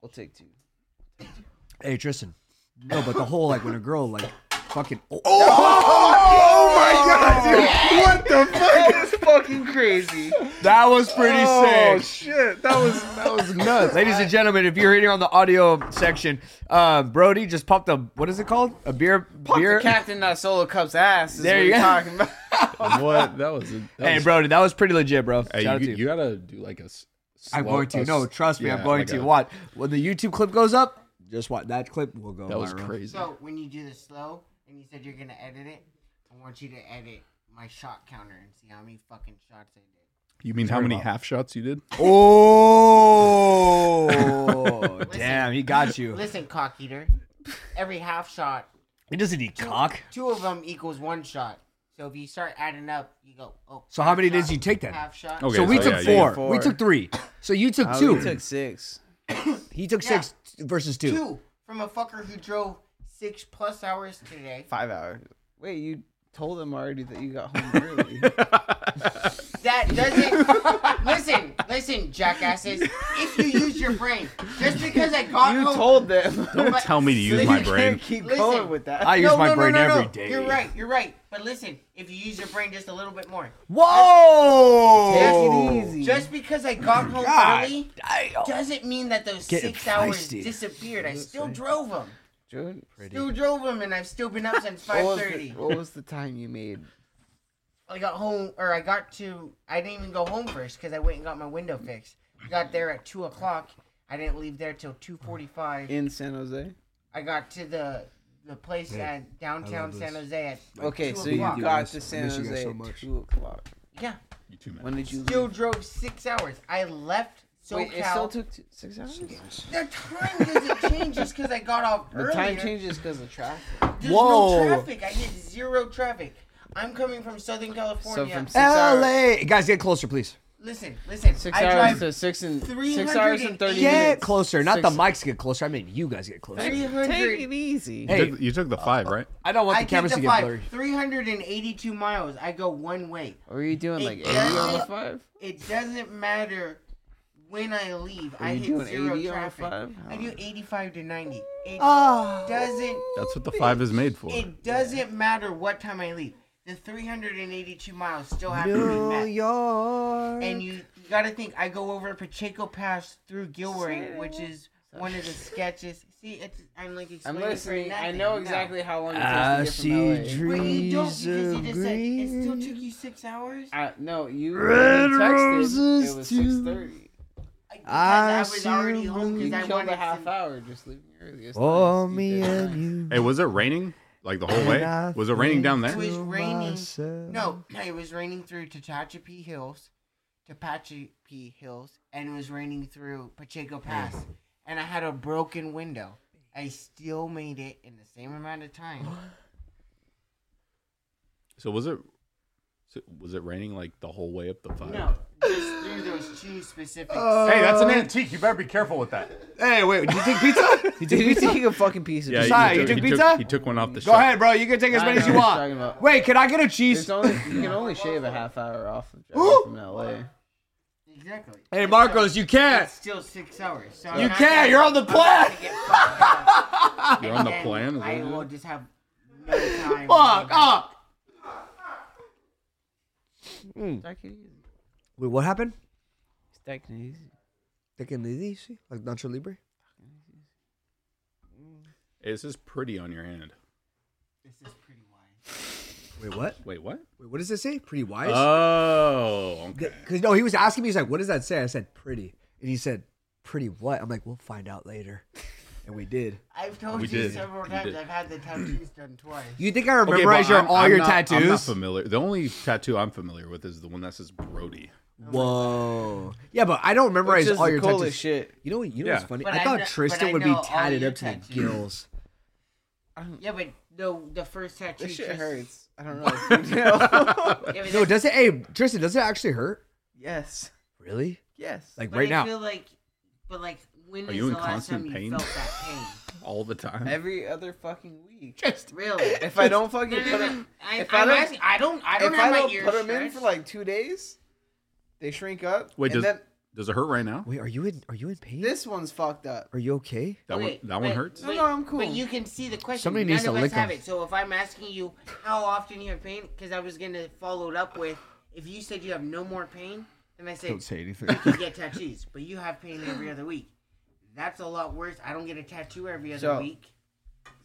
We'll take two. [laughs]
hey, Tristan. No, but the whole like when a girl like fucking. Oh,
What the fuck?
That was fucking
[laughs]
crazy.
that was pretty
Oh
sick.
shit, that was that was nuts.
Ladies and gentlemen, if you're here on the audio section, uh, Brody just popped a what is it called? A beer beer.
The captain that solo cup's ass. Is
There
what
you
you're
go.
talking
[laughs]
about.
What? That was. That
Hey,
was-
Brody, that was pretty legit, bro.
Hey,
Shout out
you,
to you.
you gotta do like a. s-
I'm
slow-
going to.
a
No,
s-
trust me, I'm
yeah,
going
like
to.
a-
Watch when the YouTube clip goes up. Just watch that clip. will go.
That was
viral.
crazy.
So when you do the slow, and you said you're gonna edit it, I want you to edit my shot counter and see how many fucking shots I did.
You mean how many half shots you did?
[laughs] Oh, damn! He got you.
Listen, cock eater. Every half shot
It doesn't eat
Two-
cock.
Two of them equals one shot. So if you start adding up, you go. Oh.
So how many
half
did you
shot,
take then?
Half shot.
Okay,
so we
so
took
yeah, you
four.
get four.
We took three. So you took
Oh,
two.
[laughs] we took six.
he took
Yeah.
six versus two.
Two from a fucker who drove six plus hours today.
Five hours. Wait, you told them already that you got home
[laughs]
early.
That doesn't. [laughs] listen, listen, jackasses. If you use your brain, just because I got
you
home-
told
[laughs]
them.
But-
Tell me
[laughs]
to
So
use
you
my
can't
brain.
Keep
Listen.
going with that.
I use
No,
my
no, no,
brain
no, no.
every day.
You're right. You're right. But listen, if you use your brain just a little bit more,
Whoa!
Take it easy.
just because I got home
Oh God
early
damn.
doesn't mean that those
Getting
six hours
feisty.
disappeared. I still drove them.
Jordan,
Still drove them, and I've still been up
[laughs]
since
what, was
five
the,
thirty.
what was the time you made?
I got home, or I got to. I didn't even go home first because I went and got my window fixed. Got there at two o'clock. I didn't leave there till two forty-five.
In San Jose?
I got to the the place at downtown
love
San
this.
Jose at
Okay,
two
so you
o'clock.
got
guys.
to
I
San
miss you guys
Jose
so
at
much.
2 o'clock.
yeah.
You too, man.
When did you
Still
leave?
drove six hours. I left SoCal.
Wait, it still took two, six hours?
the time doesn't change just because I got off
The
earlier.
time changes because of traffic.
There's
Whoa.
no traffic. I hit zero traffic. I'm coming from Southern California.
from six hours.
LA. Guys, get closer, please.
Listen, listen.
Six
I
hours
drive
to six and six
380
hours and thirty
Yeah,
Get
minutes.
closer. Not the
Six-
mics get closer. I mean, you guys get closer.
300.
Take it easy.
You
Hey.
took- you took the five, right?
I don't want
I
the
get
cameras
the
to get blurry.
five. 382 miles. I go one way.
What are you doing? Like
It
eighty on the
doesn't-
five?
It doesn't matter when I leave.
Are
I
you
hit
doing
zero
80 on
traffic.
five? Oh.
I do 85 to 90. It
Ah.
doesn't.
That's what the five is made for.
It doesn't matter what time I leave. The 382 miles still have to be
New
met.
York.
And you, you got to think, I go over Pacheco Pass through Gilroy, which is one
[laughs]
of the sketches. See, it's, I'm like
I'm
explaining for
listening. I
nothing.
know
No.
exactly how long it takes
I
to get from LA.
see
Wait, you don't because
dreams
you
of
just said it still
green.
took you six hours.
Uh, no, you
Red
you texted.
roses
it was
too.
six thirty.
I, because
I
I, was
see
already home
You
because I
killed
wanted
a half
some-
hour just leaving early. It's
Oh,
nice. You
me
did
and
nice.
you.
Hey, was it raining like the whole way?
And I
Was it raining down
think
It
there?
was
to
raining.
myself-
No, it was raining through Tehachapi Hills, Tehachapi Hills, and it was raining through Pacheco Pass, and I had a broken window. I still made it in the same amount of time.
So was it? so Was it raining like the whole way up the five?
No, just through those two specifics.
Oh.
Hey, that's an antique. You better be careful with that.
Hey, wait. Did you take pizza?
[laughs]
You
[laughs] Did
took
you
pizza?
take a fucking piece of
Yeah,
pizza?
Sorry,
he took,
you took
he took-
pizza?
he took one off the
Go
shelf.
ahead, bro. You can take as
I
many
know
as you
what you're talking
want.
about.
Wait, can I get a cheese?
It's only you
[laughs]
can only shave a half hour off
[gasps]
of driving from LA.
Exactly.
Hey, Marcos, you can't.
It's still six hours. So
You can't. You're on the plan.
You're on the
Then
plan. is
I
that
will
it?
just have no time.
Fuck up.
Take it easy.
Wait, what happened?
Take it easy.
Taking it easy, like Nacho Libre.
Hey, This is pretty on your hand.
This is pretty wise.
Wait, what?
Wait, what? Uh,
Wait, what does it say? Pretty wise.
Oh, okay.
Because no, he was asking me. He's like, "What does that say?" I said, "Pretty," and he said, "Pretty what?" I'm like, "We'll find
[laughs]
out later," and we did.
I've told
We
you
did.
several
We
times
did.
I've had the tattoos done twice.
You think I
Okay,
remember
but
your,
I'm-
all
I'm
your
not- I'm not
tattoos?
familiar. The only tattoo I'm familiar with is the one that says Brody.
Whoa. Yeah, but I don't memorize
Which is
all
the
your
coolest
tattoos.
shit.
You know, you know
Yeah.
what's funny?
But
I
I
thought
kn- but
Tristan
I
would be
know all
tatted
your
up to the
tattoos.
gills.
Yeah, but no, the first tattoo.
This shit
just-
hurts. I
[laughs]
don't know. if you know. [laughs]
Yeah, but
No,
that's-
does it? Hey, Tristan, does it actually hurt?
yes.
Really?
Yes.
Like
but
right
I
now?
feel like, but like, when
Are
is
you in
the last time
constant
you
pain?
felt that
All the time.
Every other fucking week.
pain? Really?
If I don't
No,
fucking
no,
put
no,
them,
I,
if I
I'm
don't-
asking, I don't, I don't
if I
have
don't
my ears
put them in for
stretched.
like two days, they shrink up.
Wait,
and
does
then
does it hurt right now?
Wait, are you in? Are you in pain?
this one's fucked up.
Are you okay?
That one.
Wait,
That one
but-
hurts.
No, no, I'm cool.
But you can see the question.
Somebody
None
needs to
of us
lick
have
them.
it. So if I'm asking you how often you have pain, because I was gonna follow it up with, if you said you have no more pain, then I said [laughs]
anything.
you get tattoos, but you have pain every other week. That's a lot worse. I don't get a tattoo every other
So-
week.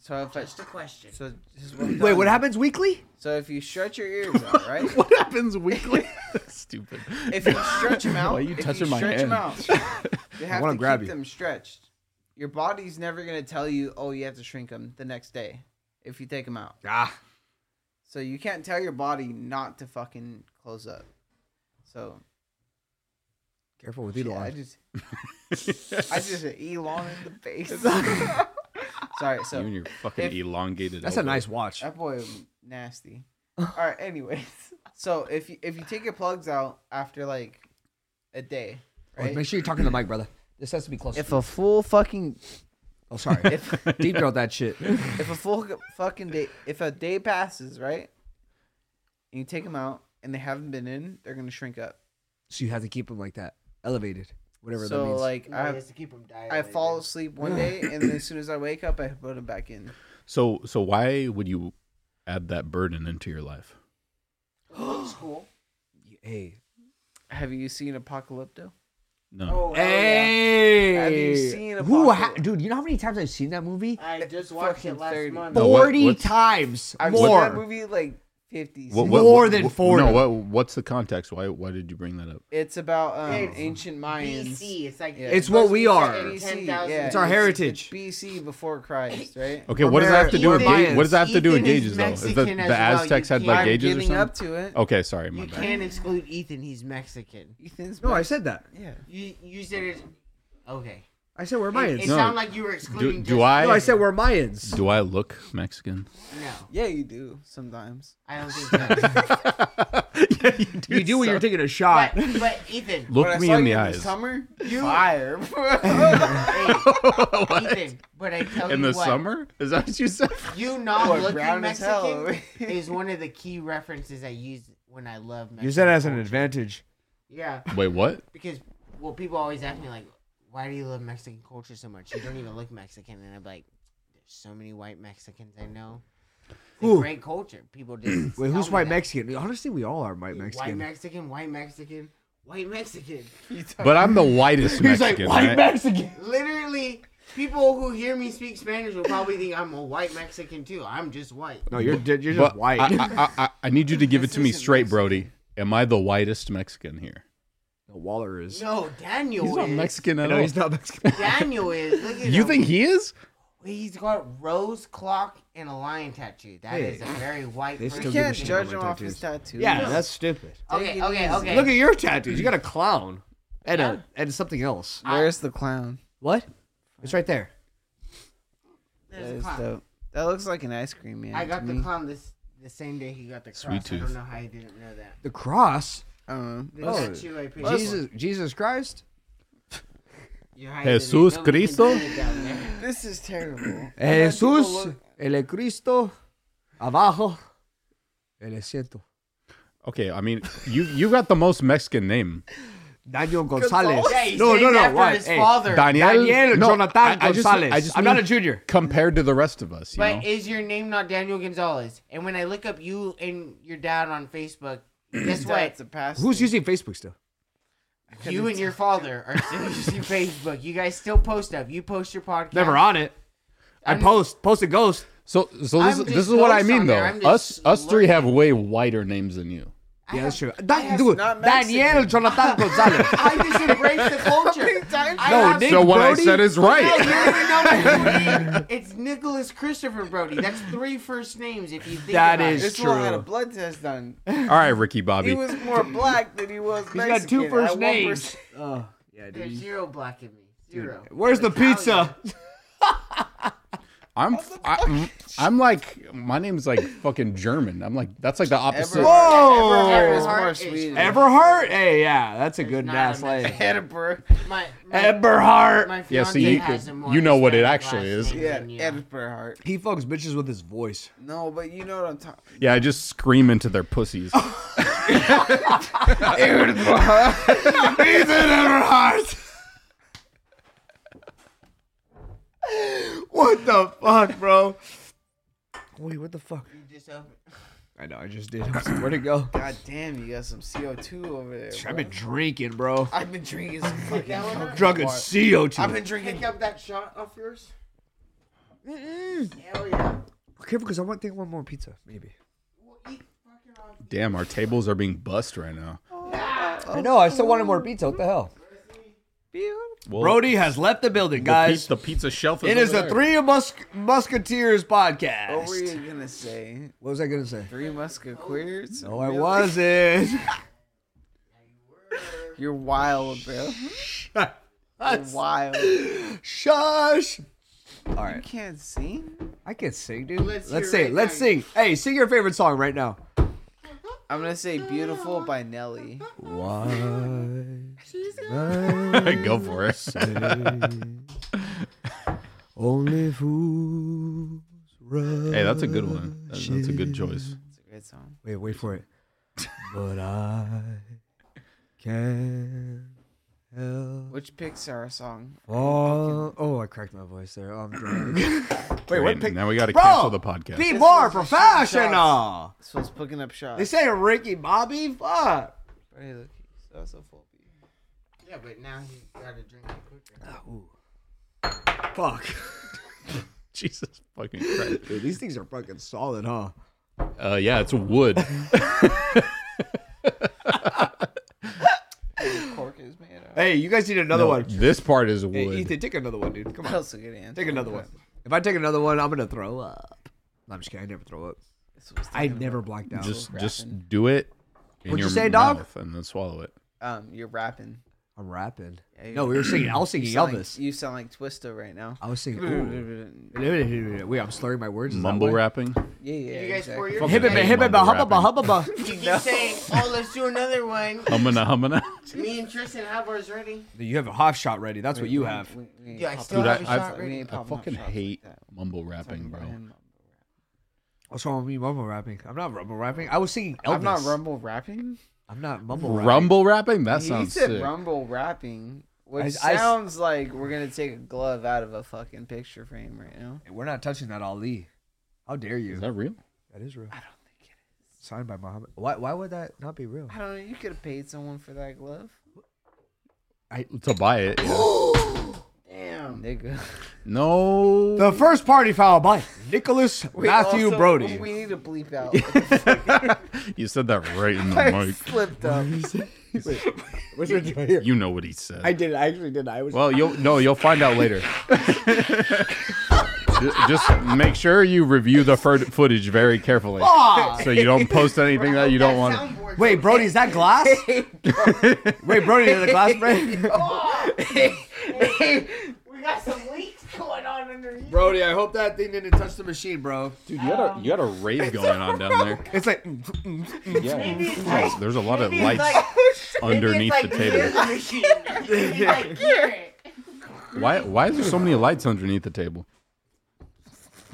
So if I,
Just a question.
so just one
Wait,
time.
what happens weekly?
So if you stretch your ears out, right?
What happens
[laughs]
weekly? Stupid.
If you stretch them out,
[laughs] Why are you
if
touching
you
my
stretch them out,
hand? [laughs]
you have
wanna
to
grab
keep
you.
them stretched. Your body's never gonna tell you, oh, you have to shrink them the next day if you take them out.
Ah.
So you can't tell your body not to fucking close up. So
Careful
[laughs]
with
yeah,
Elon.
[laughs] I just, I just elon in the face.
Sorry. So
you and your fucking
if-
elongated.
That's a
elbow.
nice watch.
That boy nasty. All right. Anyways, so if you if you take your plugs out after like a day,
Oh,
right?
Make sure you're talking to the mic, brother. This has to be close.
if a full fucking
oh, sorry. [laughs] Deep throat that shit.
if a full g- fucking day, if a day passes, right, and you take them out and they haven't been in, they're gonna shrink up.
So you have to keep them like that, elevated, whatever that
so
means.
like
No,
I
he has to keep him dilated.
I fall asleep one
[laughs]
day and then as soon as I wake up, I put them back in.
So so why would you add that burden into your life?
[gasps] School.
hey,
Have you seen Apocalypto?
Oh,
Oh,
No.
hey,
Have you seen
Who, ha-
Apocalypse?
dude? You know how many times I've seen that movie?
I just watched it
Fucking
last
30.
month.
No, what-
Forty
what's-
times
I've
more.
seen that movie like fifty. six-
What- what-
More
what-
than
what-
40.
No, what what's the context? Why why did you bring that up?
It's about um,
It's
ancient Mayans.
BC. It's like
Yeah.
It's what we are.
BC,
10,000
yeah.
It's our heritage.
BC before Christ, right?
Okay, what does that have to do with
American-
ga- what does that have to do with
Ethan is
gauges though? Is the,
Mexican
the
as well.
Aztecs
You
had like
can't-
I'm
gauges or
giving
something?
up to it.
Oh.
okay, sorry, my
You
bad.
can't exclude Ethan. He's Mexican.
Ethan's
No, I
back.
said that.
yeah.
You you said it. Okay.
I said we're
It,
Mayans.
it
No.
sounded like you were
Do,
excluding.
do
just-
I
no, I said we're Mayans.
[laughs] do I look
[laughs]
Mexican?
No,
Yeah, you do sometimes.
I don't think
[laughs]
so.
yeah, you do.
you do when you're taking a
but,
[laughs]
shot.
but Ethan,
Look
When I
me
saw
in
you
the eyes. [laughs]
summer,
You-
fire.
hey,
What?
Ethan, but I tell
in
you
the
what,
summer? Is that what you said?
you not
Boy,
looking
brown as hell.
Mexican is one of the key references I use when I love Mexican.
Use that as an
culture.
advantage.
Yeah,
Wait, what?
because well, people always ask me like, why do you love Mexican culture so much? You don't even look Mexican, and I'm like, there's so many white Mexicans I know. It's a
Who?
great culture. People
[clears throat]
just
Wait,
tell
who's
me
white
that.
Mexican? Honestly, we all are white
White
Mexican.
Mexican, white Mexican, white Mexican. [laughs]
But I'm the whitest Mexican. right?
Mexican.
Literally, people who hear me speak Spanish will probably think I'm a white Mexican too. I'm just white.
No, [laughs] you're you're just
But
white.
I, [laughs] I, I, I need you to give it
This
to me
isn't
straight,
Mexican.
Brody. Am I the whitest Mexican here?
Waller is.
No, Daniel
He's not
[laughs]
is.
Mexican at
no,
all.
he's not Mexican.
Daniel is. Look at
You
him.
think he is?
he's got rose clock and a lion tattoo? That is a very white.
They
You
person.
Don't give a
can't
shit
judge
about
him
my
off his tattoo.
yeah, that's stupid.
Okay,
Take it
okay,
easy.
okay.
Look at your tattoos. You got a clown and a and something else.
Where's the clown?
What? It's right there.
That,
There's a
is
clown.
dope. that looks like an ice cream man.
I got
to
the
me.
clown this the same day he got the cross.
Sweet
I
tooth.
don't know how he didn't know that.
The cross.
I don't know.
The
Oh,
tattoo I picked.
Jesus, Jesus Christ.
You're hiding it.
Jesus
Nobody can
Cristo?
see it
[laughs]
down there.
This is terrible. I let people
Jesus,
look-
el Cristo, abajo, el asiento.
Okay, I mean, you you got the most Mexican name.
Daniel Gonzalez.
Yeah, he's
no, no,
named
no.
after
Why?
his
Hey,
father.
Daniel,
Daniel
No,
Jonathan
I- I just-
Gonzalez.
I just
I'm
mean
not a junior.
compared to the rest of us. You
But
know?
is your name not Daniel Gonzalez? And when I look up you and your dad on Facebook, guess what?
That's a pass.
Who's using Facebook still?
You and your father are still using Facebook. You guys still post stuff. You post your podcast.
Never on it. I
I'm-
post, post a ghost.
So so
I'm
this, is-
just
this is what I
ghost on
mean though.
there. I'm
Us
just
us three have way whiter names than you.
Yeah, that's true. That, dude,
not
Daniel
[laughs]
Jonathan Gonzalez.
I just embrace the culture. I
No,
have-
Oh, Nick
so what
Brody?
I said is
No, you
right.
already know my full name. It's Nicholas Christopher Brody. That's three first names if you think
That
about
is
it.
This fool had a
True.
blood test done.
[laughs] All right, Ricky
He
Bobby.
was more black than he was
He's
Mexican.
got two
at
first
one
names.
percent.
[laughs] Oh, yeah,
There's
dude.
zero black in me. Zero.
Where's the
Italian.
pizza?
I'm I, I'm like my name's like fucking German. I'm like that's like the opposite.
Ever-
Whoa!
Everhart
It's more
is-
Swedish.
Everhart? Hey, yeah, that's a
There's
good
not
last
a
name.
Mexican.
Edinburgh.
My, my,
[laughs] Eberhart.
my
Yeah,
fiance
see, you
has
could-
a more
you know what it
Hispanic
actually
last
is.
name
Yeah,
than you.
Edinburgh Hart.
He fucks bitches with his voice.
No, but you know what I'm talking.
Yeah, I just scream into their pussies.
[laughs]
[laughs]
He's an Everhart. [laughs] what the fuck, bro? Wait, what the fuck?
You just open-
I know, I just did. Where'd it go?
God damn, you got some CO2 over there.
[laughs] I've
bro.
been drinking, [laughs] bro.
I've been drinking some fucking.
That one up?
Drunk
water.
CO2.
I've been drinking.
Pick up that shot off yours. Hell yeah.
Careful, because I want think one more pizza, maybe.
Well, eat fucking off.
Damn, our tables are being bussed right now.
I know. I still wanted more pizza. What the hell?
Well,
Brody has left the building,
the, pi-
guys.
the pizza shelf. Is
it is
over
the
there.
Three Mus- Musketeers podcast.
What were you gonna say?
What was I gonna say?
Three musketeers?
No, I wasn't.
[laughs]
You're wild, bro. You're wild.
Shush. All right.
can't sing.
I can sing, dude. Let's,
Let's hear
sing.
it right
Let's
now.
sing. Hey, sing your favorite song right now.
I'm gonna say "Beautiful" by Nelly.
Why?
[laughs] Go for
[laughs]
it.
Only fools rush.
Hey, that's a good one. That's, that's a good choice.
It's a great song.
Wait, wait for it. but I can't help.
Which Pixar song?
fall- Oh, I cracked my voice there. Oh, I'm drunk. wait,
Great,
what? Pick-
now we got to
Bro!
cancel the podcast.
Be more professional.
This one's picking up
They
shots.
say Ricky Bobby. Fuck.
Hey, look, he's also full.
Yeah, but now he's got to drink it quicker.
Fuck.
[laughs] Jesus fucking Christ.
Dude, these things are fucking solid, huh?
Uh, yeah, it's
[laughs]
wood.
Cork is made out.
Hey, you guys need another
No,
one.
This part is wood.
Hey, Ethan, take another one, dude. Come on.
That's a good answer.
Take another one. If I take another one, I'm gonna throw up. No, I'm just kidding. I never throw up.
This was
I never blacked out.
just
Rapping.
just do it. In
What'd you
your
say, dog?
mouth And then swallow it.
Um, you're rapping.
I'm rapping.
Yeah, you're
No, we were singing. I was singing
You sound like-
Elvis.
you sound like Twista right now.
I was [clears throat] singing. ooh.
Yeah,
Wait, I'm slurring my words. is that
Mumble
why?
rapping.
yeah.
You guys pour
exactly.
your
Hibba ba-
Hey,
hibba ba
mumble
hubba ba hubba ba. [laughs]
You keep saying, oh, let's do another [laughs] one.
Humana humana.
Me and Tristan have ours ready.
Dude, You have a half shot ready. That's what you have.
We- we-
Yeah, I
pop-
still
Dude,
have
I-
a
I've-
shot
we
ready.
ain't
I
popping up
fucking
shots like
hate
that.
mumble rapping, bro.
Fucking
What's wrong with me mumble rapping? I'm not rumble rapping. I was singing Elvis.
I'm not rumble rapping.
I'm not mumble rapping.
Rumble rapping? That
he
sounds
said
sick.
rumble rapping, which
I- I s-
sounds like we're gonna take a glove out of a fucking picture frame right now.
We're not touching that Ali. How dare you?
Is that real?
that is real. I don't think it is. Signed by Muhammad. Why? Why would that not be real?
I don't know. You could have paid someone for that glove,
To buy it.
[gasps]
[laughs]
yeah.
nigga.
No.
The first party foul [laughs] by Nicholas Matthew
also,
[laughs] Brody.
We need to bleep out.
you said that right in
I
the
slipped
[laughs]
up.
What's your here?
mic. You know what he said.
did. I actually did. I was.
well, you'll no, you'll find out
[laughs]
later. Ju- just make sure you review the fur- footage very carefully, so you don't post anything that you don't want.
[laughs]
Soundboard.
Wait, Brody, is that [laughs] glass? Wait, Brody, is that glass, [laughs] Brody?
We got some leaks going on underneath.
Brody, I hope that thing didn't touch the machine, bro.
Dude, you had
Um,
a you had a rave going on down there.
It's like, mm, mm, mm.
Yeah,
[laughs] Maybe it's like,
there's a lot of
maybe it's
lights
like- [laughs]
underneath the table.
table. like, here.
Why why is there so many lights underneath the table?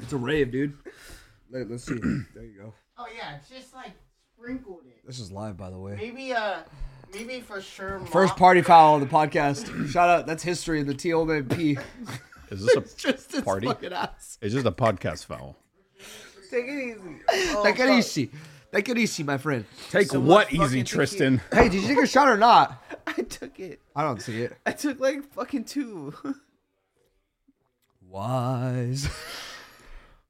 it's a rave, dude. Let, us [clears throat] see. there you go.
Oh yeah, just like sprinkled it.
This is live, by the way.
Maybe uh, maybe for sure. Mom,
First party foul on the podcast. Shout out. That's history. The [laughs] TOMP.
Is this a
Just this
Party?
fucking ass.
it's just a podcast foul?
Take it easy.
Oh,
Take it easy. Take it easy, my friend.
Take what easy, Tristan?
Hey, did you take a shot or not?
I took it.
I don't see it.
I took like fucking two. [laughs]
[laughs] Wise.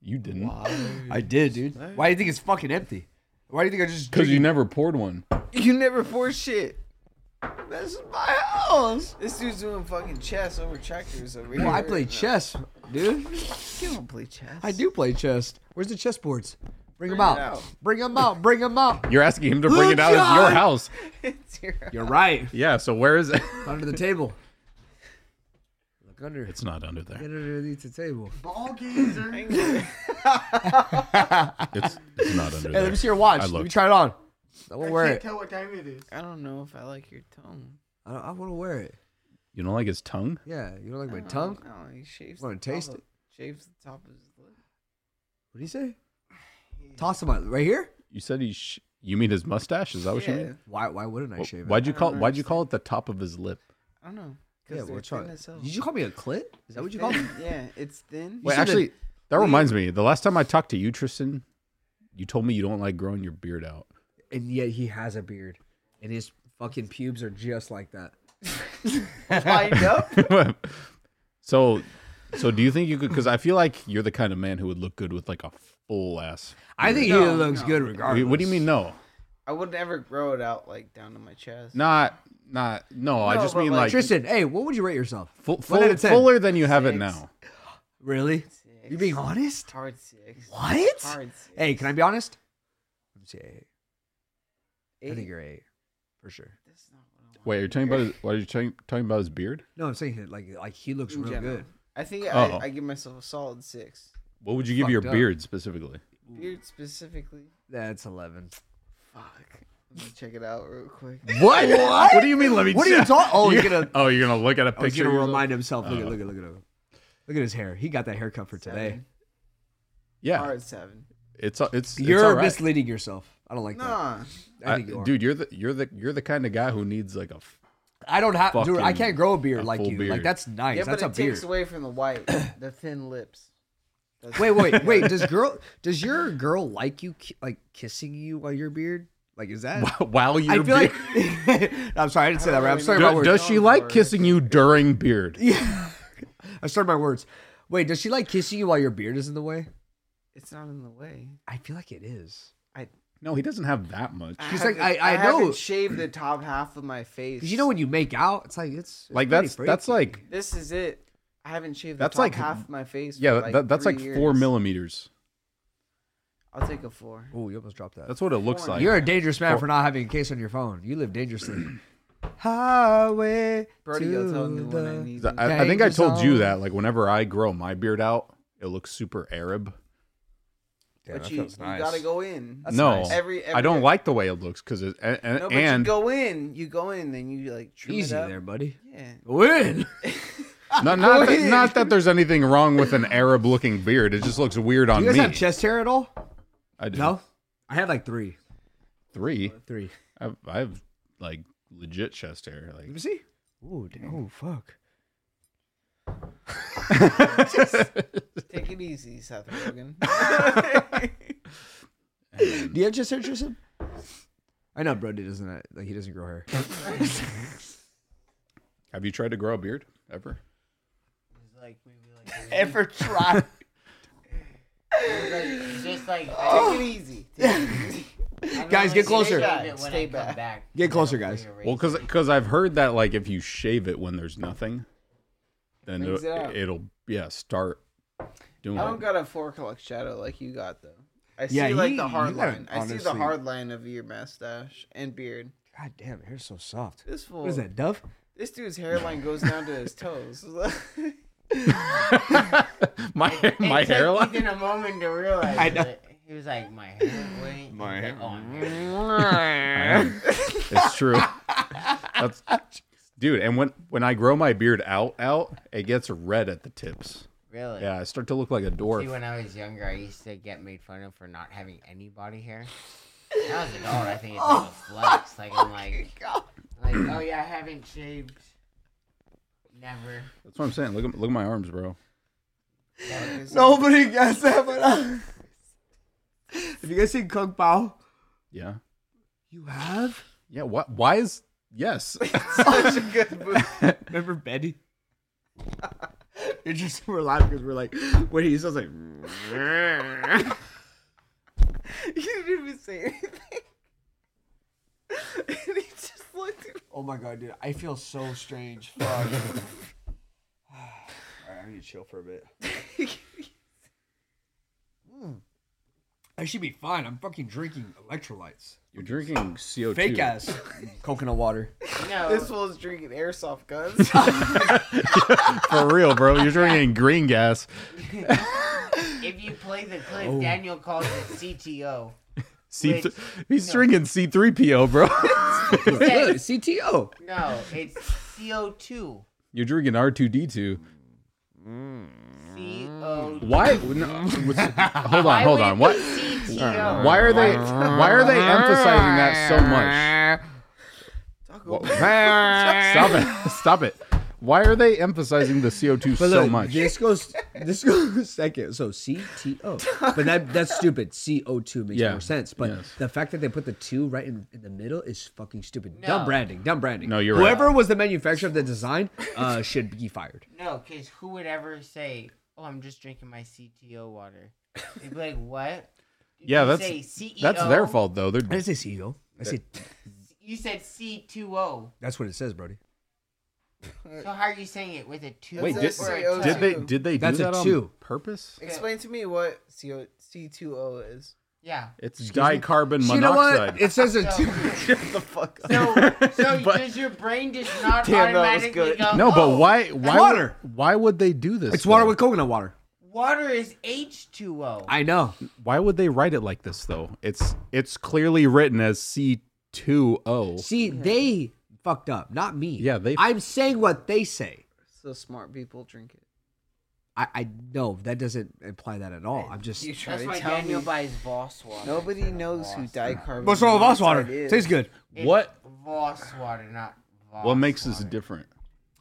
You didn't,
I did, dude. Why do you think it's fucking empty? Why do you think I just?
because you never poured one.
you never force shit.
This is my house.
This dude's doing fucking chess over checkers over here.
Well, I play chess, dude.
You don't play chess.
I do play chess. Where's the chess boards? Bring them
Bring it
out.
out.
Bring them out. Bring them out.
You're asking him to bring it out of your
Lucian!
house.
It's your-
You're right.
Yeah. So where is it? [laughs]
Under the table. Look under.
It's not under there.
Get underneath the table.
ball games are.
It's, it's not under
Hey, let me see
there.
your watch.
I
Let me
looked.
try it on. I
I
won't wear
can't
it.
tell what time it is.
I don't know if I like your tone.
I, don't- I want to wear it.
You don't like his tongue?
Yeah, you don't like my
I don't
tongue?
know, he shaves.
Wanna
the top
taste
of-
it?
Shaves the top of his lip.
What do you say? Toss them out right here.
You said he. Sh- you mean his mustache? Is that what you
Yeah.
mean?
Why? Why wouldn't I
Wh-
shave it?
Why'd you
I
call?
don't
Why'd you call it the top of his lip?
I don't know.
Yeah,
Cause
we'll
they're
try.
thin
it.
as hell.
Did you call me a clit? Is that what you call me?
Thin. Yeah, it's thin.
Wait,
should've-
actually, that reminds me. The last time I talked to you, Tristan, you told me you don't like growing your beard out. [laughs]
and yet he has a beard, and his fucking pubes are just like that.
Lined up.
so, so do you think you could? Because I feel like you're the kind of man who would look good with like a full ass.
I think he
No,
looks
no.
good
Wait,
regardless.
What do you mean? No,
I would never grow it out like down to my chest.
not not. No, I
No,
just
but,
mean
like,
like
Tristan? Hey, what would you rate yourself?
full,
one out
full,
of ten.
fuller than you have it now.
Really?
Six.
You being honest?
Hard six.
What?
Hard six.
Hey, can I be honest? Let me see. Eight. I
Eight.
think you're eight for sure.
That's not what I want.
Wait, you're talking about? His, what are you talking, talking about? His beard?
No, I'm saying that like like he looks
In
real
general.
good.
I think
Oh.
I, I give myself a solid six.
What would you give your
Fucked up.
beard specifically?
Beard specifically.
That's eleven.
Fuck. Let me check it out real quick.
What? What, do you mean? Let me.
What are you
check?
talking? Oh, you're gonna.
[laughs] Oh, you're gonna look at a
Oh, he's
picture.
gonna
of yourself?
remind himself. Look at
Oh.
look at look at him. Look at his hair. He got that haircut for today.
Seven.
yeah,
Hard seven.
it's it's. it's
You're
alright.
misleading yourself. I don't like that.
Nah.
I
I-
think you are.
dude, you're the you're the you're the kind of guy who needs like a.
[laughs]
f- [laughs]
I don't have. Dude, I
fucking-
can't grow a beard
a
like
full
you. Like
beard.
that's nice.
yeah,
that's
but
a
it takes
beard.
away from the
[coughs]
white, the thin lips. That's-
Wait,
[laughs]
wait, wait. Does girl? Does your girl like you? ki- Like kissing you while your beard? Like is that?
While you're
I feel
beard,
like. I'm sorry. [laughs] I didn't say that right. I'm
really
sorry
know.
about
Do-
words.
does she
going
like
for it.
kissing you during beard?
[laughs] Yeah. I started my words. Wait, does she like kissing you while your beard is in the way?
It's not in the way.
I feel like it is.
No, he doesn't have that much.
He's like,
haven't-
I- I know.
haven't shaved the top half of my face.
Because you know when you make out, it's like it's, it's
Like
pretty
that's that's
freaky.
like
This is it. I haven't shaved
That's
the top
like-
half of my face. for
yeah,
like
that, that's
three
like four
years.
millimeters.
I'll take a four.
Oh, you almost dropped that.
That's what it looks like.
You're a dangerous man for not having a case on your phone. You live
[clears throat]
dangerously. Highway
Brody,
to
you'll tell me when I
the-
need. it.
I, I think I
Dangerous
told you
zone.
that like whenever I grow my beard out, it looks super Arab.
Damn,
but
that
you,
feels
you
nice.
gotta go in.
That's
no,
nice.
Every, every
I don't like the way it looks because it and, and,
No, but
and
you go in. You go in, then you like trim
Easy
it up.
there, buddy.
Yeah.
Win. [laughs]
not not that,
in.
not that there's anything wrong with an Arab looking beard. It just looks weird on
You guys
me.
have chest hair at all?
I do.
No. I have like three.
three.
Three.
I have, I have like legit chest hair. Like
Let me see. Ooh, damn. Oh, fuck.
[laughs]
Take it easy, Seth
[laughs]
Rogen.
Do you have chest hair, Tristan? I know Brody doesn't uh, like he doesn't grow hair.
Have you tried to grow a beard ever?
It's like maybe like
Ever [laughs] try?
it's like- just
[gasps]
like
Take it
[laughs]
easy. Take it easy.
Guys, get closer.
Stay back.
Get closer, guys.
Well, because I've heard that like if you shave it when there's nothing, then
brings
it'll,
it out.
it'll yeah start doing.
I don't
It.
got a four o'clock shadow like you got though. I see
Yeah,
like
he-
the hard
you gotta
line. I see the
honestly-
hard line of your mustache and beard.
God damn, hair's so soft.
This fool.
What is that, Dove?
This dude's hairline goes down to his
[laughs]
toes. [laughs]
my [laughs] my hairline.
In a moment to realize
I know.
it. He was like, my hair. Wait. My hair. Oh, I'm hair.
[laughs] It's true. That's, dude, and when when I grow my beard out out, it gets red at the tips.
really.
Yeah, I start to look like a
See,
dwarf.
when I was younger, I used to get made fun of for not having any body hair. Now as an adult,
[laughs]
I think it's
Oh
like a flex. Like I'm like, like, oh yeah, I haven't shaved. Never.
That's what I'm saying. Look at look at my arms, bro.
Nobody guessed that but us. Have you guys seen Kung Pao?
Yeah.
You have?
Yeah. What? Why is yes?
Such a good movie.
Remember [laughs] Betty? it just we're laughing because we're like, when he sounds
[laughs]
like
You didn't even say anything. [laughs] and he just looked at me.
Oh my god, dude, I feel so strange. Fuck. [sighs] Alright, I need to chill for a bit. [laughs] Hmm. I should be fine. I'm fucking drinking electrolytes.
You're drinking CO2.
Fake ass coconut water.
No.
This fool's drinking airsoft
[laughs]
guns.
For real, bro. You're
[laughs]
drinking green gas.
if you play the clip,
Oh.
Daniel calls it CTO.
[laughs] C-
Wait,
he's drinking C3PO, bro. [laughs]
He said,
CTO.
no, it's CO2.
You're drinking R2D2.
CO2.
Why? No, hold on,
Why
hold
would
on.
it
What?
be CTO?
Why are they? Why are they emphasizing that so much?
Taco Bell.
[laughs] Stop it! Stop it! Why are they emphasizing the CO2
But
so
look,
much?
This goes this goes [laughs] second. So CTO. But that that's stupid. CO2 makes
Yeah,
more sense. But
yes.
the fact that they put the two right in, in the middle is fucking stupid. Dumb
No.
branding. Dumb branding.
No, you're right.
Whoever was the manufacturer of the design uh, should be fired.
No, because who would ever say, "Oh, I'm just drinking my CTO water"? They'd be like, "What?"
[laughs]
Did
Yeah,
you
that's-
say E CEO.
That's their fault, though. They're
I didn't say CEO. I said
You said C2O.
that's what it says, Brody.
So how are you saying it with a E two?
wait.
That's
Did,
a CO2.
did they? Did they do
That's a
that on
two.
purpose?
Explain to me what CO- C2O is. [laughs]
Yeah.
It's dicarbon
You know what?
monoxide.
It says it
So-
too. Shut the fuck up.
So,
[laughs]
so
But-
does your brain just
[laughs]
not
Damn, that was
automatically
good.
go?
no,
"Oh,
but why? Why?
water.
Would, why would they do this?
It's water
though?
with coconut water.
Water is H2O.
I know.
Why would they write it like this though? It's it's clearly written as C two O.
See, they fucked up, not me.
Yeah, they-
I'm saying what they say.
So smart people drink it.
I, I no, that doesn't imply that at all. I'm just.
You try
That's
to
why
tell
Daniel
me.
buys Voss water.
Nobody
instead of
knows who
Voss.
dicarbon.
What's wrong with Voss water?
monoxide is.
Tastes good.
It's
What?
Voss water, not Voss.
What makes this
water.
different?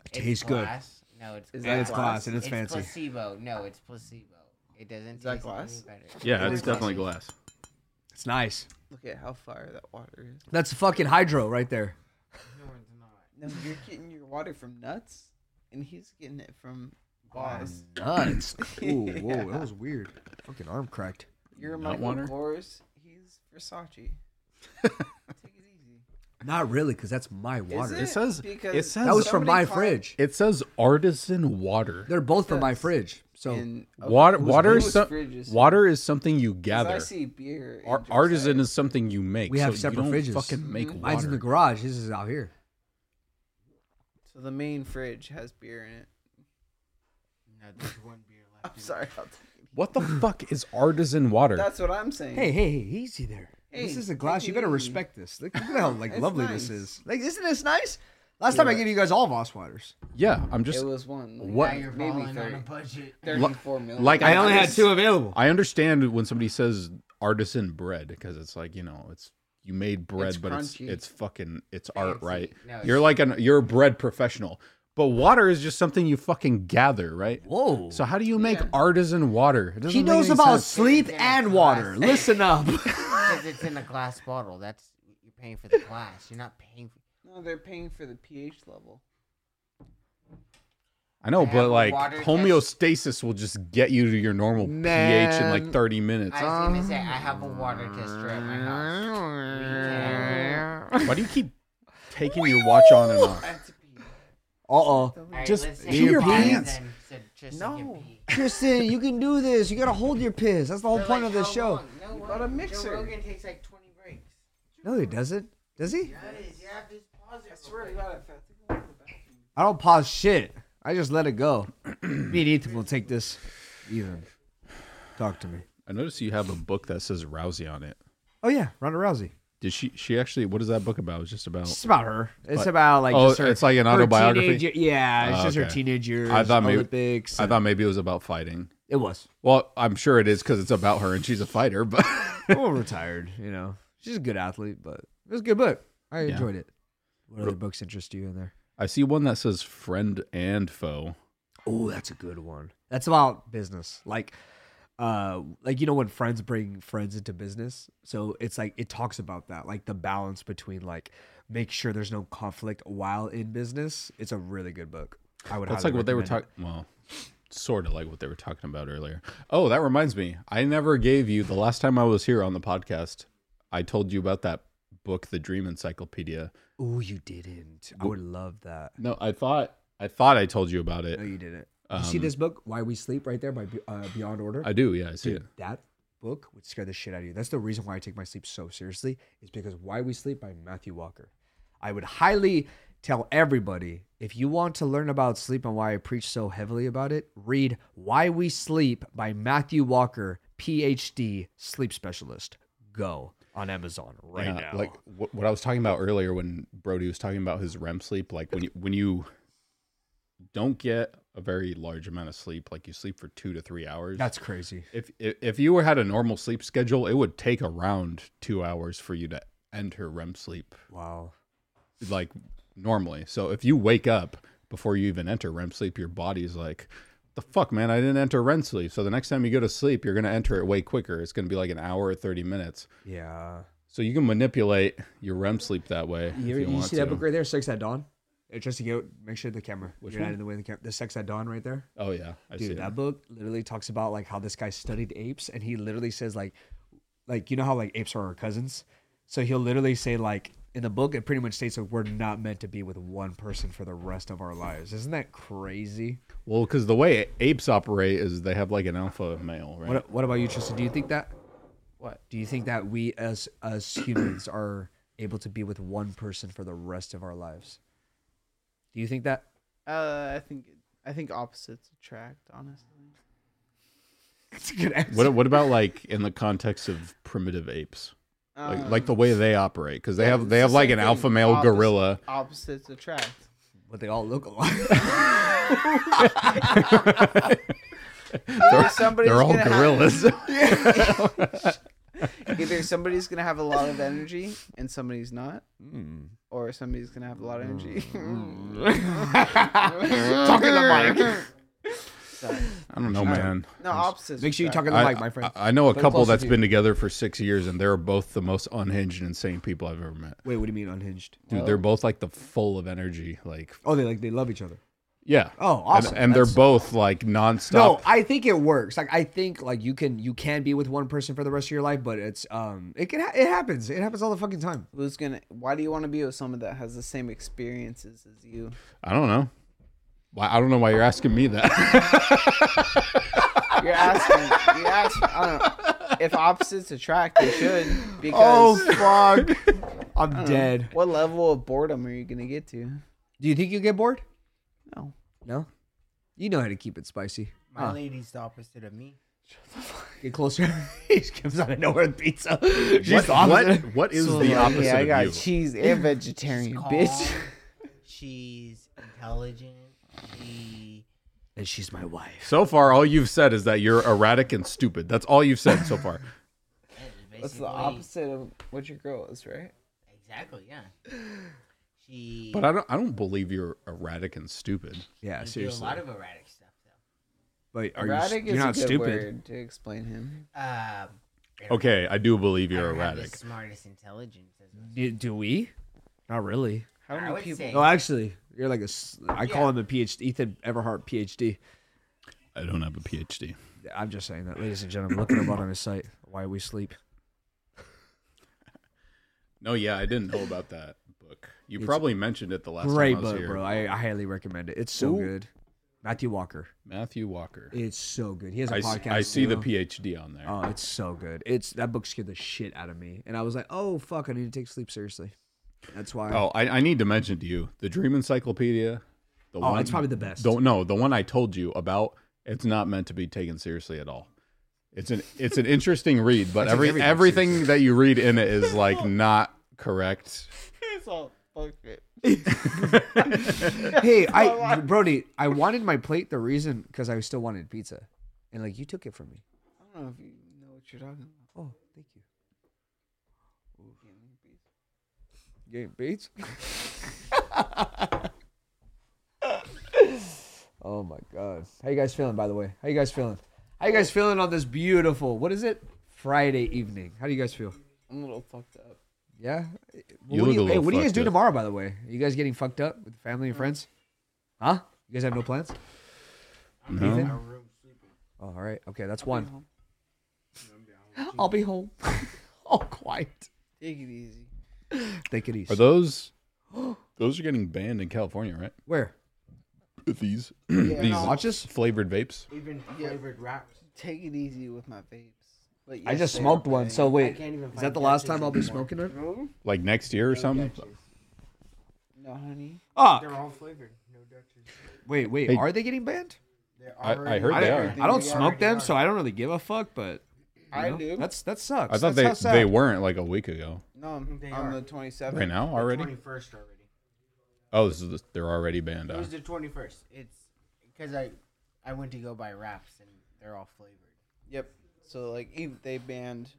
It's
Tastes good.
glass. No, it's
Is
glass.
that And it's
glass? glass and it's fancy.
placebo. No, it's placebo. It doesn't
that
taste
glass?
any better.
Yeah, it's definitely glass.
It's nice.
Look at how fire that water is.
That's fucking hydro right there.
No, it's not.
No, you're getting your water from nuts, and he's getting it from Voss. [laughs]
Nuts. Ooh, whoa, that was weird. Fucking arm cracked.
You're
Nut
Michael
water?
Kors. He's
[laughs]
Versace. Take it easy.
Not really, because that's my water.
it?
It says.
Because
it says.
That was from my
Somebody called-
fridge.
it says artisan water.
They're both from my
Yes.
fridge. So
And-
Water.
Who's-
Water
whose
is some,
fridge is-
water is something you
'Cause
gather.
I see beer. and
Ar-
just
artisan
like-
is something you make.
We have
so
separate
you don't
fridges. Mm-hmm.
Fucking make water.
mine's in the garage. His is out here.
So the main fridge has beer in it.
No, there's one beer left.
I'm sorry. I'll take it.
What the fuck is artisan water?
That's what I'm saying.
Hey, hey, hey, easy there. this
Hey,
is a glass.
take
You
it
better
easy.
respect this. Look, look at how
[laughs]
like
It's
lovely this
nice.
is. Like, isn't this nice? Last time I gave you guys all Voss waters.
yeah, I'm
it
just.
was one. Like,
What-
Now you're
Maybe
falling on a
30,
budget.
34 million.
like, I only
had two available.
I understand when somebody says artisan bread because it's like you know it's you made bread,
It's
but
crunchy.
it's it's fucking it's art,
Fancy.
right?
No,
you're
it's-
like an you're a bread professional, but water is just something you fucking gather, right?
Whoa.
So how do you make
Yeah.
artisan water? It
He
doesn't make
knows
any
about
sense.
sleep
Yeah,
and
glass. [laughs]
water. Listen up.
Because it's in a glass bottle. That's you're paying for the glass. You're not paying for.
[laughs] No, they're paying for the pH level.
I know,
I have
but like
water test-
homeostasis will just get you to your normal pH in
Man.
like 30 minutes.
I was gonna say I have a water tester at my [laughs] house. We can-
Why do you keep taking your watch on and off?
I have to pee.
Uh [laughs] oh.
All right,
Just
let's say
pee your
goodbye
pants.
then, so just so you
No.
can pee.
[laughs] Tristan, you can do this. You gotta hold your piss. That's the whole
For,
point
like,
of this
how
show.
long? No,
bought a
Joe
mixer.
Rogan takes like 20 breaks.
No, he doesn't. Does he?
Guys, you have to pause it.
I swear to God, if I think I'm going to the bathroom.
I don't pause shit. I just let it go. [clears throat] me and Ethan will take this. Ethan, talk to me.
I noticed you have a book that says Rousey on it.
Oh yeah, Ronda Rousey.
Did she? She actually? What is that book about? It's just about.
It's about her. It's
But-
about like
Oh,
just her,
it's like an
her
autobiography?
teenage- yeah, it's
Oh,
just her
okay.
teenage years.
I thought maybe-
Olympics.
I thought maybe it was about fighting.
it was.
Well, I'm sure it is because it's about her and she's a fighter. [laughs] But
well, retired. You know, she's a good athlete, but it was a good book. I
Yeah.
enjoyed it. What other books interest you in there?
I see one that says friend and foe.
Oh, that's a good one. That's about business. Like uh like you know when friends bring friends into business. So it's like it talks about that, like the balance between like make sure there's no conflict while in business. It's a really good book. I would
That's
highly
like what they were
recommend
talking.
it.
Well, sort of like what they were talking about earlier. Oh, that reminds me. I never gave you the last time I was here on the podcast. I told you about that book, The Dream Encyclopedia.
Oh, you didn't. I would love that.
No, I thought I thought I told you about
No,
it.
Oh, you didn't. you see
Um,
this book, Why We Sleep, right there by Be- uh, Beyond Order?
I do. Yeah, I see it.
Dude, that book would scare the shit out of you. That's the reason why I take my sleep so seriously, is because Why We Sleep by Matthew Walker. I would highly tell everybody if you want to learn about sleep and why I preach so heavily about it, read Why We Sleep by Matthew Walker, PhD sleep specialist. Go on Amazon right
Yeah,
now.
Like what, what I was talking about earlier when Brody was talking about his REM sleep, like when you, when you don't get a very large amount of sleep, like you sleep for two to three hours.
that's crazy.
if if, if you were had a normal sleep schedule, it would take around two hours for you to enter REM sleep,
Wow.
like normally. So if you wake up before you even enter REM sleep, your body's like. The fuck, man! I didn't enter REM sleep. So the next time you go to sleep, you're gonna enter it way quicker. It's gonna be like an hour or thirty minutes.
Yeah.
So you can manipulate your REM sleep that way. if you,
You, you
want
see
to.
that book right there, Sex at Dawn? Uh, Just to go, make sure the camera.
Which
You're not
one?
in the way of the camera. The Sex at Dawn right there.
Oh yeah, I see
Dude,
that.
that book literally talks about like how this guy studied apes, and he literally says like, like you know how like apes are our cousins, so he'll literally say like in the book it pretty much states that we're not meant to be with one person for the rest of our lives. Isn't that crazy?
Well, because the way apes operate is they have like an alpha male, right?
What What about you, Tristan? Do you think that?
What?
Do you think that we as us humans are able to be with one person for the rest of our lives? Do you think that? [laughs]
Uh, I think I think opposites attract. Honestly,
That's a good answer.
What what about like in the context of primitive apes? Like,
Um,
like the way they operate cuz they
yeah,
have
Uh, it's
they
the
have like
same
an alpha
thing.
male
Opposite. [laughs]
gorilla.
opposites attract.
But they all look alike. [laughs]
They're,
somebody's
they're all
gonna have- [laughs]
gorillas.
Either somebody's gonna have a lot of energy and somebody's not,
Hmm.
Mm.
or somebody's gonna have a lot of energy. [laughs]
[laughs]
Talking to Mike.
I don't know, man.
no, opposites.
Make sure you talk
attract.
in the
I,
mic, my friend.
I, I know a
But
couple
closer
that's
to you.
been together for six years, and they're both the most unhinged, insane people I've ever met.
Wait, what do you mean unhinged?
Dude, they're both like the full of energy. Like,
Oh, they like they love each other.
yeah.
Oh,
And-
awesome.
And, they're
That's-
both like nonstop.
No, I think it works. Like I think like you can you can be with one person for the rest of your life, but it's um it can ha- it happens. It happens all the fucking time.
Who's gonna? Why do you want to be with someone that has the same experiences as
[laughs]
you?
I don't know. Why? I don't know why you're asking me [laughs] that.
You're asking. you're asking. I don't know. If opposites attract, they
[laughs]
should. Because
Oh,
Oh, [laughs] fuck. Hmm. I'm dead.
what level of boredom are you gonna get to?
Do you think you get bored?
No.
No. You know how to keep it spicy.
My
Huh.
lady's the opposite of me.
Get closer. [laughs] he just comes out of nowhere with pizza. She's
what,
the opposite.
what- what is
So,
the
like,
opposite
yeah, I got
of you?
[laughs]
cheese and vegetarian, bitch.
Calm. She's intelligent. She
And she's my wife.
So far, all you've said is that you're erratic and stupid. That's all you've said so
[laughs]
far.
[laughs]
basically
That's the opposite of what your girl is, right?
Exactly. Yeah. She.
But I don't. I don't believe you're erratic and stupid.
Yeah,
you
seriously.
Do a lot of erratic stuff though.
but are
Erratic
you? You're
is
not
a good
stupid.
word to explain him.
Um, I don't-
Okay, I do believe
I
you're
don't have the
erratic.
smartest intelligence. as much.
Do, do we? Not really.
How
I
many
would
people?
say-
No, actually, you're like a. s- I call
Yeah.
him a PhD. Ethan Everhart, PhD.
I don't have a PhD.
I'm just saying that, ladies and gentlemen. Look it up on his
[clears throat]
site. Why we sleep.
No, yeah, I didn't know about that book. You
It's
probably mentioned it the last
Great
time I was
book,
here.
bro. I, I highly recommend it. It's so
Who?
good. Matthew Walker.
Matthew Walker.
It's so good. He has a
I, s-
podcast.
I see the
too.
PhD on there.
Oh, it's so good. It's that book scared the shit out of me, and I was like, "Oh fuck, I need to take sleep seriously." That's why.
Oh, I, I need to mention to you the Dream Encyclopedia. The
Oh,
one
it's probably the best.
um, Don't know the one I told you about. It's not meant to be taken seriously at all. It's an it's an interesting read, but every
everything
everything that you read in it is like not correct.
[laughs] It's all bullshit.
[laughs]
hey, I Brody, I wanted my plate. The reason because I still wanted pizza, and like you took it from me.
I don't know if you know what you're talking about.
Oh, thank you. Game beats. oh my god, how you guys feeling? By the way, how you guys feeling? How you guys feeling on this beautiful? What is it? Friday evening. How do you guys feel?
I'm a little fucked up.
Yeah.
You
what
look
do you,
a
hey,
little
what do you guys
fucked
do
up.
tomorrow, by the way? Are you guys getting fucked up with family and friends? Huh? You guys have no plans? Ethan? Oh, all right. Okay, that's one.
home.
I'll be home. all quiet.
Take it easy.
Take it easy.
Are those those are getting banned in California, right?
Where?
These [clears throat] these
Watches?
flavored vapes.
Even flavored wraps.
Take it easy with my vapes. But
I
yes,
just
they are
smoked one. So wait,
can't even
is that
find
the last
Dutchess
time I'll be
anymore.
smoking it?
Like next year or something.
banned. No, honey.
Oh,
all flavored. No Dutchess.
wait, wait.
Hey.
Are they getting banned?
They're
I- I
already-
heard
I,
they
don't-
are.
I don't
They
smoke them,
already
so I don't really give a fuck. But
I
you know,
do.
That's that sucks.
I thought
That's how
they they
sad.
weren't like a week ago.
No, I'm
They
on
are.
the 27th.
Right now
are.
already?
21st already.
Oh, this is the, they're already banned.
It
uh.
was the 21st. It's because I, I went to go buy wraps and they're all flavored.
Yep. So like ev- they banned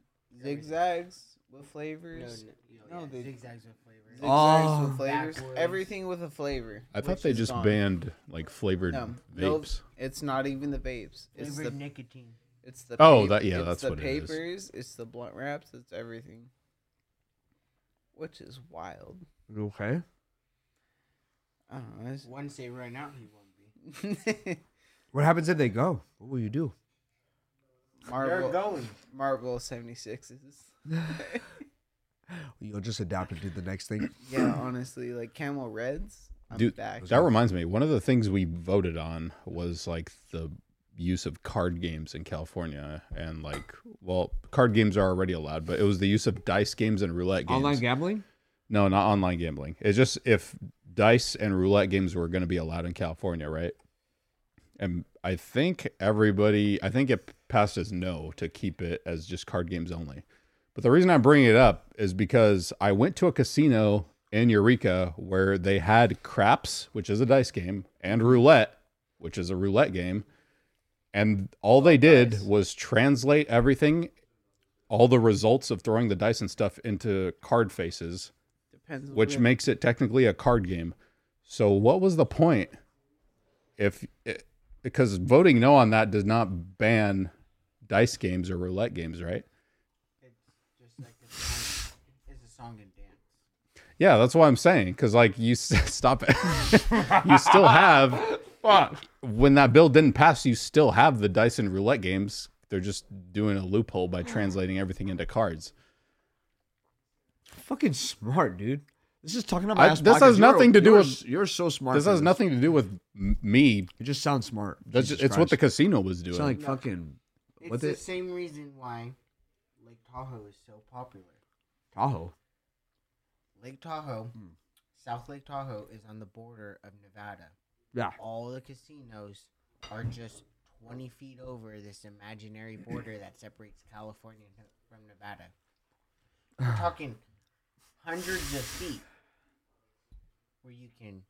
zigzags with flavors.
no,
No, they-
zigzags with flavors.
Zigzags
Oh.
with flavors.
Backwards.
Everything with a flavor.
I
which
thought they
is
just
gone.
banned like flavored
No, no,
vapes.
it's not even the vapes. It's
flavored
the
nicotine.
it's the
Oh,
pap-
that- yeah,
it's
that's
the
what it is.
papers. It's the blunt wraps. It's everything, which is wild.
Okay.
I don't know. it's- [laughs]
One say right now he won't be.
What happens if they go? What will you do?
They're
Marvel
going.
Marvel seventy sixes.
You'll just adapt and do the next thing.
Yeah, honestly, like Camel Reds. I'm
Dude,
back.
That reminds me, one of the things we voted on was like the use of card games in California, and like, well, card games are already allowed, but it was the use of dice games and roulette games.
Online gambling?
No, not online gambling. It's just if dice and roulette games were going to be allowed in California, right? And I think everybody, I think it passed as no to keep it as just card games only. But the reason I'm bringing it up is because I went to a casino in Eureka where they had craps, which is a dice game, and roulette, which is a roulette game. And all they did was translate everything, all the results of throwing the dice and stuff into card faces
Depends. on
which
where-
makes it technically a card game. So what was the point? If it, because voting no on that does not ban dice games or roulette games, right?
Just like the song, it's a song and dance.
Yeah, that's what I'm saying. Because like you s- [laughs] stop it, you still have when that bill didn't pass, you still have the dice and roulette games. They're just doing a loophole by translating everything into cards.
Fucking smart, dude. This is talking
I-
about.
this has nothing to do
you're,
with-
s- You're so smart.
This
for
has nothing to do with m- me.
You just sound smart.
That's
Jesus
just, it's what the
Christ.
casino was doing.
sound like fucking
It's
What
the
the-
same reason why Lake Tahoe is so popular.
Tahoe.
Lake Tahoe,
Hmm.
South Lake Tahoe, is on the border of Nevada.
Yeah.
All the casinos are just 20 feet over this imaginary border that separates California n- from Nevada. We're talking hundreds of feet where you can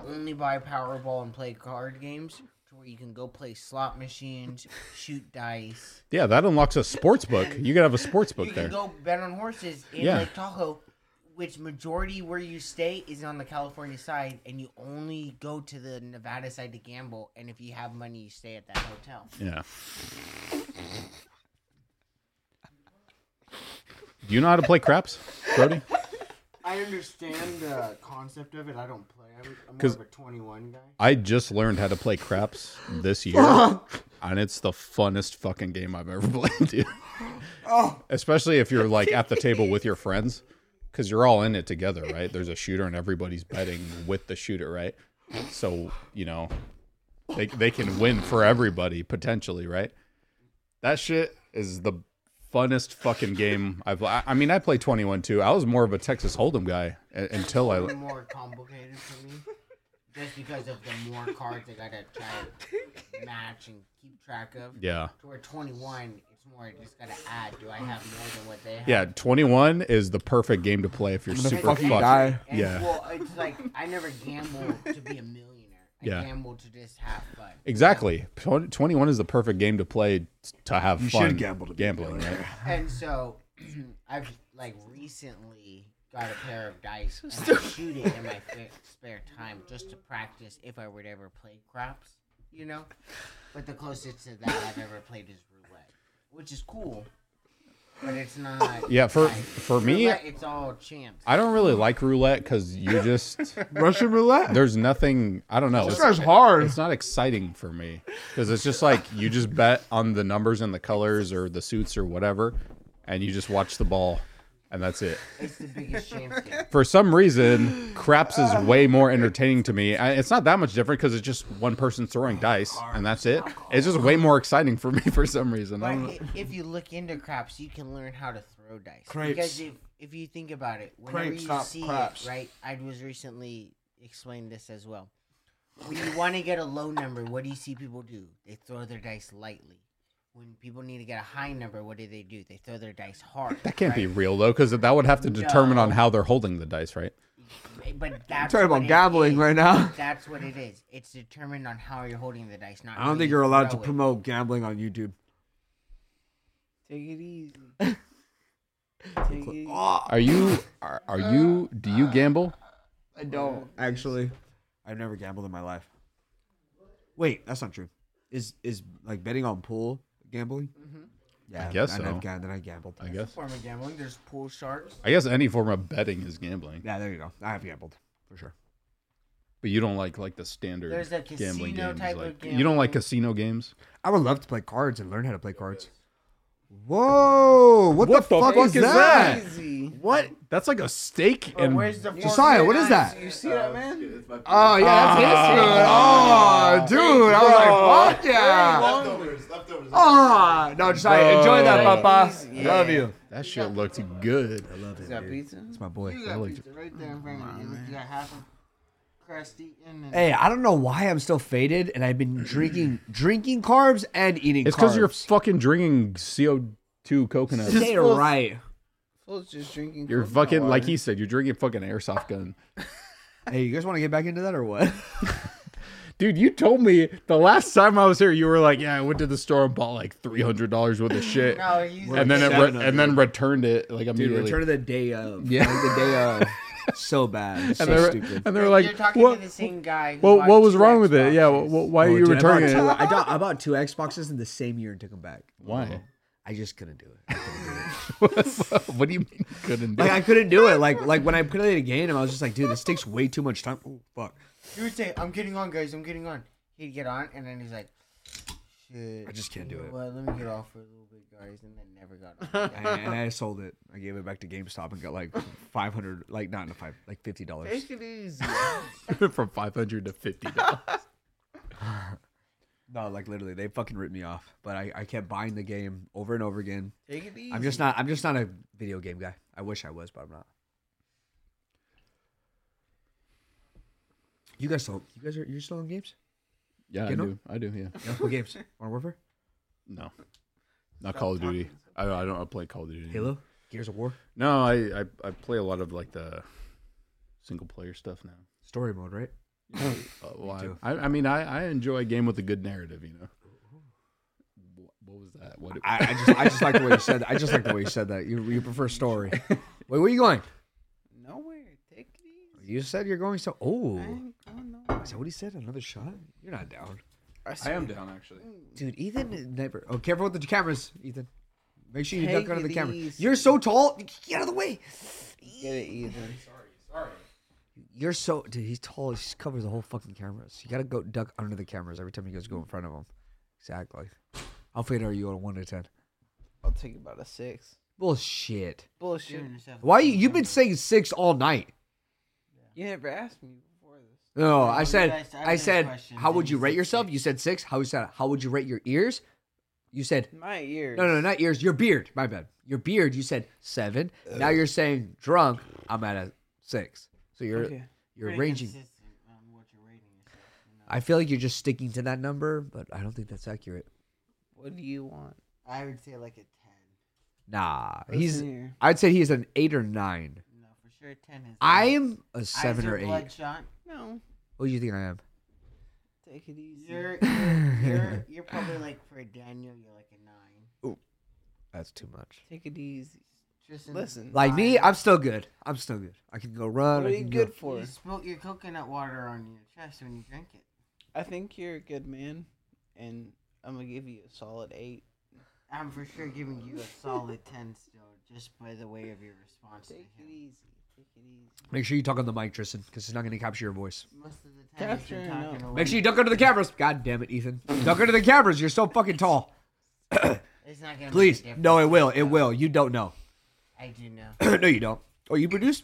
only buy Powerball and play card games, to where you can go play slot machines, shoot dice.
Yeah, that unlocks a sports book. You could have a sports book
you
there.
can go bet on horses in
Yeah.
Lake Tahoe, which majority where you stay is on the California side, and you only go to the Nevada side to gamble. And if you have money, you stay at that hotel.
yeah. Do you know how to play craps, Brody?
I understand the concept of it. I don't play. I'm, I'm more
'Cause-
of a 21 guy.
I just learned how to play craps this year, and it's the funnest fucking game I've ever [laughs] played, dude. Especially if you're like at the table with your friends, because you're all in it together, right? There's a shooter, and everybody's betting with the shooter, right? So you know, they they can win for everybody potentially, right? That shit is the funnest fucking game I've. I I mean, I play 21 too. I was more of a Texas Hold'em guy uh, until I
More complicated for me, just because of the more cards I gotta try to match and keep track of.
yeah.
To where 21, it's more just gotta add. Do I have more than what they have?
Yeah, 21 is the perfect game to play if you're
gonna
super
fucking
fucked.
die.
And,
Yeah.
Well, it's like I never gamble to be a millionaire. I
Yeah.
gamble to just have fun.
Exactly. 20 21 is the perfect game to play t- to have
You
fun.
should gamble to be a
gambling, right?
And so [clears throat] I've like recently got a pair of dice and
[laughs]
I shoot it in my fa- spare time just to practice if I would ever play craps, you know. But the closest to that I've ever played is roulette, which is cool, but it's not.
Yeah, for
like,
for me,
roulette, it's all chance.
I don't really like roulette cuz you
[laughs]
just
Russian roulette.
there's nothing, I don't know.
This
It's,
guy's hard.
it's not exciting for me cuz it's just like you just bet on the numbers and the colors or the suits or whatever and you just watch the ball and that's it.
It's the biggest chance game.
for some reason, craps
Uh.
is way more entertaining to me. I, it's not that much different because it's just one person throwing dice and that's it. It's just way more exciting for me [laughs] for some reason. I
But
don't know.
i- if you look into craps, you can learn how to throw dice.
Crepes.
Because if, if you think about it, whenever
Crepes,
you
not
see
craps.
it, right? I was recently explained this as well. When you want to get a low number, what do you see people do? They throw their dice lightly. When people need to get a high number, what do they do? They throw their dice hard.
That can't be real though, because that would have to determine on how they're holding the dice, right?
be. But that's
Talking
what
about
it
gambling
is.
right now.
That's what it is. It's determined on how you're holding the dice. Not.
I
how
don't think
you
you're allowed to
throw it.
promote gambling on YouTube.
Take it
[laughs]
easy. Take it easy.
Oh,
Are you? Are, are you? Do you gamble?
I don't.
Actually, I've never gambled in my life. Wait, that's not true. Is is like betting on pool gambling? Yeah,
I guess
and I've
so.
ga- then I gambled.
I guess.
Form of gambling. There's pool sharks.
I guess any form of betting is gambling,
Yeah, there you go. I have gambled for sure.
but you don't like like the standard
There's a
gambling
casino
games.
type
like,
of
You don't like
gambling.
casino games.
I would love to play cards and learn how to play cards.
Whoa! What, the,
What the
fuck,
fuck
is,
is
that?
that?
Easy.
What? That's like a steak
But
and
where's the
Josiah, what is that?
You see that, man?
Oh yeah, that's
Ah.
his. dude. Oh, dude, I was like, fuck yeah.
Leftovers, leftovers.
Ah, no, just I enjoy that,
Bro.
Papa.
Love you.
that
[laughs]
shit looked good. I love
Is that pizza?
It's my boy.
You got pizza right there in front of you. You got half a crust eaten. And
Hey, I don't know why I'm still faded, and I've been drinking drinking carbs and eating.
It's
carbs.
because you're [laughs] fucking drinking CO2 coconut.
They are right.
Fool's just drinking.
You're
coconut
fucking,
water.
like he said, you're drinking fucking airsoft gun.
Hey, you guys want to get back into that or what?
Dude, you told me the last time I was here, you were like, "Yeah, I went to the store and bought like three hundred dollars worth of shit,
Oh,
No, he's
and then it re-
700.
and then returned it like
Dude,
immediately."
return of the day of.
Yeah.
Like, the day
[laughs]
of. So bad. It's
and,
so
they're,
stupid.
and they're like,
You're talking
"What?
to the same guy. who
What, what
bought
was
two
wrong with it? Yeah,
Xboxes.
wh- wh- why are
Oh,
you
dude, I bought
returning
two-
it?"
I, bought, I bought two Xboxes in the same year and took them back.
Why?
I just couldn't do it.
[laughs] what do you mean? Couldn't do?
Like I couldn't do it. Like like when I played a game, I was just like, dude, this takes way too much time. Oh fuck!
He would say, "I'm getting on, guys. I'm getting on." He'd get on, and then he's like, "Shit,
I just can't do
you know
it."
What? Let me get off for a little bit, guys, and then never got [laughs] on.
And, and I sold it. I gave it back to GameStop and got like five hundred, like not five, like fifty dollars.
Take it easy.
[laughs] From five hundred to fifty dollars.
No, like literally, they fucking ripped me off. But I, I kept buying the game over and over again.
Take it easy.
I'm just not. I'm just not a video game guy. I wish I was, but I'm not. You guys still? You guys are? You're still on games?
[laughs] yeah, I
You know?
do. I do. Yeah.
Yeah, what games? Modern Warfare,
No, not Call of Duty. I, I don't play Call of Duty.
Halo, Gears of War,
No, I, I I play a lot of like the single player stuff now.
Story Mode, right?
Uh, well,
too.
I, I, I mean, I, I enjoy a game with a good narrative. You know. What, what was that? What? It,
I, I just I just like the way you said that. I just like the way you said that. You you prefer story. Wait, where are you going?
Nowhere. Take it easy.
You said you're going so. Oh,
I ain't going nowhere.
is that what he said? Another shot? You're not down,
I am down actually.
dude. Ethan never. Oh, careful with the cameras, Ethan. Make sure you
Take
duck under
it
the camera.
easy.
You're so tall. Get out of the way.
Get it either.
You're so dude. He's tall. He covers the whole fucking cameras. You gotta go duck under the cameras every time you guys go in front of him. Exactly. How faded are you on one to ten?
I'll take about a six.
Bullshit.
Bullshit.
Why you? You've been saying six all night.
You never asked me before this.
No,
Yeah,
I
you
said,
guys- I
I
asked
said,
questions
how
and
would
you
you rate
said
yourself?
six.
You said six. How you said, how would you rate your ears? You said,
My ears.
no, no, not ears. Your beard. My bad. Your beard. You said seven. Now you're saying drunk. I'm at a six. So you're
Okay.
you're ranging. I feel like you're just sticking to that number, but I don't think that's accurate.
What do you want?
I would say like a ten.
Nah,
He's
he's.
here.
I'd say he's an eight or nine.
No, for sure, a ten is.
I
Eyes
am a seven
are
or eight.
Bloodshot.
No,
What do you think I am?
take it easy.
[laughs]
You're, you're, you're, you're probably like for Daniel, you're like a nine.
That's too much.
Take it easy.
Tristan,
Listen,
Like me,
Fine.
I'm still good. I'm still good. I can go run.
what are you
I can
good
go,
for?
You spilt your coconut water on your chest when you drank it.
I think you're a good man, and I'm gonna give you a solid eight.
I'm for sure giving you a solid 10 still, just by the way of your response to
Take it
him.
easy. Take it easy.
Make sure you talk on the mic, Tristan, because it's not going to capture your voice.
Most of the time, he's been
Capturing
talking away.
Make sure you duck under the cameras. God damn it, Ethan. duck under the cameras. You're so fucking tall.
It's not gonna
Please.
Make a
No, it
difference.
will. It will. You don't know. [clears throat]
I do
[coughs]
know.
no, you don't. Oh, you produce?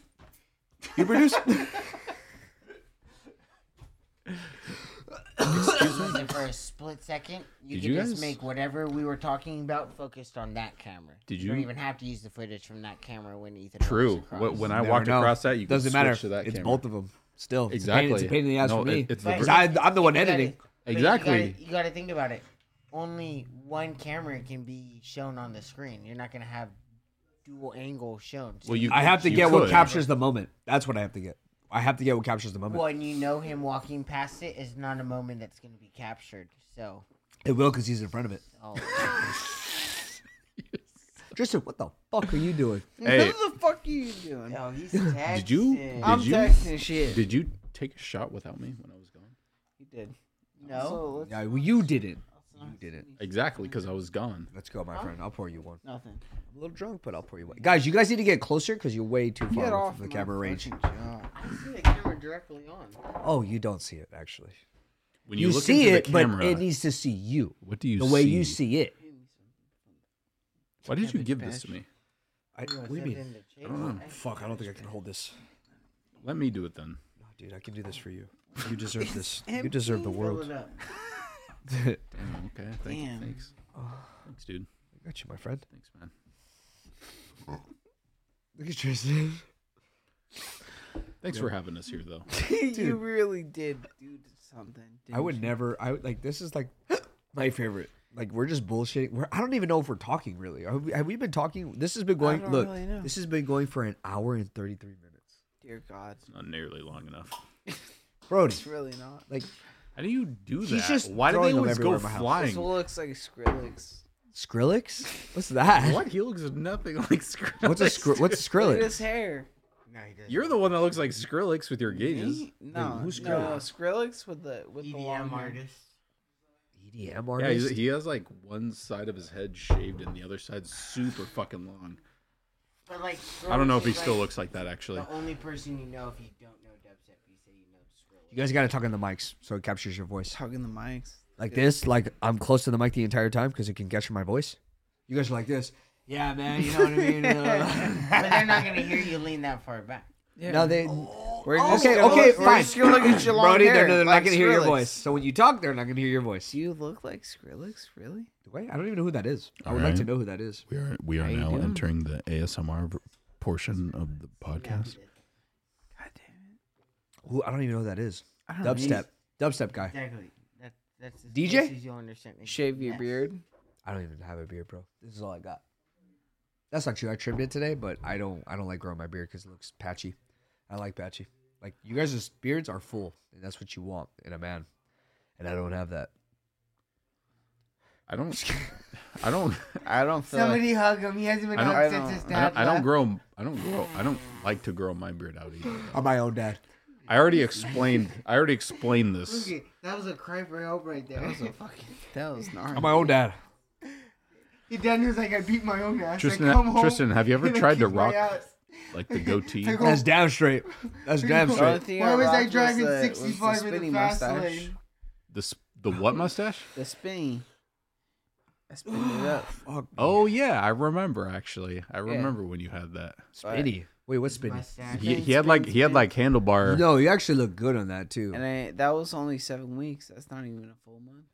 You
[laughs]
produce?
Listen, for a split second, you
Did
can
you
just
guys-
make whatever we were talking about focused on that camera.
Did
don't
you-
even have to use the footage from that camera when Ethan.
True.
walks across.
Wh- When I
Never
walked
know.
across that, you could
doesn't matter.
switch To that
it's
camera.
both of them. Still,
Exactly.
It's a pain, it's a pain in the ass
No,
for me.
it- it's the
But-
ver-
'Cause I, I'm the one
You gotta-
editing.
but
Exactly.
You gotta, you gotta think about it. Only one camera can be shown on the screen. You're not gonna have dual angle shown. So
Well, you.
I have to
you
get what
could.
captures the moment. That's what I have to get. I have to get what captures the moment.
Well, and you know him walking past it is not a moment that's going to be captured. So,
It will because he's in front of it.
oh,
Tristan, what the fuck are you doing?
Hey,
What the fuck are you doing?
no, [laughs] he's texting.
did you?
I'm
Did you?
texting shit.
Did you take a shot without me when I was gone?
You did.
No,
So uh, let's
Yeah, well, you didn't. You didn't.
Exactly, because I was gone.
Let's go, my friend. I'll pour you one.
nothing.
I'm a little drunk, but I'll pour you one. Guys, you guys need to get closer because you're way too
Get
far away
off
from the
my
camera
[laughs]
range.
fucking job.
I see the camera directly on.
Oh, you don't see it actually.
When
You,
you, look
see
into
it,
the
but
camera,
it needs to see you
what do you
the way you see it.
Why did you
Cabbage
give this to
patch.
me?
I, what do you mean? Fuck, I don't think I can hold this.
Let me do it then.
No, dude, I can do this
[laughs]
for you. You deserve this. You deserve the world.
Fill it up.
Damn, okay. Thank you.
Damn.
Thanks. Thanks, dude.
I got you, my friend.
Thanks, man.
Look at Tristan.
Thanks for having us here, though.
you really did do something.
I would never. I would- like this is like [gasps] my favorite. Like we're just bullshitting. We're, I don't even know if we're talking really. Have we, have we been talking? This has been going.
don't
Look,
really know.
this has been going for an hour and thirty three minutes.
Dear God,
Not nearly long enough.
Brody,
it's really not.
like
How do you do that?
He's just
Why do
throwing
they
them
always go
everywhere in my house.
This
flying?
looks like Skrillex.
Skrillex. What's
[laughs]
that?
What? He looks nothing like Skrillex.
[laughs] What's a scr- What's
Look at
Skrillex?
his hair.
No, he doesn't.
You're the one that looks like Skrillex with your gauges.
Me? No,
who's
no, no, Skrillex with the with
E
the long
EDM
hair.
artist.
EDM
Yeah,
E artist.
he's, he has like one side of his head shaved and the other side's super fucking long.
But like,
I don't know if he
Skrillex is,
still
like,
looks like that actually.
The only person you know if you don't know dubstep, you say you know Skrillex.
you guys got to talk on the mics so it captures your voice.
Hugging the mics.
Like this, like I'm close to the mic the entire time because it can capture my voice. You guys are like this. Yeah, man. You know what I [laughs] mean.
[laughs]
Uh,
[laughs] but they're not gonna hear you lean that far back.
No, they. oh,
We're just
Okay,
gonna
okay,
look- we're
fine.
just gonna look at
[clears throat]
your long
[laughs] Brody, they're,
hair,
they're not
like
gonna hear your
Skrillex.
voice. So when you talk, they're not gonna hear your voice.
Do you look like Skrillex? Really?
Wait, I don't even know who that is. I would
All
like to
right.
know who that is.
We are we are
you now doing?
entering the ASMR portion of the podcast.
God damn
Who I don't even know who that is.
it. I don't know.
Dubstep, dubstep guy.
Exactly. That, that's as
DJ?
close as you'll understand. me.
Shave your
Yes.
beard.
I don't even have a beard, bro. This is all I got. That's not true. I trimmed it today, but I don't. I don't like growing my beard because it looks patchy. I like patchy. Like you guys' beards are full, and that's what you want in a man. And I don't have that.
I don't I
[laughs]
don't
I don't feel like
Somebody hug him. He hasn't been
I don't-
hugged
I
since
don't-
his
I
dad
don't, I don't
left.
grow I don't grow I don't like to grow my beard out either.
I'm my own dad.
I already
[laughs]
explained I already explained this.
Look at- That was a cry for help right there. [laughs]
That [laughs] was gnarly.
I'm my own dad.
he done was like, I beat my own ass. I come
Tristan
home,
Tristan, have
[laughs]
you ever
and I
tried to
kick my
rock
ass.
like the
[laughs]
goatee?
Pickle.
That's damn straight. That's damn
The only
straight.
thing
Why was I
rocked
driving
the- was
65 in the
spinny
fast lane?
The s- the what mustache?
The spinny. I [gasps] spinned it up.
Fuck,
Oh yeah, I remember actually. I remember when you had that.
Spitty. Wait, what's spitty?
Mustache.
He, he had like he had like handlebar.
No, you actually look good on that too.
And I, that was only seven weeks. That's not even a full month.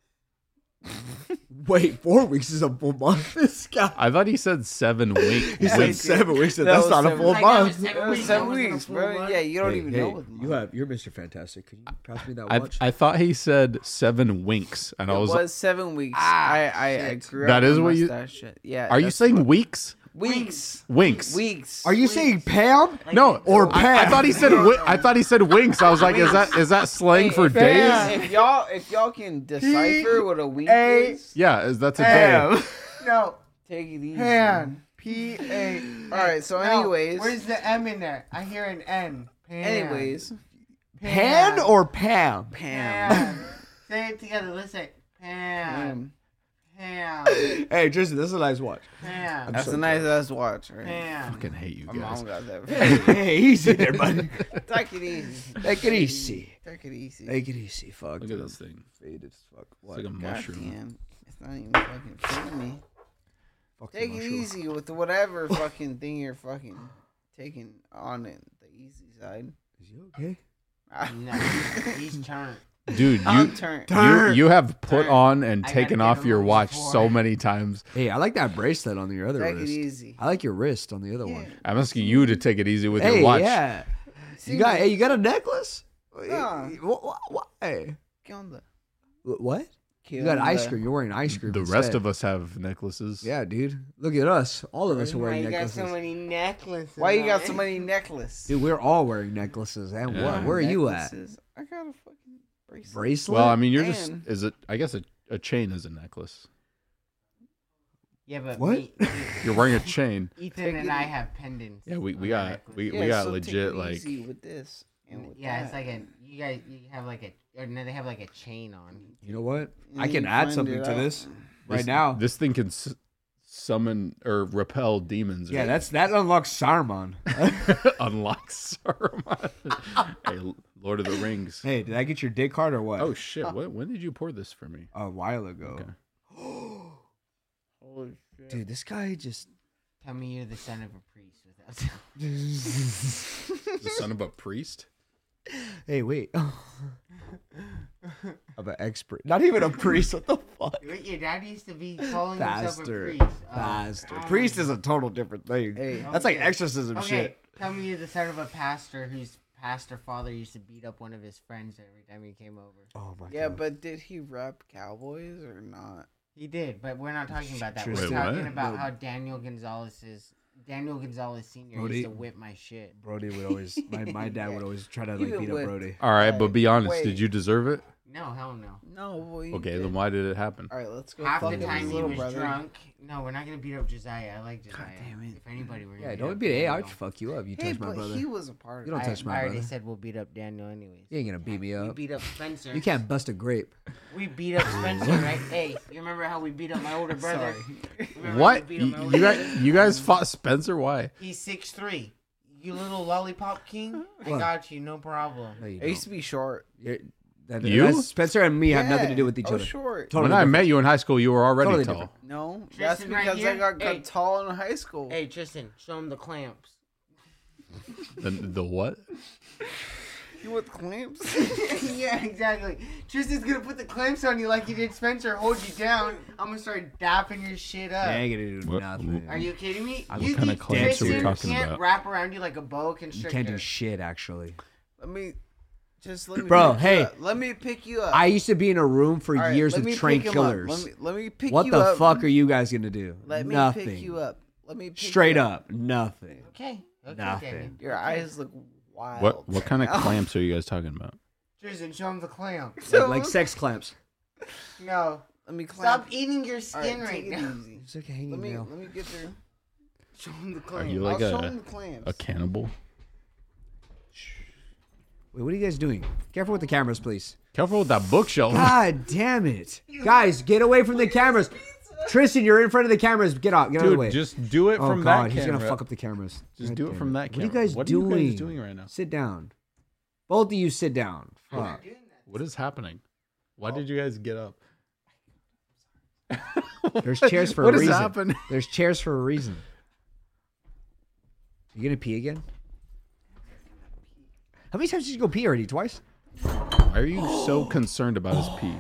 Wait, four weeks is a full month. [laughs] This guy.
I thought he said
[laughs]
seven weeks.
He said seven weeks. and that's
was
not a
seven-
full
Like,
that was
month.
seven
It was
weeks,
seven
that wasn't a
weeks,
full
bro.
month.
Yeah, you don't
Hey,
even
hey,
know with months.
you have you're Mr. Fantastic. Can you pass me that
I,
watch?
I thought he said seven winks, and I
It
was.
was seven weeks.
Ah,
I, I, I grew
That
up
is
with
what you-
mustache shit. Yeah.
are you
that's-
saying weeks?
weeks?
Winks.
Weeks.
Are you saying Pam?
No,
Or
I, I
Pam.
thought he said. Wi- I thought he said winks. I was like, is that is that slang for days?
If y'all, if y'all can decipher what a week is,
Yeah, is that's a day.
No,
take it easy.
pan. [laughs] P A.
All right. So,
No,
anyways,
Where's the M in there? I hear an N. Pan.
anyways,
Pan or Pam?
Pam.
Pan. [laughs] Say it together. Let's say pan.
Pam.
Pan. [laughs]
Hey, Tristan, this is a nice watch.
Pan.
That's
so
a nice ass watch, right?
I
Pan.
fucking hate you
My
guys.
mom got
[laughs]
that.
hey, easy there, buddy.
take it easy.
Take it easy.
Take it easy.
[laughs] Take it easy. Fuck.
Look at this thing.
Faded as fuck.
It's
What?
like a
God
mushroom.
damn. It's not even fucking killing me.
Fucking
Take it
mushroom.
easy with whatever fucking thing you're fucking taking on it, the easy side.
Is you okay?
[laughs]
No, he's- he's turned.
Dude, you
I'm turn.
you you have put on and
I gotta
taken
get
off
him
your
on
watch
before.
so many times.
Hey, I like that bracelet on your other
Take it
wrist.
easy.
I like your wrist on the other one.
I'm asking you to take it easy with
Hey,
your watch.
yeah.
See,
You got hey, you got a necklace?
Nah.
Wh- wh- Why?
¿Qué onda?
Wh- What? You got ice cream. You're wearing ice cream.
The rest
instead.
of us have necklaces.
Yeah, dude. Look at us. All of us are
Why
wearing
you got
necklaces.
so many necklaces?
Why you got
on?
so many necklaces?
Dude, we're all wearing necklaces. And
Yeah.
what? Where are you at?
Necklaces. I got a fucking bracelet.
Bracelet.
Well, I mean, you're just
And-
is it? I guess a, a chain is a necklace.
Yeah, but
What?
Me,
You're wearing a chain.
Ethan
Take
and
it-
I have pendants.
Yeah, we, we
on our
got
necklaces.
we,
Yeah,
we got
so take
legit
it
like
easy with this. And with
Yeah, it's
that.
like a you guys you have like a or no, they have like a chain on.
you know what?
And
I
you
can add
find
something
it
to
out.
this
this,
right now.
This thing can s- summon or repel demons.
yeah,
or [laughs]
that's that unlocks Saruman. [laughs]
unlocks Saruman. hey, Lord of the Rings.
hey, did I get your dick card or what? Oh.
Oh
[gasps]
shit! When, when did you pour this for me?
a while ago.
Okay.
Holy
Dude, this guy just
[laughs]
Tell me you're the son of a priest without. [laughs] telling me.
The son of a priest?
Hey,
[laughs]
wait. of an expert. Not even a priest. What the
[laughs]
fuck?
Wait, Your dad used to be calling
Bastard.
himself a priest. Oh,
Pastor.
God.
Priest is a total different thing. That's like exorcism
Okay,
shit.
tell me you're the son of a pastor whose pastor father used to beat up one of his friends every time he came over.
Oh my
Yeah, but did he rep Cowboys or not?
He did, but we're not talking about that. We're
Interesting.
Wait,
talking
what?
about how Daniel Gonzalez is. Daniel Gonzalez Senior used to whip my shit.
Brody would always my,
[laughs]
my dad would always try to
He
like beat up
would.
Brody.
[laughs]
All right, but be honest.
Wait.
Did you deserve it?
No, hell no.
No. Well, you
Okay,
did.
then why did it happen?
All right, let's go.
Half
fuck
the
his
time he
little
was
brother.
drunk. No, we're not gonna beat up Josiah. I like Josiah.
damn it.
If anybody were
Yeah,
gonna
don't
up
beat. Hey, I'll
Daniel.
fuck you up. You
Hey,
touch my
but
brother.
he was a part
You
of
don't
it.
I,
touch my
I already
brother.
said we'll beat up Daniel anyways.
You ain't gonna beat me
We
up.
beat up Spencer.
You can't bust a grape.
We beat up [laughs] Spencer, right? Hey, you remember how we beat up my older brother? [laughs]
[laughs]
Remember how we
What?
beat up
You,
my older
you
brother?
guys, you guys fought Spencer? Why?
He's six three. You little lollipop king. I got you, no problem.
No, you
I used
don't.
to be short.
You're- that-
You?
that's- Spencer and me have nothing to
Yeah, Oh,
do with each
I was
other.
short.
Totally
when I
different.
met you in high school, you were already
Totally
tall.
different.
No, that's
Tristan right
because I
here?
got cut
Hey.
tall in high school.
Hey Tristan, show him the clamps.
The, the what?
You with clamps?
[laughs] [laughs] yeah, exactly. Tristan's gonna put the clamps on you like he did Spencer, hold you down. I'm gonna start dapping your shit up.
I ain't gonna do
What-
nothing.
Are you kidding me?
I'm
you
kinda
think
clamps
are we
Tristan
talking
can't
about?
wrap around you like a boa
You
constrictor.
can't do shit, actually.
let me just let me.
Bro,
pick you
hey.
up. let me pick you up.
I used to be in a room for
All right,
years
let me
with train
pick him up.
killers.
Let me, let me pick
what
you
the
up.
fuck are you guys gonna do?
Let me
nothing.
pick you up. Let me pick
Straight
you
up, nothing.
Okay. Okay,
Nothing.
Daniel.
Your eyes look wild.
What what
[laughs]
kind of
now.
clamps are you guys talking about?
Tristan, show him the clamps.
Like, like sex clamps.
[laughs] No.
Let me clamp.
Stop eating your
All right,
skin right,
take it
now.
easy.
It's like a hanging
Let me
nail.
let me get through.
[laughs] Show him the
Are
clamps.
you like
I'll show him
a
the clamps.
a cannibal?
Wait, what are you guys doing? Careful with the cameras, please.
[laughs]
Careful with that bookshelf.
God damn it. Guys, get away from
[laughs]
the cameras. Tristan, you're in front of the cameras. Get out. Get out of
[laughs]
the
Dude,
way.
just do it
oh,
from
God.
that
he's
camera.
going to fuck up the cameras.
Just
God
do it
damn
from that camera.
What are you guys
What are you
doing?
guys doing right now?
Sit down. Both of you sit down. Fuck.
What is happening? Why did you guys get up?
[gasps]
[laughs]
There's chairs for
What
a
is
reason.
happening?
[laughs] There's chairs for a reason. You going to pee again? How many times did you go pee already? Twice?
Why are you so concerned about his pee?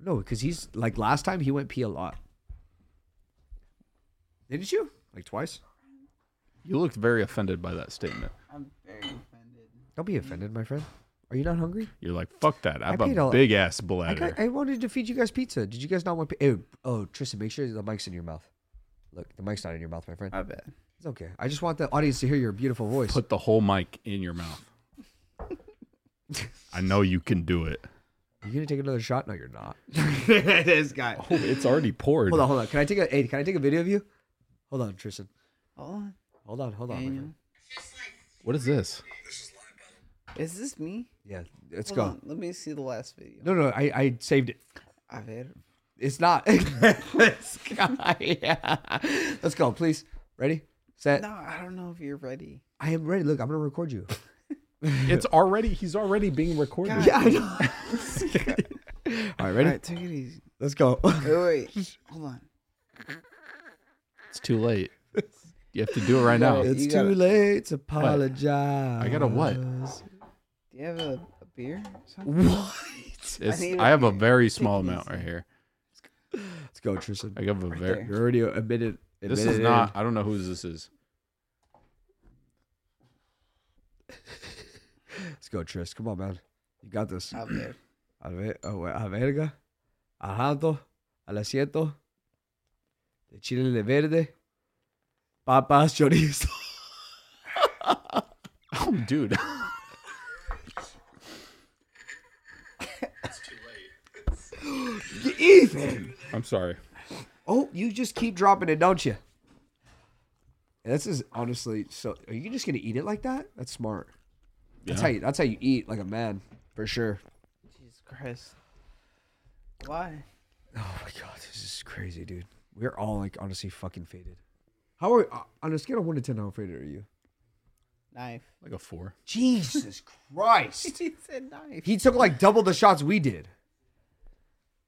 No, because he's like last time he went pee a lot. Didn't you? Like twice?
You looked very offended by that statement.
I'm very offended.
Don't be offended, my friend. Are you not hungry?
You're like, fuck that. I have
paid
a
all-
big ass
I,
bladder.
got, I wanted to feed you guys pizza. Did you guys not want pizza? Oh, Tristan, make sure the mic's in your mouth. Look, the mic's not in your mouth, my friend.
I
[laughs]
bet.
It's okay. I just want the audience to hear your beautiful voice.
Uh, Put the whole mic in your mouth. I know you can do it.
you gonna take another shot? No, you're not.
this guy.
Oh, it's already poured.
Hold on, hold on. Can I take a? Hey, can I take a video of you? Hold on, Tristan.
Oh,
Hold on, hold on. My friend.
What is this?
is this me?
Yeah, let's
Hold
go.
on, let me see the last video.
No, no, I, I saved it.
A ver.
It's not. [laughs] this guy. Yeah. Let's go, please. Ready? Set.
No, I don't know if you're ready.
I am ready. Look, I'm gonna
[laughs]
record you.
It's already, he's already being recorded.
yeah, I know. All right, ready?
[laughs] All right, take it easy.
Let's go.
Oh,
Wait, wait. hold on.
It's too late. You have to do it right now.
[laughs] It's
you
too
gotta-
late to apologize.
I gotta what?
Do you have a, a beer? or something?
What?
It's,
need
I have a very small amount right here.
Let's go, Tristan.
I have a very.
You're already admitted.
This is
admitted
not. I don't know whose this is. [laughs]
in. Let's go, Tris. Come on, man. You got this.
A ver.
A ver, a ver- a verga, al jato, al asiento, de chile de verde, papas, chorizo. [laughs]
Oh, dude.
Ethan!
I'm sorry.
Oh, you just keep dropping it, don't you? This is honestly so. Are you just gonna eat it like that? That's smart. That's
Yeah.
how you. That's how you eat like a man, for sure.
Jesus Christ. Why?
Oh my god, this is crazy, dude. We're all like honestly fucking faded. How are uh, on a scale of one to ten? How faded are you?
Knife.
Like a four.
Jesus
[laughs]
Christ! [laughs]
he said knife.
He took like double the shots we did.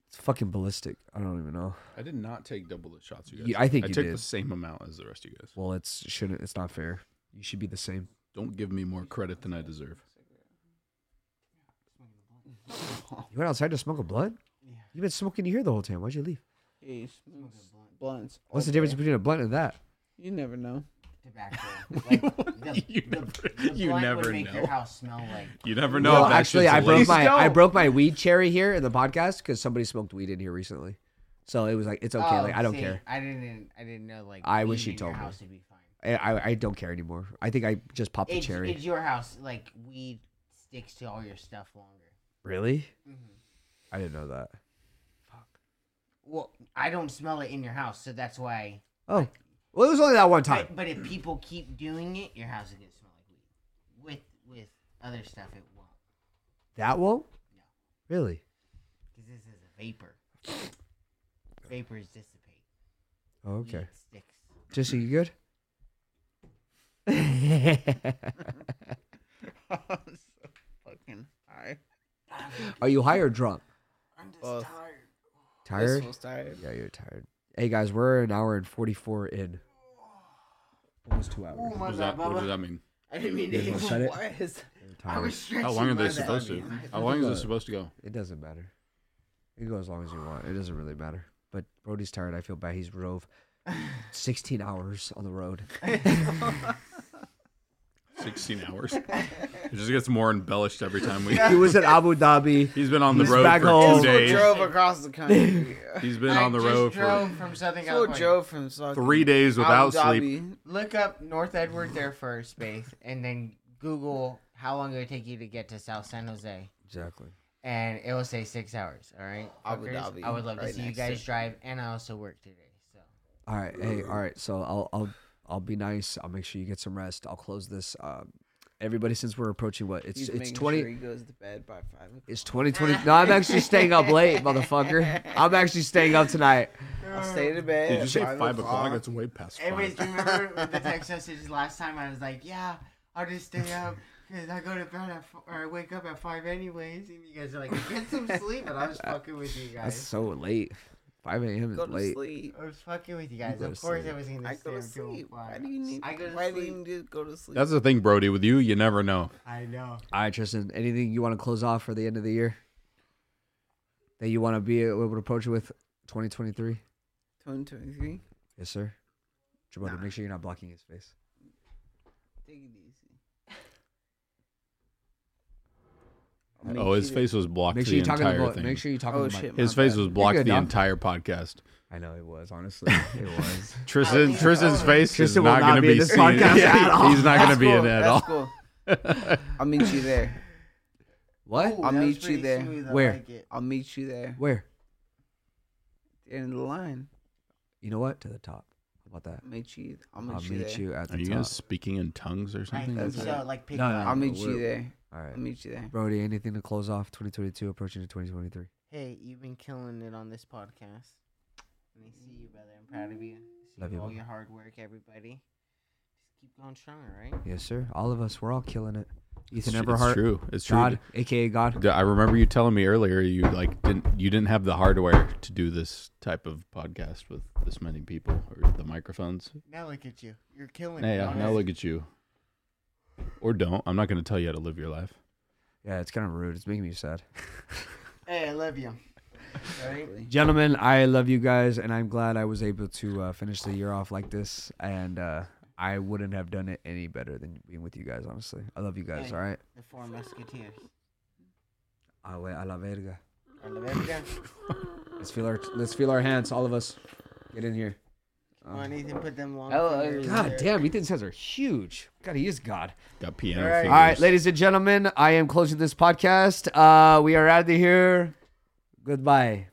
It's fucking ballistic. I don't even know.
I did not take double the shots you guys.
You- I think
I
you
took
did.
the same amount as the rest of you guys.
Well, it's shouldn't. It's not fair. You should be the same.
Don't give me more credit than I deserve.
You went outside to smoke a blunt. Yeah. You've been smoking here the whole time. Why'd you leave?
He smokes blunts.
What's the
all
difference
day.
between a blunt and that?
You never know.
Tobacco.
[laughs]
Like, the,
You
the-
[laughs] never-
the
you
blunt
never
would make your
know.
house
[laughs]
smell like
You never
No,
know. if that
actually,
shit's
I broke
illegal.
[laughs]
my I
don't.
broke my weed cherry here in the podcast because somebody smoked weed in here recently. So it was like it's okay.
Oh,
like I don't
see,
care.
I didn't. I didn't know. Like
I wish
weed
you
in your
told me.
House would be fine.
I, I I don't care anymore. I think I just popped a
It's,
cherry.
it's your house. Like weed sticks to all your stuff longer.
really?
Mhm.
I didn't know that.
Well, I don't smell it in your house, so that's why.
Oh, well, it was only that one time.
But, but if people keep doing it, your house is gonna smell like weed. With with other stuff, it won't,
That won't. Really?
because this is a vapor. Vapors dissipate.
Oh,
Weed
okay.
sticks.
Jesse, you good? [laughs]
Fucking high.
Are you high or drunk?
Both.
Tired?
This was tired.
Yeah, you're tired. Hey guys, we're an hour and forty four in. Almost two hours.
Oh
What
my
does that,
god,
what does
Bubba!
that mean?
I didn't mean
You
to.
guys wanna shut it?
Why is
We're
[laughs] I
tired.
was stretching.
How long are
my
they
bad.
supposed to? How long is this supposed to go?
It doesn't matter. You can go as long as you want. It doesn't really matter. But Brody's tired. I feel bad. He's
[laughs]
drove 16 hours on the road.
16
[laughs]
hours. it just gets more embellished every time we.
He was in Abu
[laughs]
Dhabi.
He's been on the
He's
road
back
for
home.
two days.
drove across the [laughs] country.
He's been
I
on the
just
road
drove
for
from Southern
Fool
California.
drove from fucking
three days without
Abu
sleep.
Dhabi.
Look up North Edward there first, Faith, and then Google how long it would take you to get to South San Jose,
Exactly.
and it will say six hours. All right,
Abu
fuckers?
Dhabi,
I would love
right
to see you
next
guys
to-
drive, and I also work today, so
All right. Hey, all right. So I'll, I'll, I'll be nice. I'll make sure you get some rest. I'll close this. Um, everybody, since we're approaching what? It's,
He's
it's
making
20.
Sure he goes to bed by five. o'clock. [laughs]
It's 2020. No, I'm actually staying up late, motherfucker. I'm actually staying up tonight.
I'll stay to bed.
Did you
at
say five o'clock? It's way past
Anyways,
five.
do you remember with the
[laughs]
text messages last time? I was like, yeah, I'll just stay up because I go to bed at f- or I wake up at five anyways. And you guys are like, get
[laughs]
some sleep, and I was fucking with you
That's
guys.
so late. 5 a.m.
Go
is
to
late.
sleep.
I was fucking with you guys.
go
Of
to
course,
sleep.
I was gonna
I go
stay
to
up till
sleep. Why
five.
do you need?
I go to
why
sleep.
do you need to go to sleep?
That's the thing, Brody. With you, you never know.
I know.
All right, Tristan. Anything you want to close off for the end of the year that you want to be able to approach it with 2023?
2023.
Yes, sir. Jaboda, make sure you're not blocking his face.
Take it easy. I'll
Oh,
make
his
you-
face was blocked
Make
the
sure you talk
entire
about.
thing.
Make sure you talk
Oh
about.
shit.
his
my
face
bad.
was blocked
good,
the
dog.
entire podcast.
I know it
[laughs]
was. Honestly, it was.
Tristan, Tristan's face is
Tristan will
not
not
going to
be in
be
this
seen. [laughs]
podcast at all.
He's not
That's
going to be
cool.
in it at all.
That's cool.
[laughs]
I'll meet you there.
What?
I'll meet you there.
Where?
I'll meet you there.
Where?
In the line.
You know what? To the top. How about that?
I'll meet you. I'll meet
I'll
you
meet
there.
you at
Are
the
you
top.
guys speaking in tongues or
I
something?
think
that's
so.
it.
Like pick
No, no,
up.
I'll meet you
We're-
there.
All
I'll
right,
meet you there.
Brody. Anything to close off 2022 approaching to 2023?
Hey, you've been killing it on this podcast. Let me see you, brother. I'm proud of you. See
Love you,
all
brother.
your hard work, everybody. Just keep going strong, all right?
Yes, sir. All of us. We're all killing it. Ethan
It's tr-
Everhart.
It's true. It's true.
God, aka God.
D- I remember you telling me earlier you like didn't you didn't have the hardware to do this type of podcast with this many people or the microphones.
Now look at you. You're killing
Hey,
it.
uh, now look at you. Or don't. I'm not going to tell you how to live your life.
Yeah, it's kind of rude. It's making me sad.
Hey, I love you. All right?
Gentlemen, I love you guys, and I'm glad I was able to uh, finish the year off like this. And uh, I wouldn't have done it any better than being with you guys, honestly. I love you guys,
Hey.
all right?
The four musketeers.
Ah, we- A la verga.
I love everyone.
Let's feel our let's feel our hands, all of us. Get in here.
Come on, Ethan, put them long.
Hello,
fingers
everyone.
God
there.
damn, Ethan's hands are huge. God, he is God.
Got piano.
Alright.
fingers.
All right, ladies and gentlemen, I am closing this podcast. Uh, we are out of here. Goodbye.